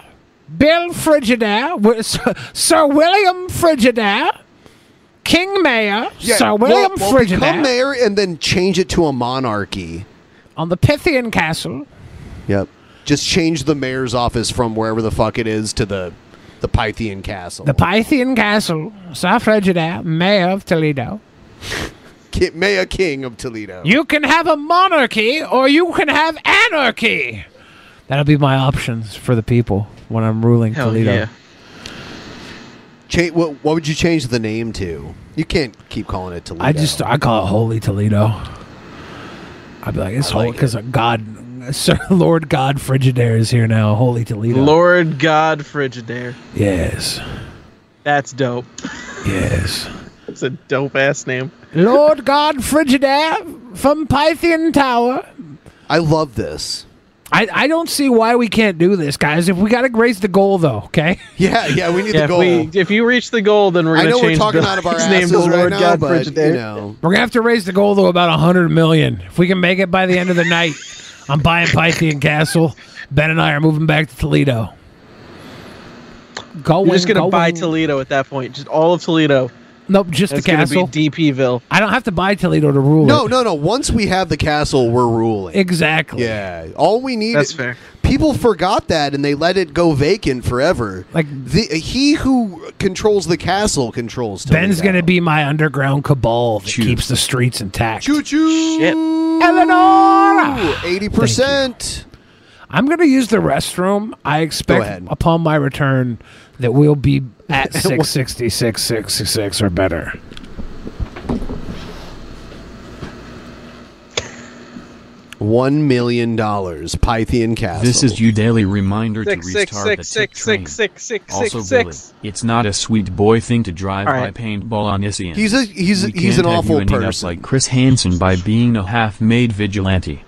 H: Bill Frigidaire, Wi- *laughs* Sir, Sir William Frigidaire, King Mayor Sir William
F: well, well,
H: Frigidaire
F: become mayor and then change it to a monarchy.
H: on the Pythian Castle.
F: Yep. Just change the mayor's office from wherever the fuck it is to the the Pythian castle.
H: The Pythian Castle, Sir Frigidaire, Mayor of Toledo.
F: Ki- mayor king of Toledo.
H: You can have a monarchy or you can have anarchy. That'll be my options for the people when I'm ruling Toledo.
F: Cha- what, what would you change the name to? You can't keep calling it Toledo.
H: I just I call it Holy Toledo. I'd be like it's
F: I
H: holy
F: like
H: because God, *laughs* Sir Lord God Frigidaire is here now. Holy Toledo.
G: Lord God Frigidaire.
H: Yes.
G: That's dope.
H: Yes.
G: It's a dope ass name.
H: Lord God Frigidaire from Pythian Tower.
F: I love this.
H: I, I don't see why we can't do this, guys. If we got to raise the goal, though, okay?
F: Yeah, yeah, we need
G: Yeah,
F: the goal.
G: If, we, if you reach the goal, then we're
F: I
G: gonna
F: know we're
G: change
F: talking
G: Billy's
F: out of our
G: *laughs* name to
F: asses right
G: Lord
F: now,
G: God
F: but, you
G: Frigidaire.
F: know.
H: We're going to have to raise the goal, though, about 100 million. If we can make it by the end of the night, *laughs* I'm buying Pythian Castle. Ben and I are moving back to Toledo. Go
G: We're just gonna
H: go
G: buy Toledo at that point. Just all of Toledo.
H: Nope, just the
G: That's
H: castle.
G: gonna be DPville.
H: I don't have to buy Toledo to rule
F: No,
H: it.
F: no, no. Once we have the castle, we're ruling.
H: Exactly.
F: Yeah. All we need
G: That's fair.
F: People forgot that and they let it go vacant forever.
H: Like
F: the, he who controls the castle controls Toledo.
H: Ben's going to be my underground cabal that keeps the streets intact.
F: Choo choo.
H: Eleanor.
F: Eighty percent.
H: I'm going to use the restroom. I expect
F: ahead.
H: upon my return that we'll be
G: *laughs*
H: at 666, 666 or better.
F: One million dollars, Pythian Castle.
L: This is your daily reminder to
G: Six, six,
L: restart the
G: six,
L: tip
G: six,
L: train.
G: six, six, six,
L: Also,
G: six,
L: Billy,
G: six.
L: it's not a sweet boy thing to drive
G: All
L: by
G: right.
L: paintball on Isian.
F: He's a- he's a-
L: we
F: he's
L: can't
F: an
L: have you
F: awful
L: ending up
F: person.
L: like Chris Hansen by being a half-made vigilante.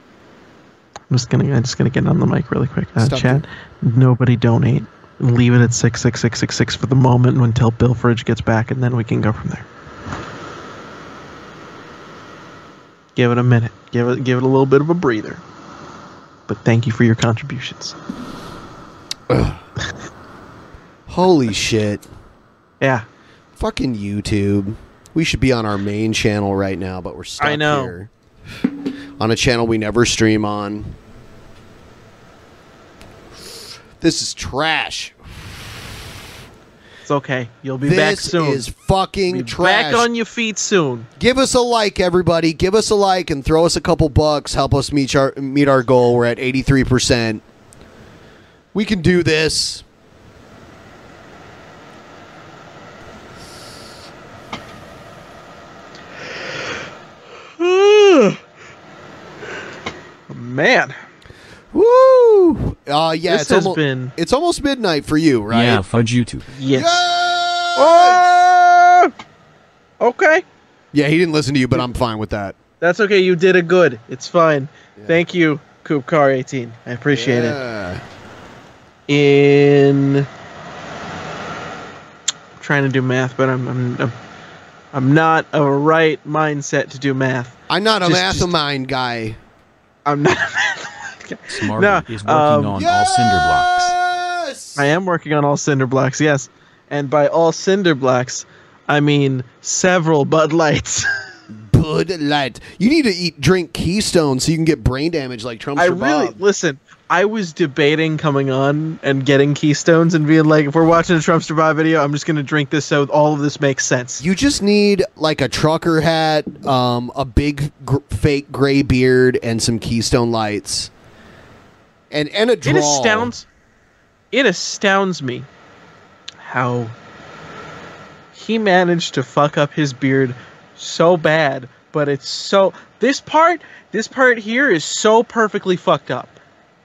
G: I'm just gonna I'm just gonna get on the mic really quick. Uh,
F: Stop
G: chat, nobody donate. Leave it at six six six six six for the moment until Bill Fridge gets back, and then we can go from there. Give it a minute. Give it give it a little bit of a breather. But thank you for your contributions.
F: *sighs* Holy shit.
G: Yeah.
F: Fucking YouTube. We should be on our main channel right now, but we're stuck
G: I know.
F: here. On a channel we never stream on. This is trash.
G: It's okay. You'll be
F: this
G: back soon.
F: is fucking
G: Be
F: trash.
G: Back on your feet soon.
F: Give us a like, everybody. Give us a like and throw us a couple bucks. Help us meet our meet our goal. We're at eighty three percent. We can do this.
G: *sighs* Man.
F: Woo! Uh, yeah,
G: This
F: it's
G: has
F: almo-
G: been-
F: it's almost midnight for you, right?
L: Yeah, fudge you two.
G: Yes. Oh! okay.
F: Yeah, he didn't listen to you, but I'm fine with that.
G: That's okay. You did it good. It's fine. Thank you, Coop Car 18. I appreciate it. In I'm trying to do math, but I'm I'm I'm, I'm not of a right mindset to do math.
F: I'm not a
G: Just-
F: mastermind guy.
G: I'm not.
L: Smarty
G: No,
L: is working
G: um,
L: on all cinder blocks.
G: I am working on all cinder blocks, yes. And by all cinder blocks, I mean several Bud Lights.
F: Bud Light. You need to eat, drink Keystone so you can get brain damage like Trump's
G: I really listen. I was debating coming on and getting Keystones and being like, if we're watching a Trumpster Bob video, I'm just gonna drink this so all of this makes sense.
F: You just need like a trucker hat, um, a big gr- fake gray beard, and some Keystone lights, and and a draw.
G: It astounds. It astounds me how he managed to fuck up his beard so bad, but it's so this part, this part here is so perfectly fucked up.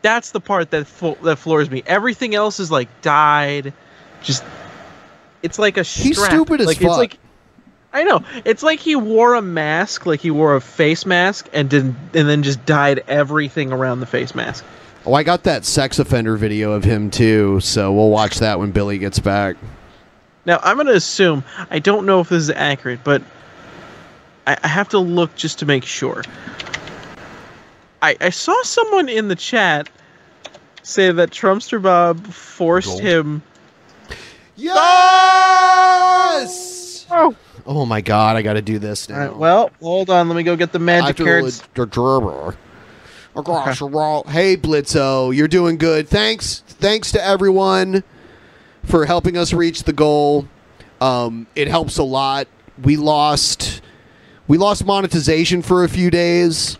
G: That's the part that fo- that floors me. Everything else is like dyed, just it's like a strap.
F: He's stupid as
G: like,
F: fuck.
G: It's like I know. It's like he wore a mask, like he wore a face mask, and didn't, and then just dyed everything around the face mask.
F: oh, I got that sex offender video of him too, so we'll watch that when Billy gets back.
G: Now I'm gonna assume I don't know if this is accurate, but I, I have to look just to make sure. I, I saw someone in the chat say that Trumpster Bob forced
F: Gold.
G: him.
F: Yes.
G: Oh.
F: Oh my god, I got to do this now.
G: well, hold on. Let me go get the magic
F: After
G: cards.
F: the drummer. Across the road. Hey Blitzo, you're doing good. Thanks, thanks to everyone for helping us reach the goal. Um, it helps a lot. We lost, we lost monetization for a few days,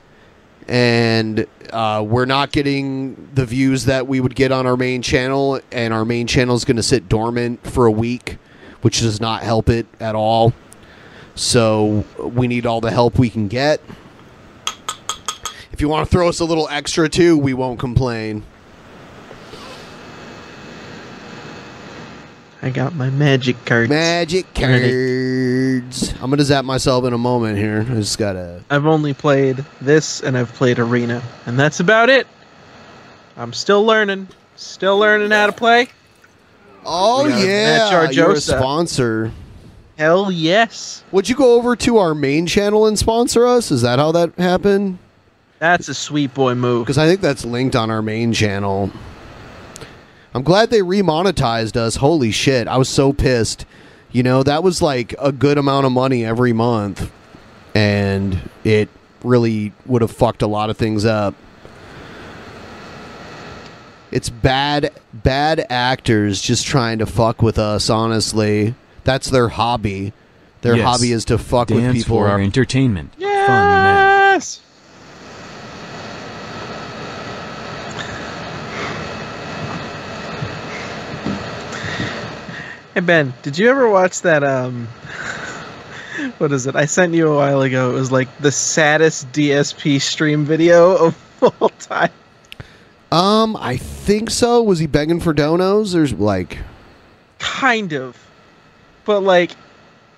F: and uh, we're not getting the views that we would get on our main channel. And our main channel is going to sit dormant for a week, which does not help it at all. So we need all the help we can get. If you want to throw us a little extra too, we won't complain.
G: I got my magic cards.
F: Magic
G: Where are
F: cards. I'm gonna zap myself in a moment here. I just gotta.
G: I've only played this, and I've played Arena, and that's about it. I'm still learning. Still learning how to play.
F: Oh
G: We gotta
F: yeah,
G: match our
F: you're a
G: Joseph.
F: sponsor.
G: Hell yes.
F: Would you go over to our main channel and sponsor us? Is that how that happened?
G: That's a sweet boy move.
F: Because I think that's linked on our main channel. I'm glad they remonetized us. Holy shit, I was so pissed. You know, that was like a good amount of money every month, and it really would have fucked a lot of things up. It's bad, bad actors just trying to fuck with us. Honestly, that's their hobby. Their
L: Yes.
F: hobby is to fuck
L: Dance
F: with people.
L: for our entertainment.
G: Yes. Hey Ben, did you ever watch that? Um, *laughs* what is it? I sent you a while ago. It was like the saddest DSP stream video *laughs* of all time.
F: Um, I think so. Was he begging for donos? There's like,
G: Kind of, but like,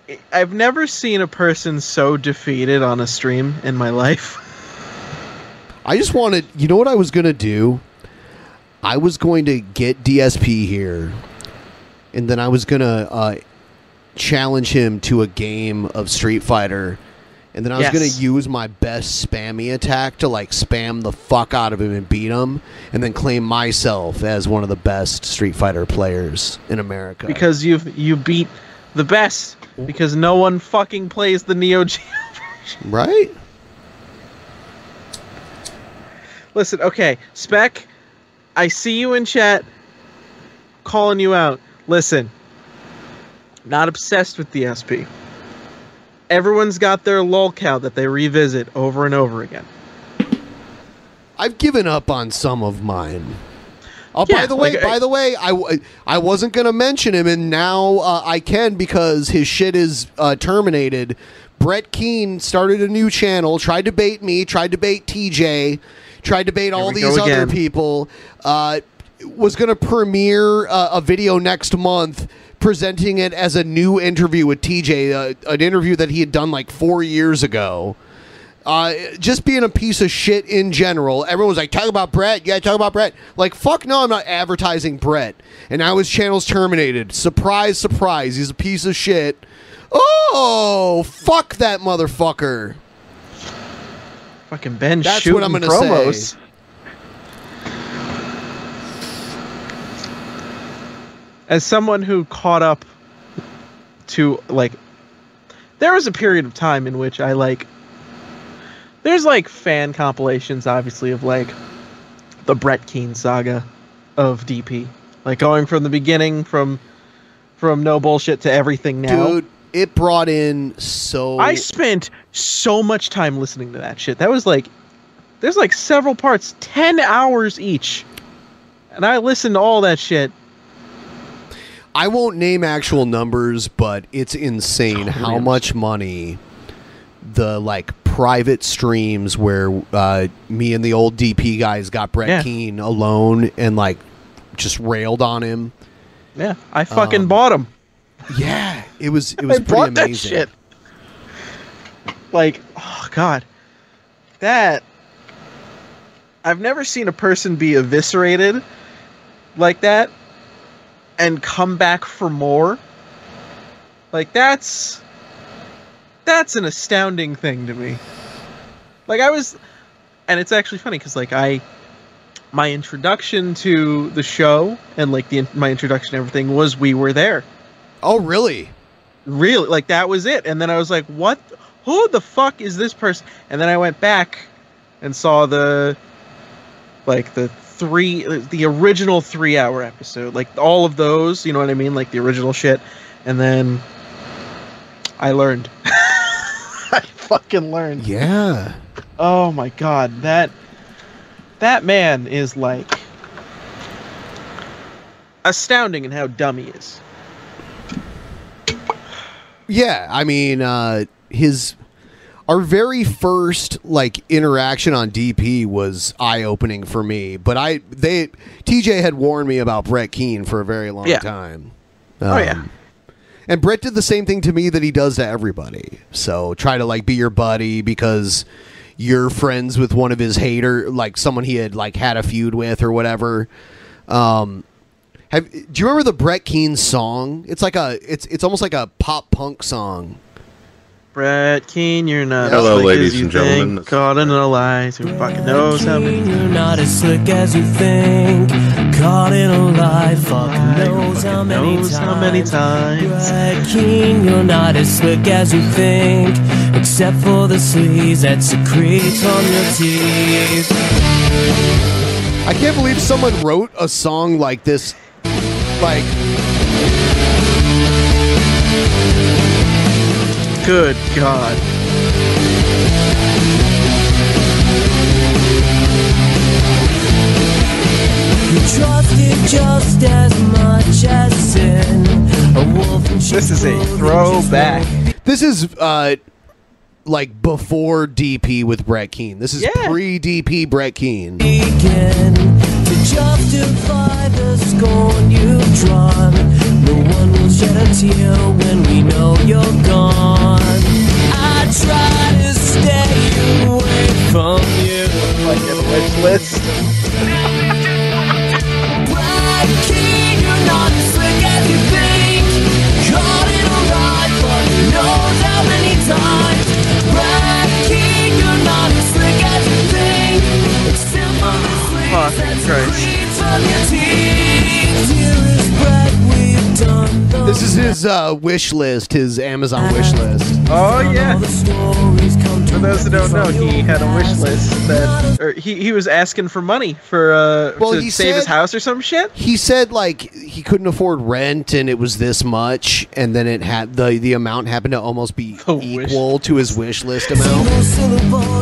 G: I- I've never seen a person so defeated on a stream in my life.
F: I just wanted, you know what I was going to do? I was going to get DSP here, and then I was going to uh, challenge him to a game of Street Fighter, and then I was
X: Yes.
F: going to use my best spammy attack to like spam the fuck out of him and beat him, and then claim myself as one of the best Street Fighter players in America.
G: because you've you beat the best because no one fucking plays the Neo Geo. *laughs*
F: Right?
G: Listen, okay, Spec, I see you in chat calling you out. Listen, not obsessed with DSP. Everyone's got their lol cow that they revisit over and over again.
F: I've given up on some of mine. Oh,
G: Yeah,
F: by the way,
G: like,
F: by
G: I-
F: the way, I, w- I wasn't gonna mention him, and now uh, I can because his shit is uh, terminated. Brett Keen started a new channel, tried to bait me, tried to bait TJ, tried to bait all
X: we
F: these
X: go
F: other
X: again.
F: people. Uh, was gonna premiere uh, a video next month, presenting it as a new interview with TJ, uh, an interview that he had done like four years ago uh, just being a piece of shit in general. Everyone was like, talk about Brett. Yeah, talk about Brett. Like, fuck no, I'm not advertising Brett. And now his channel's terminated. Surprise, surprise. He's a piece of shit. Oh, fuck that motherfucker.
G: Fucking Ben
F: That's
G: shooting
F: what I'm gonna
G: promos.
F: say.
G: As someone who caught up to like there was a period of time in which I like there's like fan compilations obviously of like the Brett Keen saga of DP. Like going from the beginning from from no bullshit to everything now.
F: Dude, it brought in so.
G: I spent so much time listening to that shit. That was like, there's like several parts, 10 hours each. And I listened to all that shit.
F: I won't name actual numbers, but it's
G: Oh,
F: insane how much money the like private streams where uh, me and the old DP guys got Brett
G: Yeah.
F: Keen alone and like just railed on him.
G: Yeah, I fucking
F: Um,
G: bought them.
F: Yeah, it was
G: *laughs*
F: it was
G: I
F: pretty
G: bought that
F: amazing.
G: shit. Like, oh god, that I've never seen a person be eviscerated like that and come back for more. Like that's that's an astounding thing to me. Like I was, and it's actually funny because like I my introduction to the show and like the my introduction to everything was we were there.
F: Oh, really?
G: Really? Like that was it. And then I was like, "What? Who the fuck is this person?" And then I went back and saw the like the three the original 3-hour episode, like all of those, you know what I mean? Like the original shit. And then I learned. *laughs* I fucking learned.
F: Yeah.
G: Oh my god, that that man is like astounding in how dumb he is.
F: Yeah, I mean, uh, his our very first like interaction on DP was eye opening for me. But I they TJ had warned me about Brett Keen for a very long
G: Yeah.
F: time. Um,
G: Oh, yeah.
F: And Brett did the same thing to me that he does to everybody. So try to like be your buddy because you're friends with one of his hater, like someone he had like had a feud with or whatever. Um, have do you remember the Brett Keen song? It's like a it's it's almost like a pop punk song.
G: Brett Keane, you're not
I: Hello,
G: as slick
I: ladies
G: as you
I: and gentlemen.
G: Think. Caught in a lie, who fucking knows how many
I: You're not as slick as you think. Caught in a lie, fuck knows how many times. How many times. Brad Keane, you're not as slick as you think. Except for the sleaze that secretes from your teeth.
F: I can't believe someone wrote a song like this. Like,
G: Good God.
I: You trust it just as much as sin. A wolf in sheep's
G: This is a
I: clothing just
G: throwback.
F: this is uh, like before DP with Brett Keen. This is pre DP Brett Keen.
I: begin to justify the scorn you've drawn. No one will shed a tear when we know you're gone. I try to stay away from you.
D: wish list.
F: This is his uh, wish list, his Amazon wish list.
G: Oh yeah. For those that don't know, he had a wish list that, or he, he was asking for money for uh
F: Well,
G: to
F: he
G: save his
F: said-
G: house or some shit.
F: He said like he couldn't afford rent and it was this much, and then it had the the amount happened to almost
G: *laughs*
F: be equal to his wish list amount.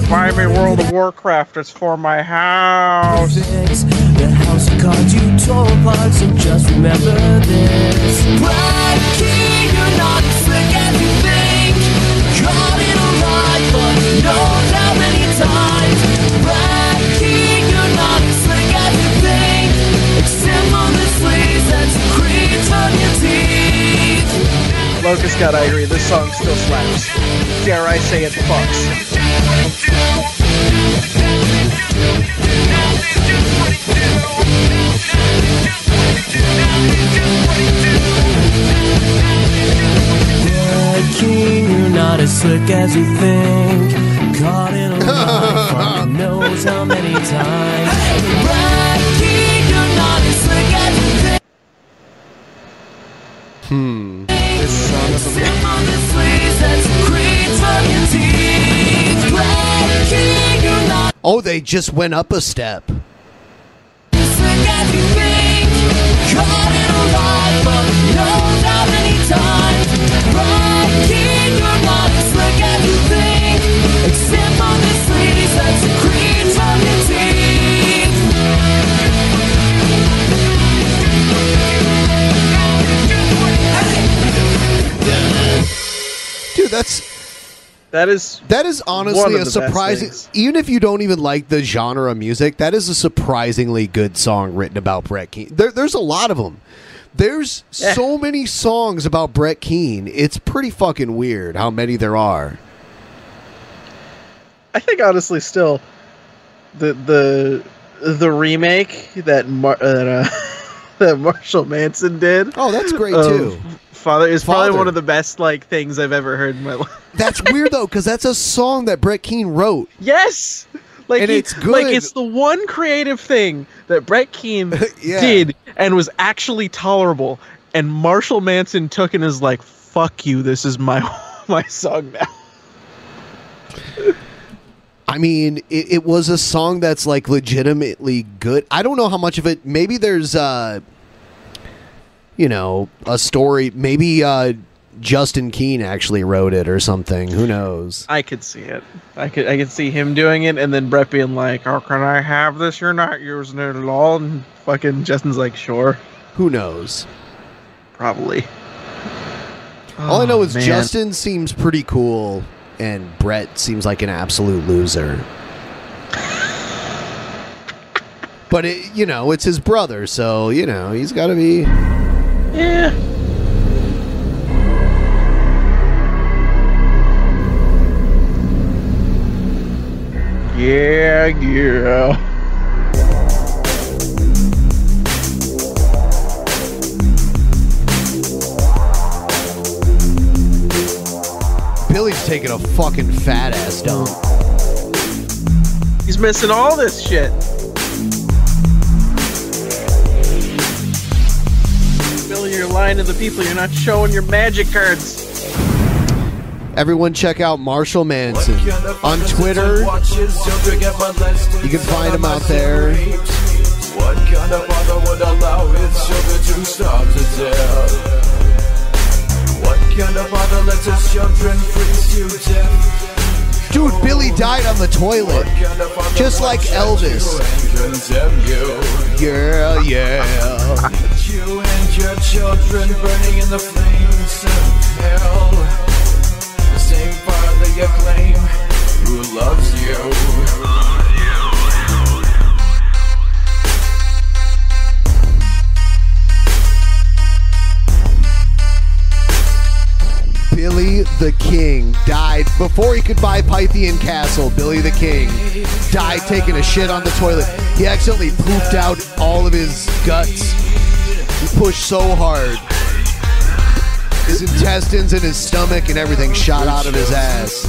G: Buy me World of Warcraft. It's for my house.
D: The house of cards you tore apart, so just remember this. Brad King, you're not as slick as you think. Caught in a lie, but who knows how many times. Brad King, you're not as slick as you think. Except on the sleeves that you creep on your teeth.
G: Locust God, I agree. This song still slaps. Dare I say it fucks.
D: Brad King, you're not as slick as you think. Caught *laughs* in a lie, fuck knows how many times. Brad King, you're not as slick as you think.
F: Hmm. Oh, they just went up a step. Dude, that's
G: that is
F: that is
G: one
F: honestly
G: of
F: a
G: the best
F: surprising.
G: things.
F: Even if you don't even like the genre of music, that is a surprisingly good song written about Brett Keane. There, there's a lot of them. There's so many songs about Brett Keane. It's pretty fucking weird how many there are.
G: I think honestly, still, the Uh, the the remake that Mar- that uh, *laughs* that *laughs* Marshall Manson did.
F: Oh, that's great
G: of
F: too.
G: Father is
F: Father.
G: probably one of the best like things I've ever heard in my life.
F: That's weird though, because that's a song that Brett Keane wrote.
G: *laughs* Yes, like
F: And
G: he-
F: it's good.
G: Like it's the one creative thing that Brett Keane
F: *laughs* Yeah.
G: did and was actually tolerable. And Marshall Manson took and is like, "Fuck you! This is my *laughs* my song now."
F: I mean, it, it was a song that's like legitimately good. I don't know how much of it. Maybe there's, uh, you know, a story. Maybe uh, Justin Keene actually wrote it or something. Who knows?
G: I could see it. I could I could see him doing it, and then Brett being like, "Oh, can I have this? You're not using it at all." And fucking Justin's like, "Sure."
F: Who knows?
G: Probably.
F: All I know
G: Oh,
F: is
G: man.
F: Justin seems pretty cool, and Brett seems like an absolute loser. But it, you know, it's his brother, so you know he's got to be.
G: Yeah. Yeah, yeah.
F: Billy's taking a fucking fat ass dump.
G: He's missing all this shit. Billy, you're lying to the people. You're not showing your magic cards.
F: Everyone, check out Marshall Manson on Twitter. You can find him out there.
P: What kind of father would allow his children to starve to death? What kind of father lets his children freeze to death?
F: Dude, Billy died on the toilet, just like Elvis. Yeah, yeah.
P: You and your children burning in the flames of hell. The same father you claim who loves you.
F: Billy the King died died before he could buy Pythian Castle. Billy the King died taking a shit on the toilet. He accidentally pooped out all of his guts. He pushed so hard. His intestines and his stomach and everything shot out of his ass.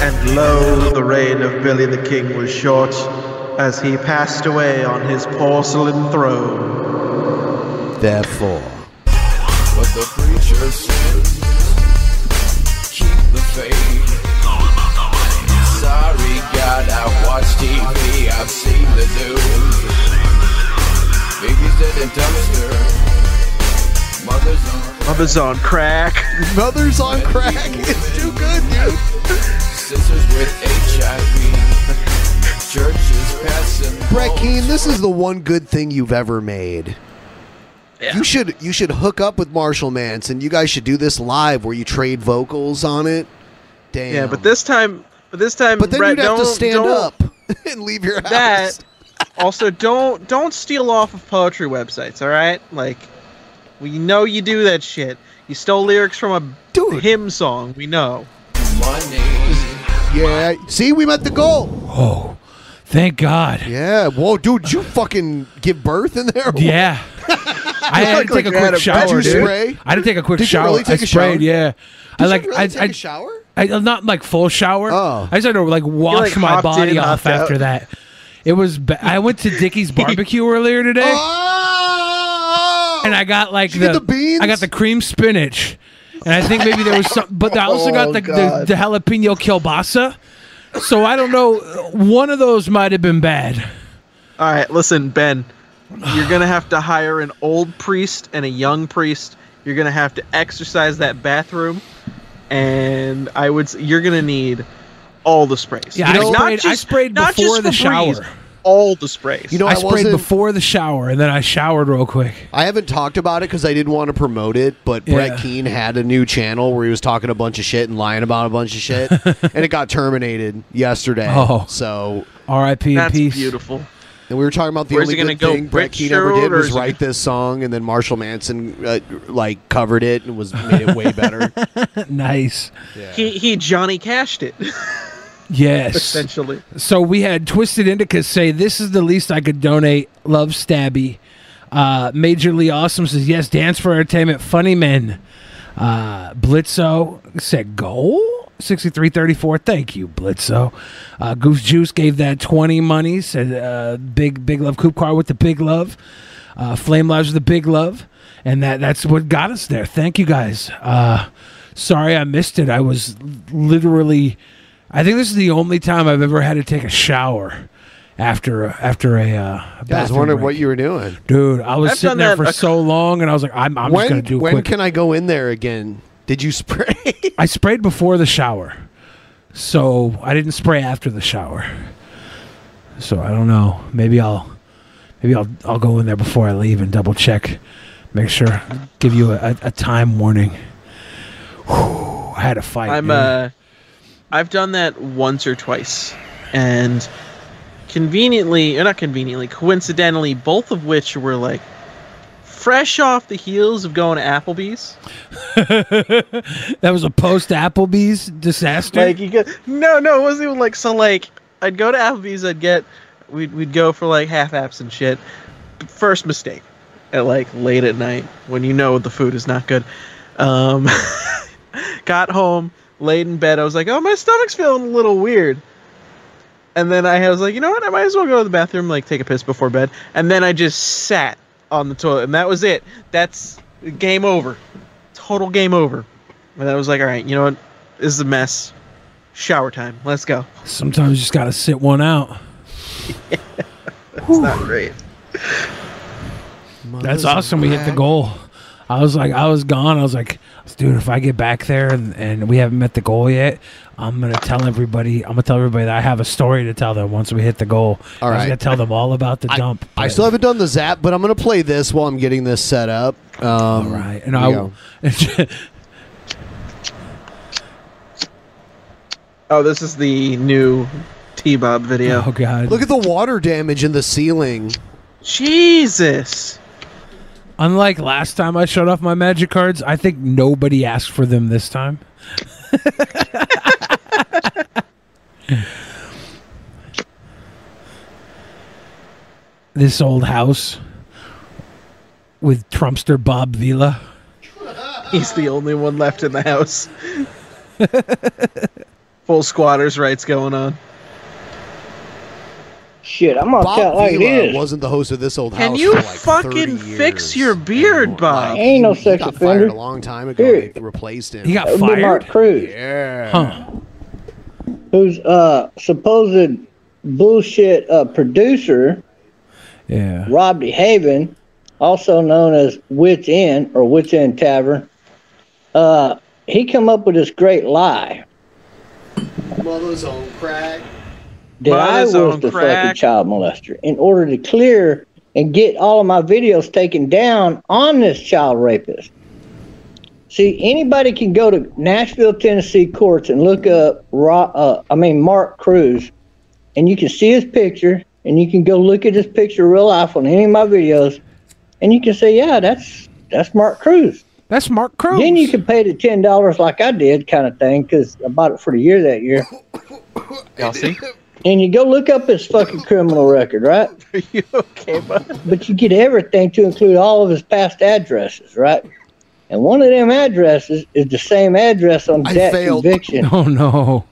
G: And lo, the reign of Billy the King was short as he passed away on his porcelain throne.
F: Therefore.
P: What the preacher said. Keep the faith. Sorry, God, I watch TV. I've seen the news. Baby's dead in dumpster. Mother's on E
G: Mother's on crack.
F: Mother's on crack. It's too good, dude.
P: Sisters with HIV. Churches passing.
F: Brett Keen, this is the one good thing you've ever made. You should you should hook up with Marshall Manson. You guys should do this live where you trade vocals on it. Damn.
G: Yeah, but this time, but this
F: *laughs*
G: time,
F: But then
G: Brett,
F: you'd have to
G: don't-
F: stand
G: don't-
F: up and leave your house.
G: That. Also, don't don't steal off of poetry websites. All right, like we know you do that shit. You stole lyrics from a hymn song. We know.
F: Yeah. See, we met the goal.
H: Oh, thank God.
F: Yeah. Whoa, dude, did you fucking give birth in there? *laughs*
H: Yeah. I had to
F: Like
H: take a
F: you had
H: quick
F: a-
H: shower.
F: Did you
H: dude.
F: spray?
H: I had to take a quick
F: Did you
H: shower.
F: really take
H: I
F: a shower?
H: sprayed, Yeah. I
F: you
H: like.
F: really
H: I,
F: take
H: I,
F: a shower?
H: I, not like full shower. Oh. I started to like wash
F: like,
H: my
F: hopped
H: body
F: in,
H: off
F: hopped out.
H: after that. It was. Ba- I went to
F: *laughs*
H: Dickie's barbecue earlier today, and I got like
F: Oh! you
H: the,
F: get the beans?
H: I got the cream spinach, and I think maybe there was some. But I also
F: *laughs* Oh,
H: got the, the
F: God.
H: the jalapeno kielbasa. So I don't know. One of those might have been bad.
G: All right, listen, Ben. You're gonna have to hire an old priest and a young priest. You're gonna have to exercise that bathroom, and I would. s- You're gonna need all the sprays.
H: Yeah, I sprayed-
G: not
H: I
G: just-
H: sprayed
G: not
H: before
G: just
H: the
G: Febreze,
H: shower.
G: All the sprays.
H: I, sprayed before the shower, and then I showered real quick.
F: I haven't talked about it because I didn't want to promote it, but
H: Yeah.
F: Brett Keene had a new channel where he was talking a bunch of shit and lying about a bunch
H: *laughs*
F: of shit, and it got terminated yesterday.
H: Oh.
F: So
H: R.I.P. in
F: That's
H: peace.
G: beautiful.
F: And we were talking about the
H: Where's
F: only
H: it gonna
F: good
H: go,
F: thing Brett
H: Rich
F: Keene ever
H: Sherwood,
F: did
H: or
F: was
H: is it
F: write this song, and then Marshall Manson uh, like covered it and was made it way
H: *laughs*
F: better.
H: nice.
G: He he Johnny cashed it.
H: Yes.
G: *laughs* Essentially.
H: So we had Twisted Indica say, This is the least I could donate. Love Stabby. Uh, Majorly Awesome says, Yes, Dance for Entertainment. Funny Men. Uh, Blitzo said, Goal? 6334. Thank you, Blitzo. Uh, Goose Juice gave that 20 money. Said, uh, Big big Love Coupe Car with the Big Love. Uh, Flame Lives with the Big Love. And that that's what got us there. Thank you guys. Uh, sorry I missed it. I was literally. I think this is the only time I've ever had to take a shower after after a. Uh,
F: I was
H: bathroom
F: wondering
H: break.
F: what you were doing.
H: dude. I was
F: I've
H: sitting
F: done
H: there
F: that
H: for
F: a-
H: so long, and I was like, I'm, I'm
F: when
H: just gonna do
F: when
H: quick.
F: can I go in there again? Did you spray?
H: *laughs* I sprayed before the shower, so I didn't spray after the shower. So I don't know. Maybe I'll maybe I'll I'll go in there before I leave and double check, make sure, give you a, a, a time warning. Whew, I had a fight.
G: I'm
H: dude.
G: uh I've done that once or twice. And conveniently or not conveniently, coincidentally, both of which were like fresh off the heels of going to Applebee's.
H: that was a post Applebee's disaster.
G: Like you get no, no, it wasn't even like so. Like I'd go to Applebee's, I'd get we'd we'd go for like half apps and shit. First mistake at like late at night when you know the food is not good. Um, *laughs* got home, laid in bed. I was like, oh, my stomach's feeling a little weird. And then I was like, you know what? I might as well go to the bathroom, like take a piss before bed. And then I just sat on the toilet, and that was it. That's game over, total game over. And I was like, all right, you know what? This is a mess. Shower time. Let's go.
H: Sometimes you just gotta sit one
F: *laughs*
H: out.
G: It's not great.
H: That's awesome. We hit the goal. I was like, I was gone. I was like, dude, if I get back there and, and we haven't met the goal yet, I'm gonna tell everybody. I'm gonna tell everybody that I have a story to tell them once we hit the goal.
F: All
H: I was
F: right.
H: gonna tell them all about the dump.
F: I still haven't done the zap, but I'm gonna play this while I'm getting this set up. Um, All
H: right, *laughs* and I will-
G: Oh, this is the new T Bob video.
H: Oh, God.
F: Look at the water damage in the ceiling.
G: Jesus.
H: Unlike last time *laughs* I showed off my magic cards, I think nobody asked for them this time. this old house with Trumpster Bob Vila.
G: He's the only one left in
F: *laughs*
G: the house. Full squatters' rights going on.
X: Shit, I'm
G: gonna
F: Bob
G: tell
F: Vila
G: like this.
F: wasn't the host of this old
G: Can
F: house.
G: you
F: for like 30
G: fucking
F: years.
G: fix your beard, Bob?
F: Ain't no sex got offender. Fired a long time ago. They replaced him.
G: He got
F: That would be
G: fired?
F: Mark
Q: Cruz.
F: Yeah.
Q: Who's uh supposed bullshit uh, producer,
H: yeah.
Q: Robbie Haven, also known as Witch End or Witch End Tavern. Uh, he come up with this great lie
F: Mother's on crack.
Q: that I
F: Mother's
Q: was
F: on
Q: the
F: crack.
Q: fucking child molester in order to clear and get all of my videos taken down on this child rapist. See, anybody can go to Nashville, Tennessee courts and look up, Ro- uh, I mean, Mark Cruz, and you can see his picture, and you can go look at his picture real life on any of my videos, and you can say, yeah, that's that's Mark Cruz.
H: That's Mark Cruz.
Q: Then you can pay the ten dollars like I did, kind of thing, because I bought it for the year that year.
G: Y'all see?
Q: And you go look up his fucking criminal record, right?
G: *laughs* Are you okay, bud?
Q: But you get everything to include all of his past addresses, right? And one of them addresses is the same address on
H: I
Q: that
H: failed.
Q: conviction
H: *laughs* Oh no.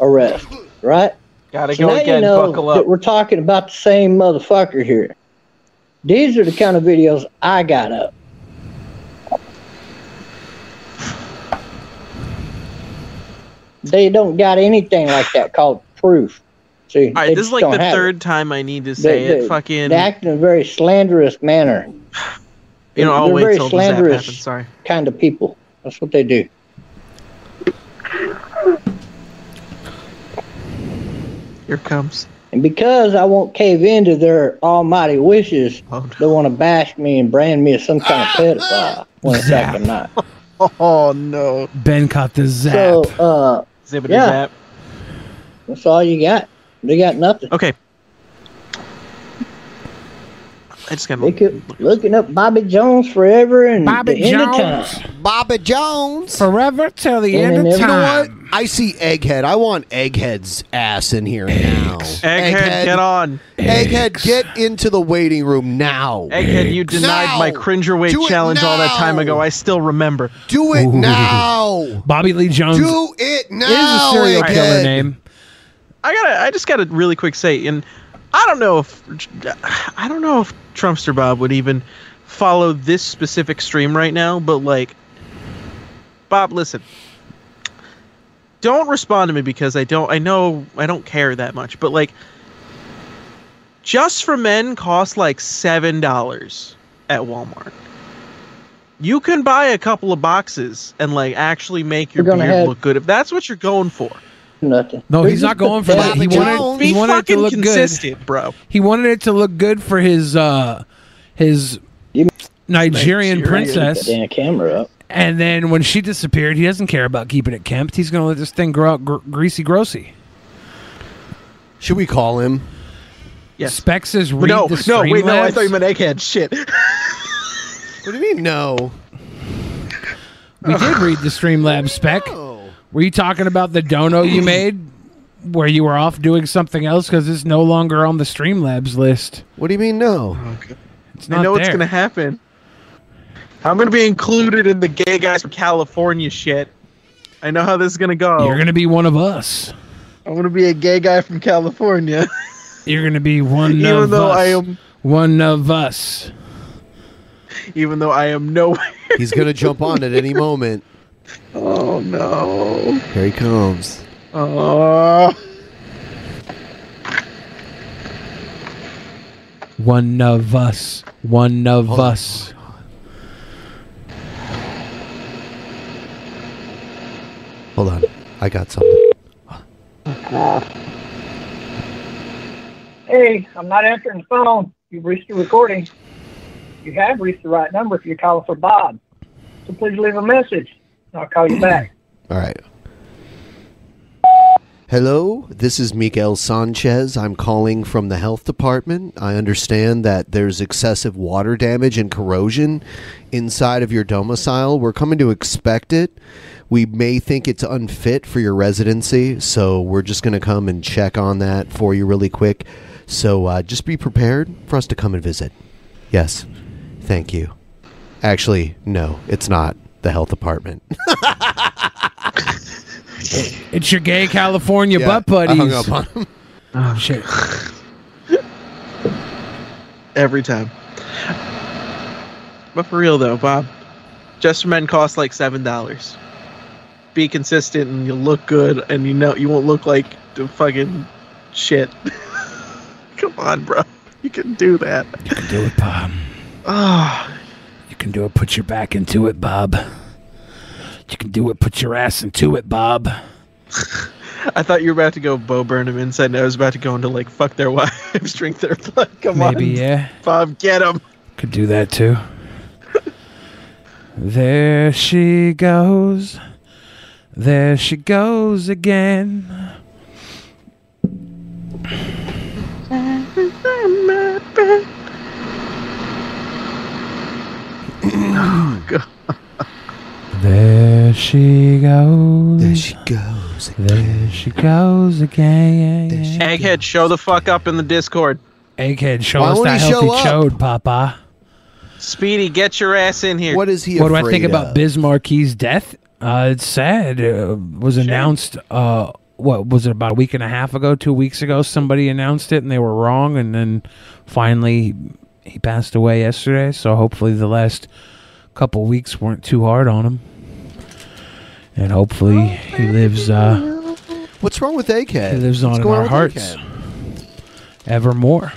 Q: arrest, right?
G: Gotta go again, buckle up.
Q: That we're talking about the same motherfucker here. These are the kind of videos I got up. They don't got anything like that called proof. See,
G: All right, this is like the third time I need to say it. Fucking,
Q: they act in a very slanderous manner.
G: you know, I'll
Q: they're
G: wait
Q: very
G: till this app
Q: slanderous.
G: happens. Sorry.
Q: kind of people. That's what they do.
G: Here comes.
Q: And because I won't cave into their almighty wishes,
G: Oh,
Q: they want to bash me and brand me as some kind of
G: *laughs*
Q: pedophile when in fact I'm not.
G: Oh no.
H: Ben caught the zap.
Q: So, uh,
G: Zippity
Q: yeah,
G: zap.
Q: that's all you got. They got nothing.
G: Okay. I just got
Q: They kept looking up Bobby Jones forever and
F: Bobby
Q: the end of
F: Jones.
Q: time.
F: Bobby Jones.
Q: Forever till the end of
F: You know what?
Q: time.
F: I see Egghead. I want Egghead's ass in here now.
G: Egghead, get on.
F: Egghead, get into the waiting room now.
G: Egghead, you denied my cringerweight
F: Do it
G: challenge all that time
F: now.
G: ago. I still remember.
F: Do it
G: Ooh.
F: now.
H: Bobby Lee Jones.
F: Do it now.
H: serial
F: Egghead.
H: killer name.
G: I gotta. I just gotta really quick say, and I don't know if I don't know if Trumpster Bob would even follow this specific stream right now, but like, Bob, listen. Don't respond to me because I don't. I know I don't care that much, but like, just for men costs like seven dollars at Walmart. You can buy a couple of boxes and like actually make your
Q: We're gonna
G: beard
Q: have-
G: look good if that's what you're going for.
Q: Nothing.
H: No, he's not going for that. He wanted,
G: Be
H: he wanted it to
G: fucking
H: look
G: consistent,
H: good,
G: bro.
H: He wanted it to look good for his uh, his Nigerian
Q: Nigerian.
H: princess.
Q: Put that camera up.
H: And then when she disappeared, he doesn't care about keeping it kempt. He's going to let this thing grow out gr- greasy, grossy.
F: Should we call him?
G: Yes.
H: Specs is read
G: No,
H: the
G: no, wait, no. I
H: Streamlabs.
G: thought you meant egghead. Shit.
F: What do you mean, no?
H: We did read the Streamlabs spec. Were you talking about the dono you made where you were off doing something else because it's no longer on the Streamlabs list?
F: What do you mean, no?
H: It's
G: I
H: not
G: know
H: there.
G: what's gonna happen. I'm gonna be included in the gay guys from California shit. I know how this is gonna go.
H: You're going to be one of us.
G: Oh. I'm gonna be a gay guy from California.
H: *laughs* You're going to be one
G: Even
H: of
G: though
H: us.
G: I am-
H: one of us.
G: Even though I am nowhere.
F: He's gonna jump on at any
G: *laughs*
F: moment.
G: Oh no!
F: Here he comes.
G: Oh.
H: One of us. One of
F: *laughs*
H: us.
F: Hold on. I got something.
G: Oh,
Q: Hey, I'm not answering the phone. You've reached the recording. You have reached the right number if you're calling for Bob. So please leave a message. and I'll call you back.
F: All right. Hello, this is Miguel Sanchez. I'm calling from the health department. I understand that there's excessive water damage and corrosion inside of your domicile. We're coming to expect it. We may think it's unfit for your residency, so we're just going to come and check on that for you really quick. So uh, just be prepared for us to come and visit. Yes, thank you. Actually, no, it's not the health department.
H: It's your gay California
F: Yeah,
H: butt buddies.
F: I hung up on him.
H: Oh
G: *laughs*
H: shit.
G: every time. But for real though, Bob, just men cost like seven dollars. Be consistent, and you'll look good, and you know you won't look like the fucking shit. *laughs* Come on, bro, you can do that.
H: You can do it, Bob.
G: Ah,
H: You can do it. Put your back into it, Bob. You can do it. Put your ass into it, Bob.
G: I thought you were about to go Bo Burnham inside, and I was about to go into like fuck their *laughs* wives, drink their blood. Come on,
H: Maybe, yeah.
G: Bob, get him.
H: Could do that
G: *laughs*
H: too. there she goes. There she goes again. There she goes. There she
F: goes.
H: There she goes again.
G: Egghead, show the fuck up in the Discord.
H: Egghead, show
G: Why
H: us
G: won't
H: that
G: he
H: healthy
G: show up?
H: chode, Papa.
G: Speedy, get your ass in here. What
F: is
H: What do I think about Bismarck's death? Uh, it's sad. Uh, was announced. Uh, what was it about a week and a half ago? Two weeks ago, somebody announced it and they were wrong, and then finally he passed away yesterday. So hopefully the last couple weeks weren't too hard on him, and hopefully he lives. Uh,
F: What's wrong with Egghead?
H: He lives on
F: What's
H: in
F: going
H: our
F: with
H: hearts
F: Egghead?
H: evermore.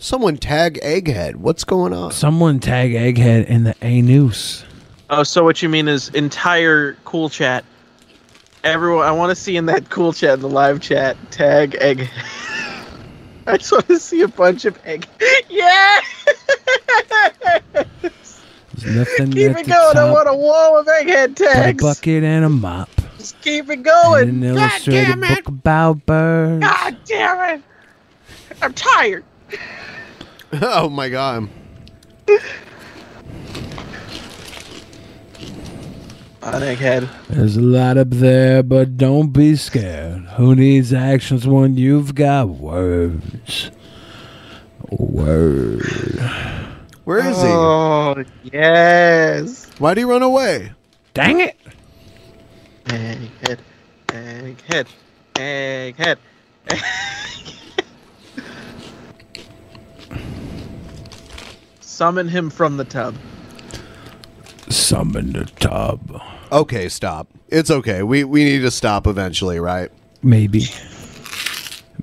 F: Someone tag Egghead. *laughs* What's going on?
H: Someone tag Egghead in the A noose.
G: Oh, so what you mean is entire cool chat. Everyone, I want to see in that cool chat, the live chat, tag egg. *laughs* I just want to see a bunch of egg. Yeah! *laughs*
H: Nothing
G: Keep
H: at the
G: it going. I
H: top
G: want a wall of egghead
H: but a
G: tags.
H: bucket and a mop.
G: Just keep it Ah! going.
H: an illustrated book about birds.
G: God damn it! I'm tired.
F: oh my god.
G: On egghead.
H: There's a lot up there, but don't be scared. Who needs actions when you've got words? Word.
F: Where is
G: he? Oh, yes.
F: Why'd he run away?
H: Dang it.
G: Egghead. Egghead. Egghead. *laughs* Summon him from the tub.
H: Summon the tub.
F: Okay, stop. It's okay. We we need to stop eventually, right?
H: Maybe.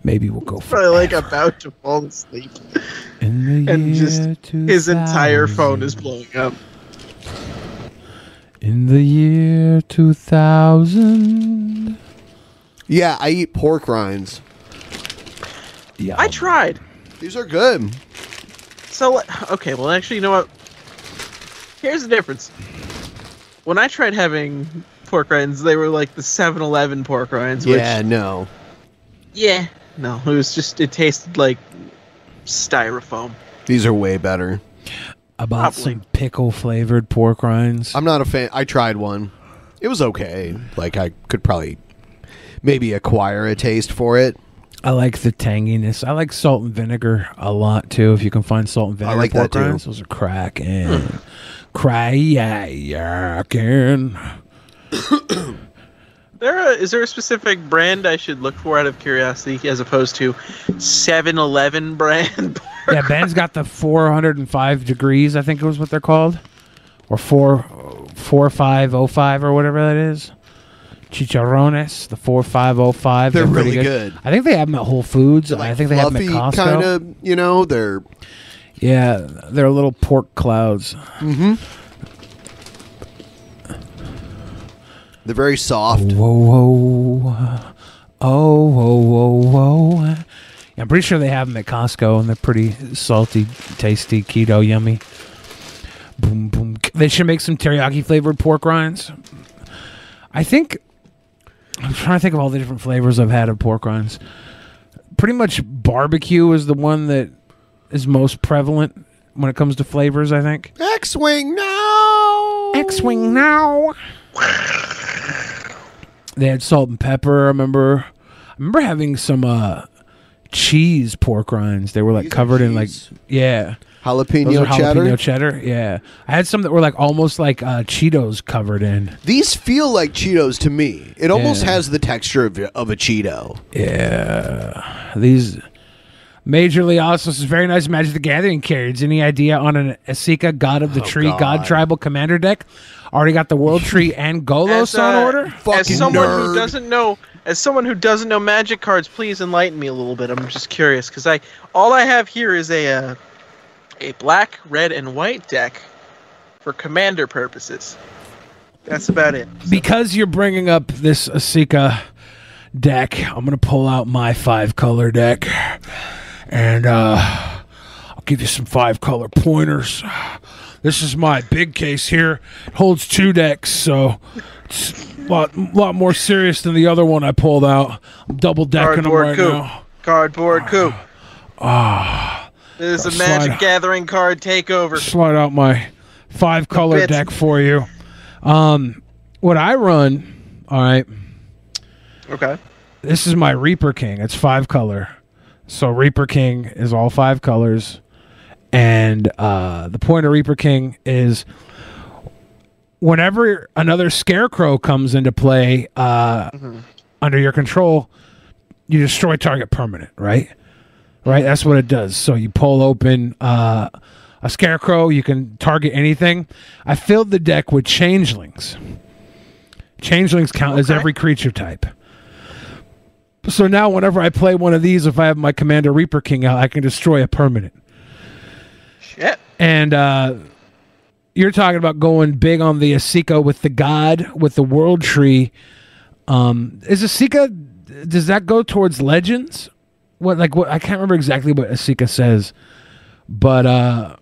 H: Maybe we'll go
G: Probably like about to fall asleep.
H: in the
G: And
H: year
G: just his entire phone is blowing up.
H: in the year 2000.
F: Yeah, I eat pork rinds.
H: Yeah.
G: I tried.
F: These are good.
G: So like, okay, well actually, you know what? Here's the difference. When I tried having pork rinds, they were like the 7-Eleven pork rinds, which
F: Yeah, no.
G: yeah, no, it was just it tasted like styrofoam.
F: These are way better.
H: About some pickle flavored pork rinds.
F: I'm not a fan. I tried one. It was okay. Like I could probably maybe acquire a taste for it.
H: I like the tanginess. I like salt and vinegar a lot too. If you can find salt and vinegar
F: like
H: pork
F: that, too. Hmm.
H: rinds, those are cracking, cracking.
G: There a, is there a specific brand I should look for out of curiosity as opposed to 7-Eleven brand?
H: Yeah, Ben's got the 405 degrees. I think it was what they're called, or four, four five oh five or whatever that is. Chicharrones, the four five oh five.
F: They're
H: pretty
F: really good.
H: I think they have them at Whole Foods. I think they have them at
F: Fluffy
H: Costco.
F: kind of, you know, they're
H: Yeah, they're little pork clouds.
F: Mm-hmm. they're very soft.
H: Whoa, whoa, oh, whoa, whoa, whoa. I'm pretty sure they have them at Costco, and they're pretty salty, tasty, keto, yummy. Boom, boom. They should make some teriyaki flavored pork rinds. I think I'm trying to think of all the different flavors I've had of pork rinds. Pretty much barbecue is the one that is most prevalent when it comes to flavors, I think.
F: X-wing now.
H: X-wing now. They had salt and pepper, I remember. I remember having some uh cheese pork rinds. They were like covered in like yeah. Those are
F: Jalapeno cheddar.
H: Jalapeno cheddar, yeah. I had some that were like almost like uh, Cheetos covered in.
F: These feel like Cheetos to me. It almost
H: Yeah.
F: has the texture of, of a Cheeto.
H: Yeah. These majorly awesome. This is very nice. Magic the Gathering cards. Any idea on an Asika God of the Tree God.
G: God.
H: Tribal Commander deck? Already got the World Tree and
G: As,
H: Golos on
G: uh,
H: order.
G: as someone who doesn't know, as someone who doesn't know magic cards, please enlighten me a little bit. I'm just curious because I all I have here is a uh, a black, red, and white deck for commander purposes. That's about it.
H: Because you're bringing up this Asika deck, I'm gonna pull out my five color deck, and uh, I'll give you some five color pointers. This is my big case here. It holds two decks, so it's a lot, lot more serious than the other one I pulled out. I'm double decking them
G: Cardboard
H: right
G: coup.
H: now.
G: Cardboard coup.
H: Ah,
G: This is a
H: Slide
G: magic
H: out.
G: gathering card takeover.
H: slide out my five color
G: bits.
H: deck for you. Um, what I run, all right.
G: Okay.
H: This is my Reaper King. It's five color. So Reaper King is all five colors. And uh, the point of Reaper King is whenever another scarecrow comes into play uh, under your control, you destroy target permanent, right? Right? That's what it does. So you pull open uh, a scarecrow, you can target anything. I filled the deck with changelings. Changelings count as every creature type. So now, whenever I play one of these, if I have my Commander Reaper King out, I can destroy a permanent.
G: Shit.
H: And uh, you're talking about going big on the Asika with the God, with the World Tree. Um, is Asika? Does that go towards Legends? What like what? I can't remember exactly what Asika says, but uh,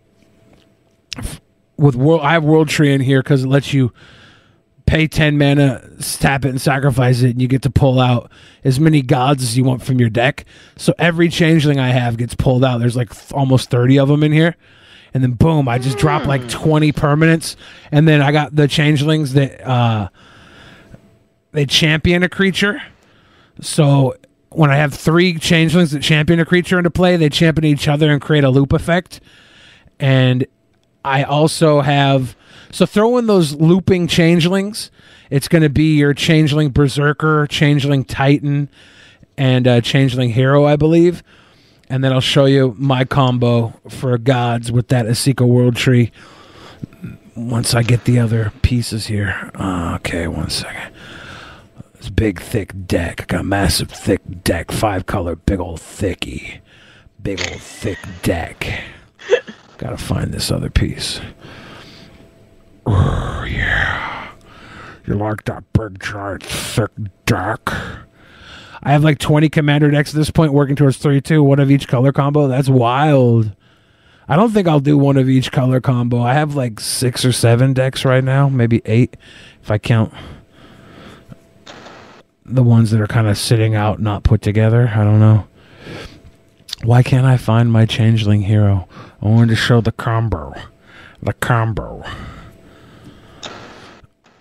H: f- with world, I have World Tree in here because it lets you pay 10 mana, s- tap it, and sacrifice it, and you get to pull out as many gods as you want from your deck. So every changeling I have gets pulled out. There's like th- almost 30 of them in here. And then boom, I just drop like 20 permanents. And then I got the changelings that uh, they champion a creature. So when I have three changelings that champion a creature into play, they champion each other and create a loop effect. And I also have so throw in those looping changelings. It's going to be your changeling berserker, changeling titan, and uh, changeling hero, I believe. And then I'll show you my combo for gods with that Asika world tree once I get the other pieces here. Uh, okay, one second. This big thick deck. I got a massive thick deck, five color, big old thicky, big old thick deck. Gotta find this other piece. Oh, yeah. You like that big giant thick deck? I have like 20 commander decks at this point, working towards 32, one of each color combo. That's wild. I don't think I'll do one of each color combo. I have like six or seven decks right now, maybe eight, if I count the ones that are kind of sitting out, not put together. I don't know. Why can't I find my changeling hero? I wanted to show the combo. The combo.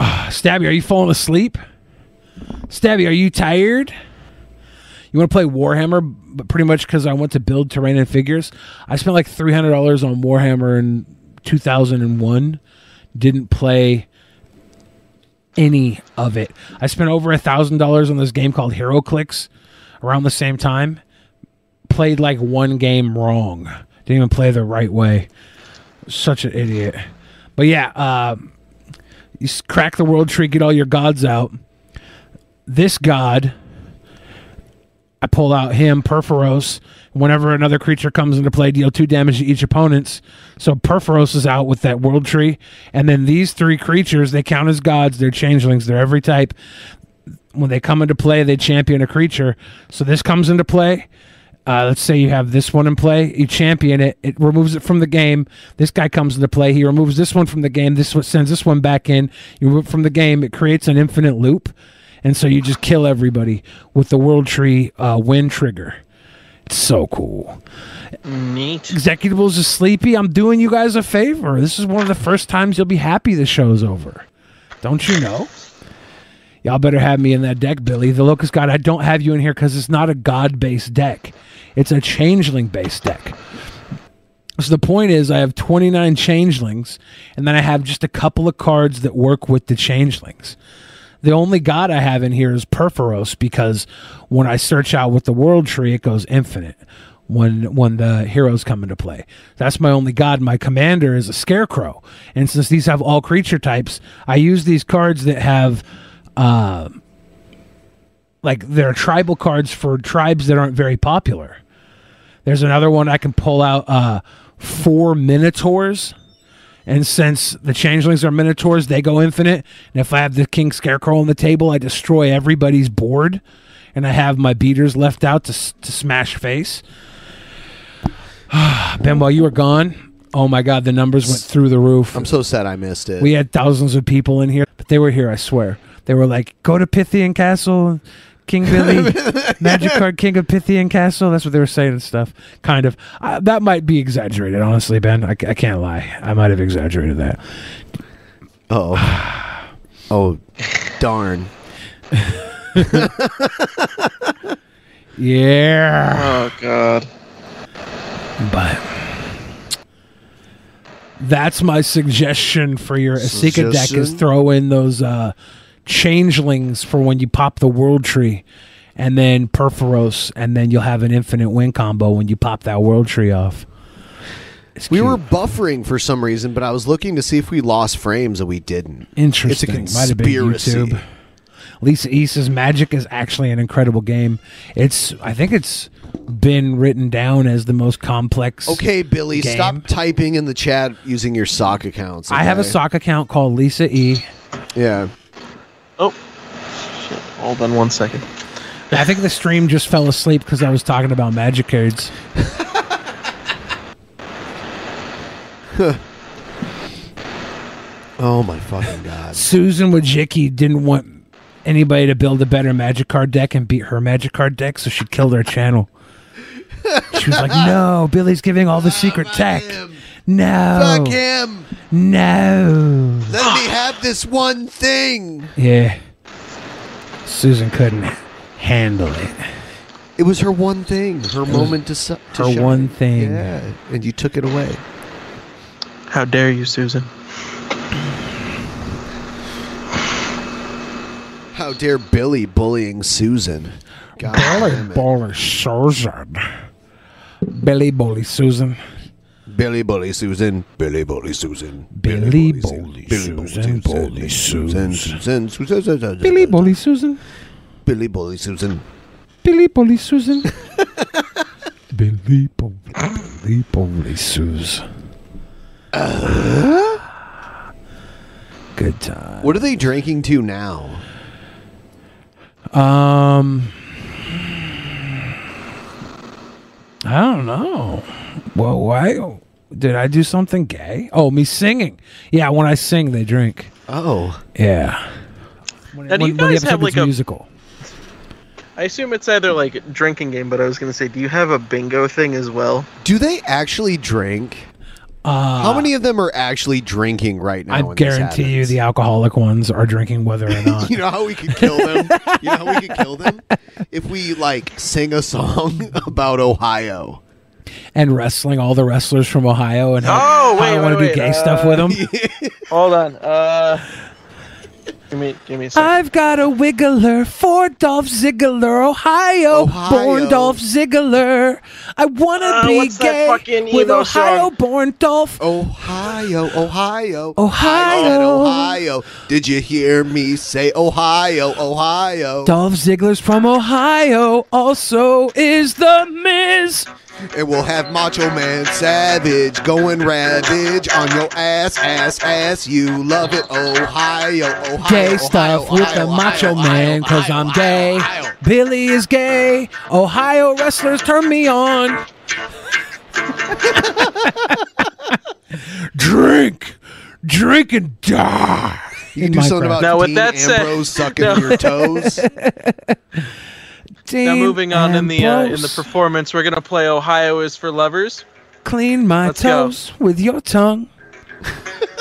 H: Ah, Stabby, are you falling asleep? Stabby, are you tired? You want to play Warhammer, but pretty much because I want to build terrain and figures. I spent like three hundred dollars on Warhammer in two thousand and one. Didn't play any of it. I spent over a thousand dollars on this game called HeroClix around the same time. Played like one game wrong. Didn't even play the right way. Such an idiot. But yeah, uh, you s- crack the world tree, get all your gods out. This god, I pull out him, Perforos. Whenever another creature comes into play, deal two damage to each opponent's. So Perforos is out with that world tree. And then these three creatures, they count as gods. They're changelings. They're every type. When they come into play, they champion a creature. So this comes into play. Uh, let's say you have this one in play. You champion it. It removes it from the game. This guy comes into play. He removes this one from the game. This one sends this one back in. You remove it from the game. It creates an infinite loop and so you just kill everybody with the World Tree uh, wind trigger. It's so cool.
G: Neat.
H: Executables is sleepy. I'm doing you guys a favor. This is one of the first times you'll be happy the show's over. Don't you know? Y'all better have me in that deck, Billy. The Locust God, I don't have you in here because it's not a God based deck, it's a changeling based deck. So the point is, I have 29 changelings, and then I have just a couple of cards that work with the changelings. The only god I have in here is Perforos because when I search out with the world tree, it goes infinite when when the heroes come into play. That's my only god. My commander is a scarecrow, and since these have all creature types, I use these cards that have. Uh, like there are tribal cards for tribes that aren't very popular. There's another one I can pull out uh, four minotaurs. And since the changelings are minotaurs, they go infinite. And if I have the King Scarecrow on the table, I destroy everybody's board. And I have my beaters left out to, s- to smash face. *sighs* ben, while you were gone, oh my God, the numbers went through the roof.
F: I'm so sad I missed it.
H: We had thousands of people in here, but they were here, I swear. They were like, go to Pythian Castle, King Billy, Magic Card King of Pythian Castle. That's what they were saying and stuff. Kind of. Uh, that might be exaggerated, honestly, Ben. I, c- I can't lie. I might have exaggerated that. *sighs*
F: Oh. oh, darn.
H: *laughs* Yeah.
G: Oh God.
H: But that's my suggestion for your Asika deck is
F: Suggestion?
H: throw in those uh, changelings for when you pop the world tree and then Perforos and then you'll have an infinite win combo when you pop that world tree off.
F: we were buffering for some reason, but I was looking to see if we lost frames and we didn't.
H: Interesting.
F: It's a
H: Might have been
F: conspiracy.
H: YouTube. Lisa East's Magic is actually an incredible game. It's I think it's been written down as the most complex
F: Okay, Billy,
H: game.
F: stop typing in the chat using your sock accounts.
H: I have a
F: okay?
H: sock account called Lisa E.
F: Yeah.
G: Oh. Shit. Hold on one second.
H: I think the stream just fell asleep because I was talking about magic
F: *laughs*
H: cards.
F: oh my fucking god.
H: Susan Wojcicki didn't want anybody to build a better magic card deck and beat her magic card deck, so she killed her channel. She was like, "No, Billy's giving
F: *laughs*
H: all the secret tech. No,
F: Fuck him.
H: No,
F: Let me have this one thing.
H: yeah." Susan couldn't handle it.
F: It was her one thing, her moment to, su- to
H: her
F: shine.
H: one thing.
F: Yeah, and you took it away.
G: How dare you, Susan?
F: How dare Billy bullying Susan? God damn
H: Billy
F: it.
H: Bully Susan. Billy Bully Susan.
F: Billy Bully Susan. Billy Bully Susan.
H: Billy Bully Susan. Bully
F: Susan. Susan. Susan. Susan.
H: Billy Bully Susan.
F: Billy Bully Susan.
H: Billy Bully
F: *laughs*
H: Susan. Billy Bully. Billy Bully Susan.
F: Uh-huh.
H: Good time.
F: What are they drinking to now?
H: Um, I don't know. Well, why did I do something gay? Oh, me singing. Yeah, when I sing, they drink.
F: Oh,
H: yeah.
G: Now, do you
H: When- when the
G: guys
H: episode
G: have
H: gets
G: like a? I
H: musical?
G: assume it's either like a drinking game, but I was gonna say, do you have a bingo thing as well?
F: Do they actually drink?
H: Uh,
F: How many of them are actually drinking right now?
H: I
F: when this
H: guarantee you, the alcoholic ones are drinking whether or not.
F: *laughs*
G: *laughs*
F: You know how we could kill them? you know how we could kill them? If we like sing a song *laughs* about Ohio.
H: and wrestling all the wrestlers from Ohio and how,
G: Oh, wait,
H: how I
G: wait,
H: want to do
G: wait, uh,
H: gay stuff with them.
G: *laughs* Hold on. Uh. Give me, give me a second.
H: I've got a wiggler for Dolph Ziggler, Ohio, born Dolph Ziggler. I wanna
G: Uh,
H: be
G: what's that
H: gay
G: fucking
H: with
G: emo
H: Ohio
G: song?
H: born Dolph.
F: Ohio, Ohio,
H: Ohio.
F: I said Ohio. Did you hear me say Ohio, Ohio?
H: Dolph Ziggler's from Ohio, also is the Miz.
F: And we'll have Macho Man Savage going ravage on your ass, ass, ass. You love it, Ohio, Ohio.
H: Gay stuff with the Macho Man, cause I'm gay. Billy is gay. Ohio wrestlers turn me on. *laughs* Drink, drink and die.
F: You can do something about
G: Now, with
F: Dean
G: that said- *laughs*
F: Ambrose sucking
G: No.
H: *laughs*
F: your toes.
G: now
H: Dean
G: moving on in the uh, in the
H: Ambrose.
G: performance, we're gonna play "Ohio is for Lovers."
H: Clean my
G: Let's go.
H: toes with your
F: *laughs*
H: tongue.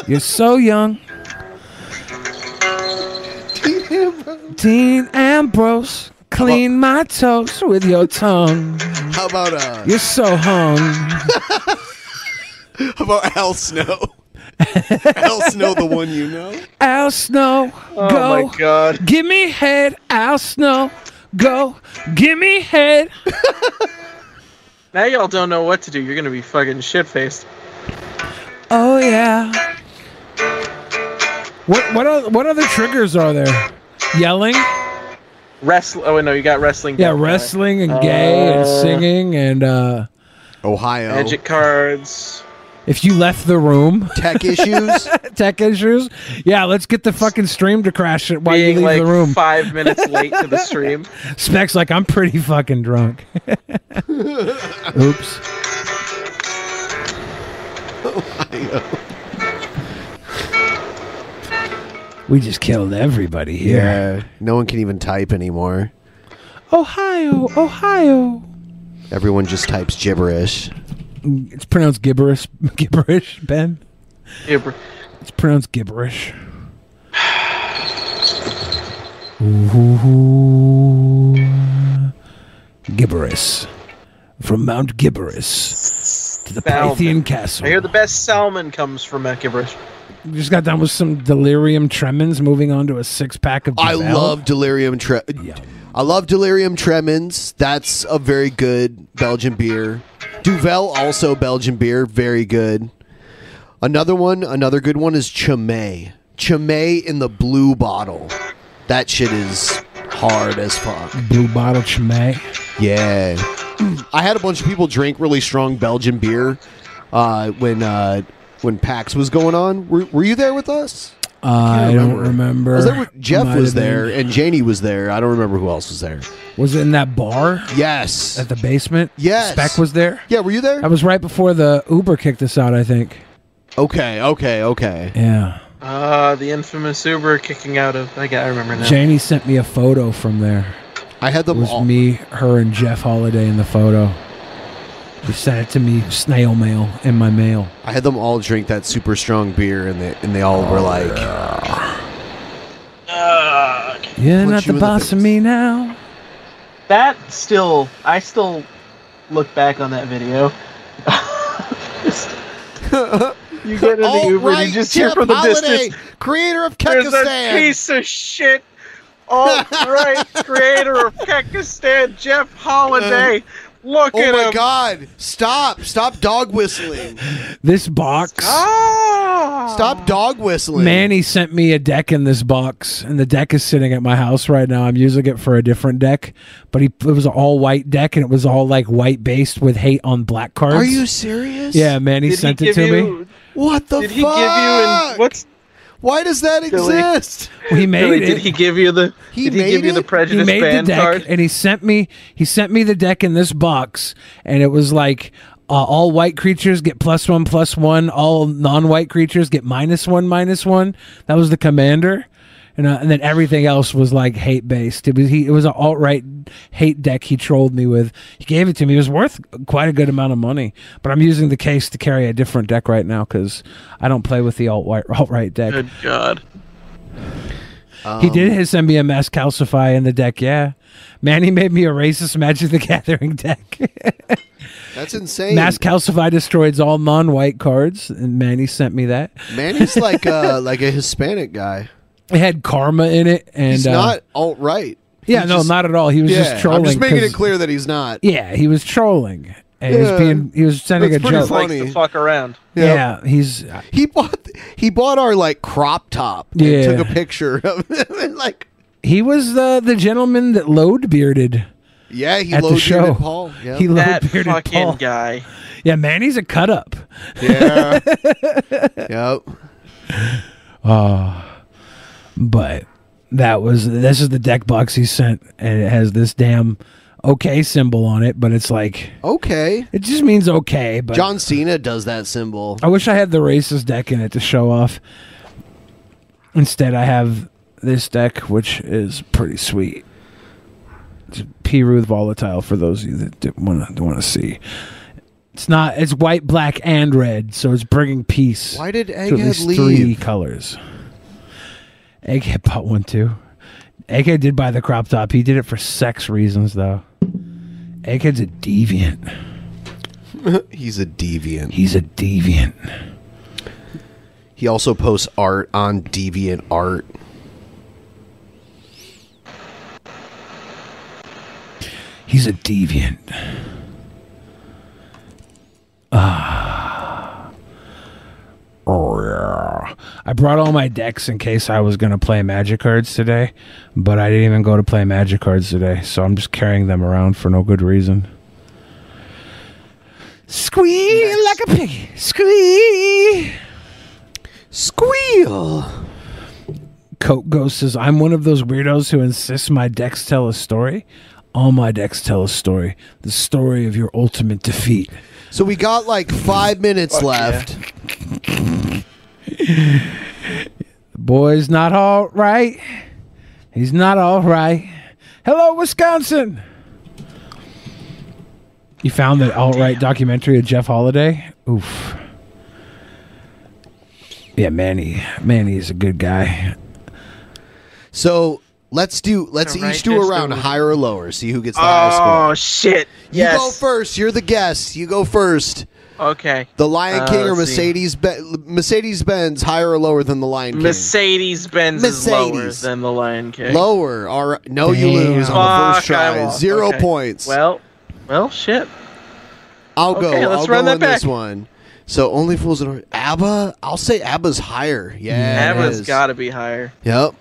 H: You're so young. Dean Ambrose, clean my toes with
F: *laughs*
H: your tongue.
F: How about uh?
H: You're so hung.
F: How about Al Snow? *laughs* Al Snow, the one you know.
H: *laughs*
G: *laughs*
H: Al Snow,
F: Oh
H: go.
F: my God.
H: Give me head, Al Snow, go. Give me head.
G: Now y'all don't know what to do. You're gonna be fucking shit faced.
H: Oh yeah. What what oth- what other triggers are there? Yelling?
G: Wrestle. Oh wait, no, you got wrestling.
H: Yeah,
G: down, right?
H: wrestling and gay and
G: Uh,
H: singing and uh
F: Ohio.
G: Magic cards.
H: If you left the room, *laughs*
F: Tech issues?
H: tech issues. Yeah, let's get the fucking stream to crash it while you
G: Being
H: leave
G: like
H: the room.
G: five
H: *laughs*
G: minutes late to
F: *laughs*
G: the stream.
H: Specs like I'm pretty fucking drunk. Oops. We just killed everybody
F: here. No one can even type anymore.
H: Ohio, Ohio.
F: Everyone just types gibberish.
H: It's pronounced gibberish. Gibberish, Ben.
G: Gibber-
H: It's pronounced gibberish. Ooh. Gibberish. From Mount Gibberish to the
G: Salmon.
H: Pythian Castle.
G: I hear the best salmon comes from that gibberish.
H: We just got done with some delirium tremens, moving on to a six pack of.
F: I
H: Javel.
F: love delirium. Tre- I love delirium tremens. That's a very good Belgian beer. Duvel also Belgian beer, very good. Another one, another good one is Chimay. Chimay in the blue bottle. That shit is hard as fuck.
H: blue bottle chimay.
F: Yeah. *clears throat* I had a bunch of people drink really strong Belgian beer uh, when uh, when PAX was going on. Were, were you there with us?
H: Uh, I don't remember.
F: I was there with- Jeff
H: Might
F: was
H: have been.
F: there and Janie was there. I don't remember who else was there.
H: Was it in that bar?
F: Yes.
H: At the basement.
F: Yes.
H: Spec was there.
F: Yeah, were you there?
H: I was right before the Uber kicked us out. I think.
F: Okay, okay, okay.
H: Yeah.
G: Ah, the infamous Uber kicking out of. I, got, I remember now.
H: Janie sent me a photo from there.
F: I had them
H: It was
F: all-
H: me, her, and Jeff Holiday in the photo. She sent it to me snail mail in my mail.
F: I had them all drink that super strong beer and they and they all were like
H: You're
F: Punch
H: not
F: you
H: the
F: in the
H: boss of me now.
G: That still, I still look back on that video. you get in the
F: All
G: Uber,
F: right,
G: you just
F: Jeff
G: hear from the
F: Holiday,
G: distance.
F: creator of
G: There's
F: Kekistan."
G: a piece of shit. Oh. All right, creator of Kekistan, Jeff Holiday. Look
F: Oh
G: at
F: my
G: him.
F: god, stop, stop dog whistling.
H: *laughs* This box.
F: Stop dog whistling.
H: Manny sent me a deck in this box, and the deck is sitting at my house right now. I'm using it for a different deck, but he it was an all white deck, and it was all like white based with hate on black cards.
F: Are you serious?
H: Yeah, Manny sent it to me.
F: *laughs* What the
G: Did
F: fuck?
G: he give you an, what's
F: Why does that
G: Billy.
F: exist?
H: He made
G: Billy,
H: it.
G: Did he give you the?
H: He
G: did he give you the prejudice
H: he made
G: band
H: the deck,
G: card?
H: and he sent me he sent me the deck in this box, and it was like uh, all white creatures get plus one plus one, all non-white creatures get minus one minus one. That was the commander, and uh, and then everything else was like hate based. It was he it was an alt right hate deck he trolled me with. He gave it to me. It was worth quite a good amount of money, but I'm using the case to carry a different deck right now because I don't play with the alt white alt right deck.
G: Good God.
H: He
F: Um,
H: did his send me a mass calcify in the deck, yeah. Manny made me a racist Magic the Gathering deck.
F: *laughs* That's insane.
H: mass calcify destroys all non-white cards, and Manny sent me that.
F: Manny's
H: *laughs*
F: like a like a Hispanic guy.
H: It had karma in it, and
F: he's
H: uh,
F: not alt right.
H: Yeah, no, not at all. He was just trolling.
F: I'm just making
H: 'cause-
F: it clear that he's not.
H: Yeah, he was trolling, and he
F: Yeah.
H: was being he was sending
F: That's
H: a
F: pretty
H: joke.
F: funny.
G: Likes to fuck around.
H: Yeah. he's
F: he bought he bought our like crop top. and
H: Yeah.
F: took a picture of it. *laughs* like
H: He was the the gentleman that load bearded.
F: yeah, he
H: at
F: low
H: the show.
F: Paul. Yeah.
H: He low
G: That
H: bearded
G: fucking
H: Paul.
G: guy.
H: Yeah, Manny's a cut up. *laughs*
F: Yeah. yep.
H: Oh, but that was this is the deck box he sent, and it has this damn okay symbol on it, but it's like
F: okay.
H: It just means okay. But
G: *laughs*
F: John Cena does that symbol.
H: I wish I had the racist deck in it to show off. Instead, I have this deck, which is pretty sweet. It's P. Ruth Volatile for those of you that want to want to see. It's not. It's white, black, and red, so it's bringing peace.
F: Why did
H: to
F: Egghead
H: at least three
F: leave?
H: colors? Egghead bought one too. Egghead did buy the crop top. He did it for sex reasons, though. Egghead's a deviant.
F: He's a deviant.
H: He's a deviant.
F: He also posts art on Deviant Art.
H: He's a deviant. Ah. Oh, yeah. I brought all my decks in case I was going to play magic cards today, but I didn't even go to play magic cards today, so I'm just carrying them around for no good reason. Squeal like a piggy. Squeal.
F: Squeal.
H: Coke Ghost says, I'm one of those weirdos who insists my decks tell a story. All my decks tell a story. The story of your ultimate defeat.
F: So we got like five minutes left.
H: *laughs* Boy's not all right. He's not all right. Hello, Wisconsin. You found that alt right documentary of Jeff Holiday? Oof. Yeah, Manny. Manny is a good guy.
F: So let's do let's
H: Alright,
F: each do a
H: just
F: round
H: do-
F: higher or lower. See who gets the highest score.
G: Oh shit!
F: You
G: Yes.
F: go first. You're the guest. You go first.
D: Oh,
G: Okay.
F: The Lion
G: Uh,
F: King or
G: let's see.
F: Mercedes Be- Mercedes Benz higher or lower than the Lion King?
G: Mercedes Benz is lower
F: Mercedes.
G: than the Lion King.
F: Lower. All right. No, you lose on the first
G: Fuck, I
F: try.
G: lost.
F: Zero
G: Okay.
F: points.
G: Well, well, shit.
F: I'll
G: Okay,
F: go.
G: let's
F: I'll
G: run
F: go
G: that
F: on this
G: back.
F: one. So only fools and Or- ABBA. I'll say ABBA's higher. Yeah, it
G: Mm-hmm. Abba's
F: is.
G: got to be higher.
F: Yep.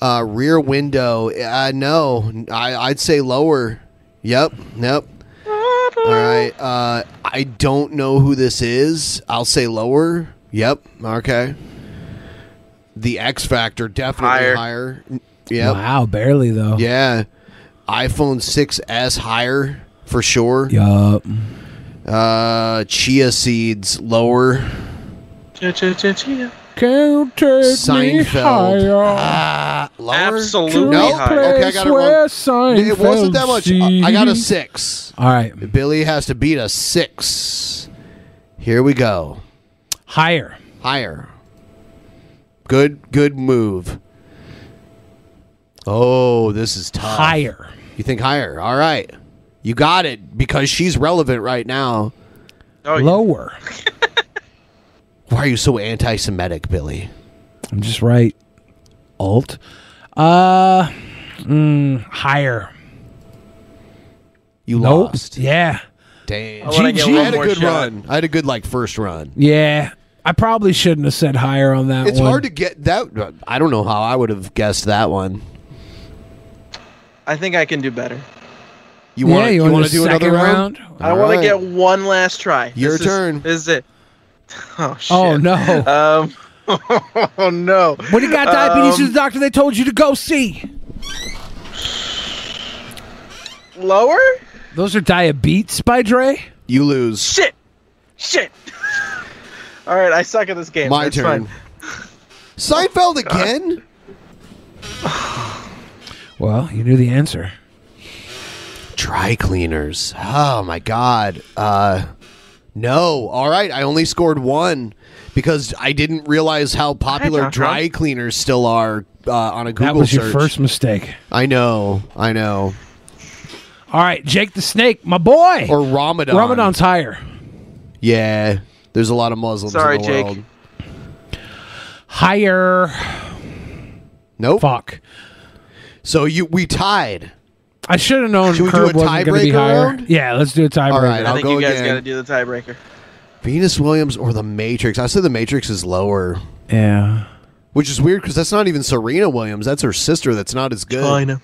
F: Uh, rear window. Uh, no, I, I'd say lower. Yep. Yep. All right. Uh, I don't know who this is. I'll say lower. Yep. Okay. The X Factor definitely higher.
H: Higher.
F: Yep.
H: Wow, barely though.
F: Yeah. iPhone 6s higher for sure.
H: Yup.
F: Uh, chia seeds lower.
H: Can't take me
F: Seinfeld.
H: higher.
F: Uh, Lower?
H: Absolutely
F: Nope.
H: higher.
F: Okay, I got it wrong.
H: Place where
F: It wasn't that much. I I got a
H: Seinfeld
F: six.
H: All right.
F: Billy has to beat a six. Here we go.
H: Higher.
F: Higher. Good. Good move. Oh, this is tough.
H: Higher.
F: You think higher? All right. You got it because she's relevant right now.
H: Oh, Lower.
F: *laughs* Why are you so anti-Semitic, Billy?
H: I'm just right. Alt. Uh, mm, higher.
F: You
H: Nope.
F: lost.
H: Yeah.
F: Damn.
H: I wanna get Gee, one
F: I had a
H: more
F: good
H: shot.
F: run. I had a good like first run.
H: Yeah. I probably shouldn't have said higher on that
F: it's
H: one.
F: hard to get that. I don't know how I would have guessed that one.
G: I think I can do better.
F: You
H: Yeah,
F: want?
H: you
F: you
H: want
F: want
H: a
F: to do another
H: second
F: round?
G: I want to get one last try.
F: Your
G: This is-
F: turn.
G: this is it? *laughs* Oh shit.
H: Oh, no.
G: Um. *laughs* oh no.
H: When you got diabetes
G: Um,
H: to the doctor, they told you to go see.
G: Lower?
H: Those are diabetes by Dre.
F: You lose.
G: Shit. Shit. *laughs* All right, I suck at this game.
F: My
G: That's
F: turn.
G: *laughs* Fine. Oh,
F: Seinfeld again?
H: Well, you knew the answer.
F: Dry cleaners. Oh my god. Uh, no. All right. I only scored one because I didn't realize how popular
H: Joshua.
F: dry cleaners still are uh, on a Google
H: that was
F: search.
H: your first mistake.
F: I know. I know.
H: All right, Jake the Snake, my boy.
F: Or Ramadan.
H: Ramadan's higher.
F: Yeah. There's a lot of Muslims
H: Sorry,
F: in the
H: Jake.
F: world.
H: Higher.
F: Nope.
H: Fuck.
F: So you we tied.
H: I should have known
F: Should we do
H: Curb
F: a
H: wasn't going to be
F: tiebreaker
H: higher.
F: round?
H: Yeah, let's do a tiebreaker.
F: All right, I'll
G: I think
F: go
G: you guys
F: again.
G: got to do the tiebreaker.
F: Venus Williams or The Matrix? I said The Matrix is lower.
H: Yeah.
F: Which is weird because that's not even Serena Williams. That's her sister. That's not as good.
G: China.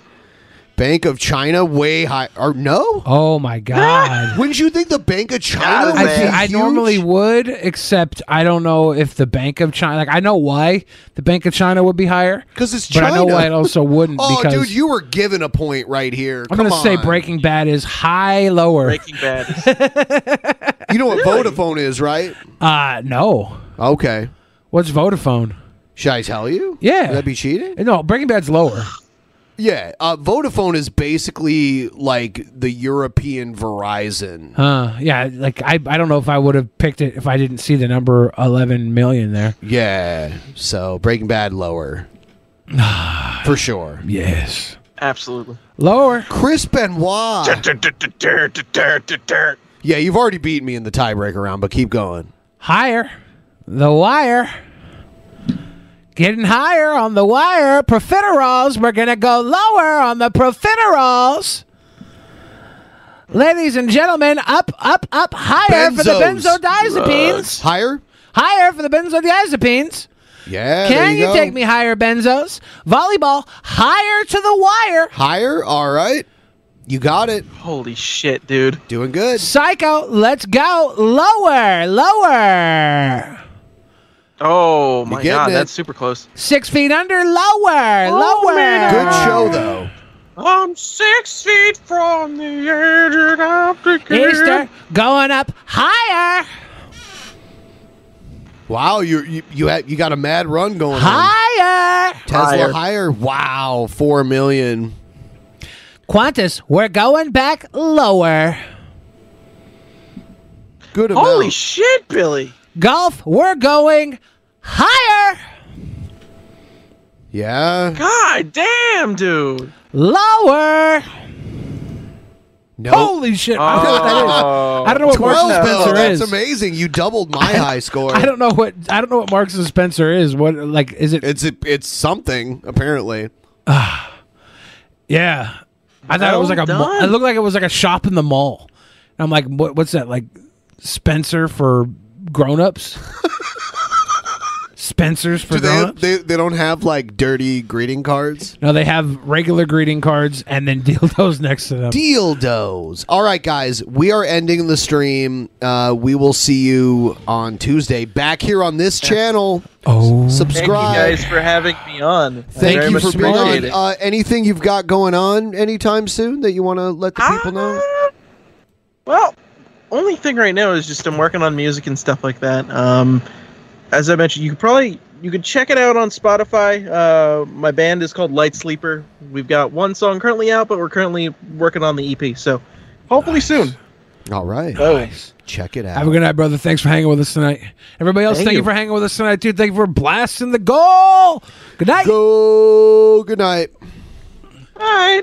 F: Bank of China way high. Or no?
H: Oh
F: *laughs*
H: my god.
F: Wouldn't you think the Bank of China?
H: I,
F: would be
H: thi- I
F: huge?
H: normally would, except I don't know if the Bank of China. Like I know why the Bank of China would be higher
F: because it's
H: But I know
F: China.
H: why it also wouldn't.
F: *laughs* Oh,
H: because
F: dude, you were given a point right here.
H: I'm
F: Come
H: gonna
F: on.
H: say Breaking Bad is high lower.
G: Breaking Bad.
H: *laughs*
F: You know what Vodafone is, right?
H: uh no.
F: Okay.
H: What's Vodafone?
F: Should I tell you?
H: Yeah.
F: Would that be cheating?
H: No, Breaking Bad's
F: *sighs*
H: lower.
F: Yeah. Uh, Vodafone is basically like the European Verizon.
H: Uh, yeah, like I, I don't know if I would have picked it if I didn't see the number 11 million there.
F: Yeah. So Breaking
H: *sighs*
F: Bad lower. For sure.
H: Yes.
G: Absolutely.
H: Lower.
F: Chris Benoit. Yeah, you've already beat me in the tiebreaker round, but keep going.
H: Higher. The wire. Getting higher on the wire. Profiteroles. We're going to go lower on the profiteroles. Ladies and gentlemen, up, up, up, higher for the
F: Benzos. Uh,
H: benzodiazepines.
F: Higher?
H: Higher for the benzodiazepines.
F: Yeah. there
H: Can
F: you
H: you,
F: go.
H: take me higher, benzos? Volleyball, higher to the wire.
F: Higher? All right. You got it.
G: Holy shit, dude.
F: Doing good.
H: Psycho, let's go. Lower, lower.
G: Oh my
H: getting
G: god,
H: it.
G: that's super close.
H: Six feet under, lower, lower.
G: Good show,
F: though.
G: I'm six feet from the edge of the
H: Easter going up higher,
F: Wow, you you you, had, you got a mad run going. on.
H: higher.
F: Tesla higher. Wow, four million.
H: Qantas, we're going back lower.
F: Good
G: Holy shit, Billy.
H: Golf, we're going higher,
F: Yeah.
G: God damn, dude.
H: lower.
F: No.
H: Holy shit. I don't know what that is.
G: Oh.
H: I don't know what Mark Spencer
F: that's
H: is.
F: amazing. You doubled my high score.
H: *laughs* I don't know what I don't know what Marks and Spencer is. What like is it?
F: It's a, it's something apparently.
H: *sighs* Yeah, I thought it
F: Well
H: was like a. Mall.
F: done.
H: It looked like it was like a shop in the mall. And I'm like, what, what's that? Like Spencer for grown-ups? *laughs* Spencer's for
F: Do they,
H: grown-ups?
F: they they don't have like dirty greeting cards?
H: No, they have regular greeting cards and then *laughs* dildos next to them.
F: Dildos. All right, guys, we are ending the stream. Uh, we will see you on Tuesday back here on this channel. Oh, subscribe.
G: Thank you guys for having me on.
F: Thank
G: Very
F: you
G: much
F: for being on.
G: appreciate it.
F: Uh, anything you've got going on anytime soon that you want to let the people know?
G: Well, only thing right now is just I'm working on music and stuff like that. Um, as I mentioned, you could probably you could check it out on Spotify. Uh, my band is called Light Sleeper. We've got one song currently out, but we're currently working on the EP. So hopefully soon.
F: All right. Check it out.
H: Have a good night, brother. Thanks for hanging with us tonight. Everybody else,
F: Thank
H: thank, you.
F: you.
H: for hanging with us tonight, too. Thank you for blasting the goal. Good night.
F: Go. Good night.
G: All right.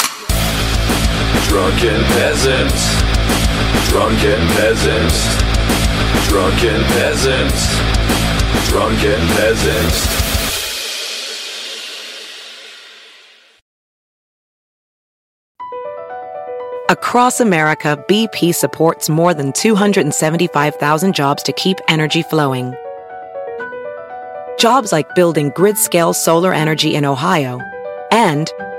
B: Drunken peasants. Drunken peasants. Drunken peasants. Drunken peasants.
S: Across America, BP supports more than 275,000 jobs to keep energy flowing. Jobs like building grid scale solar energy in Ohio and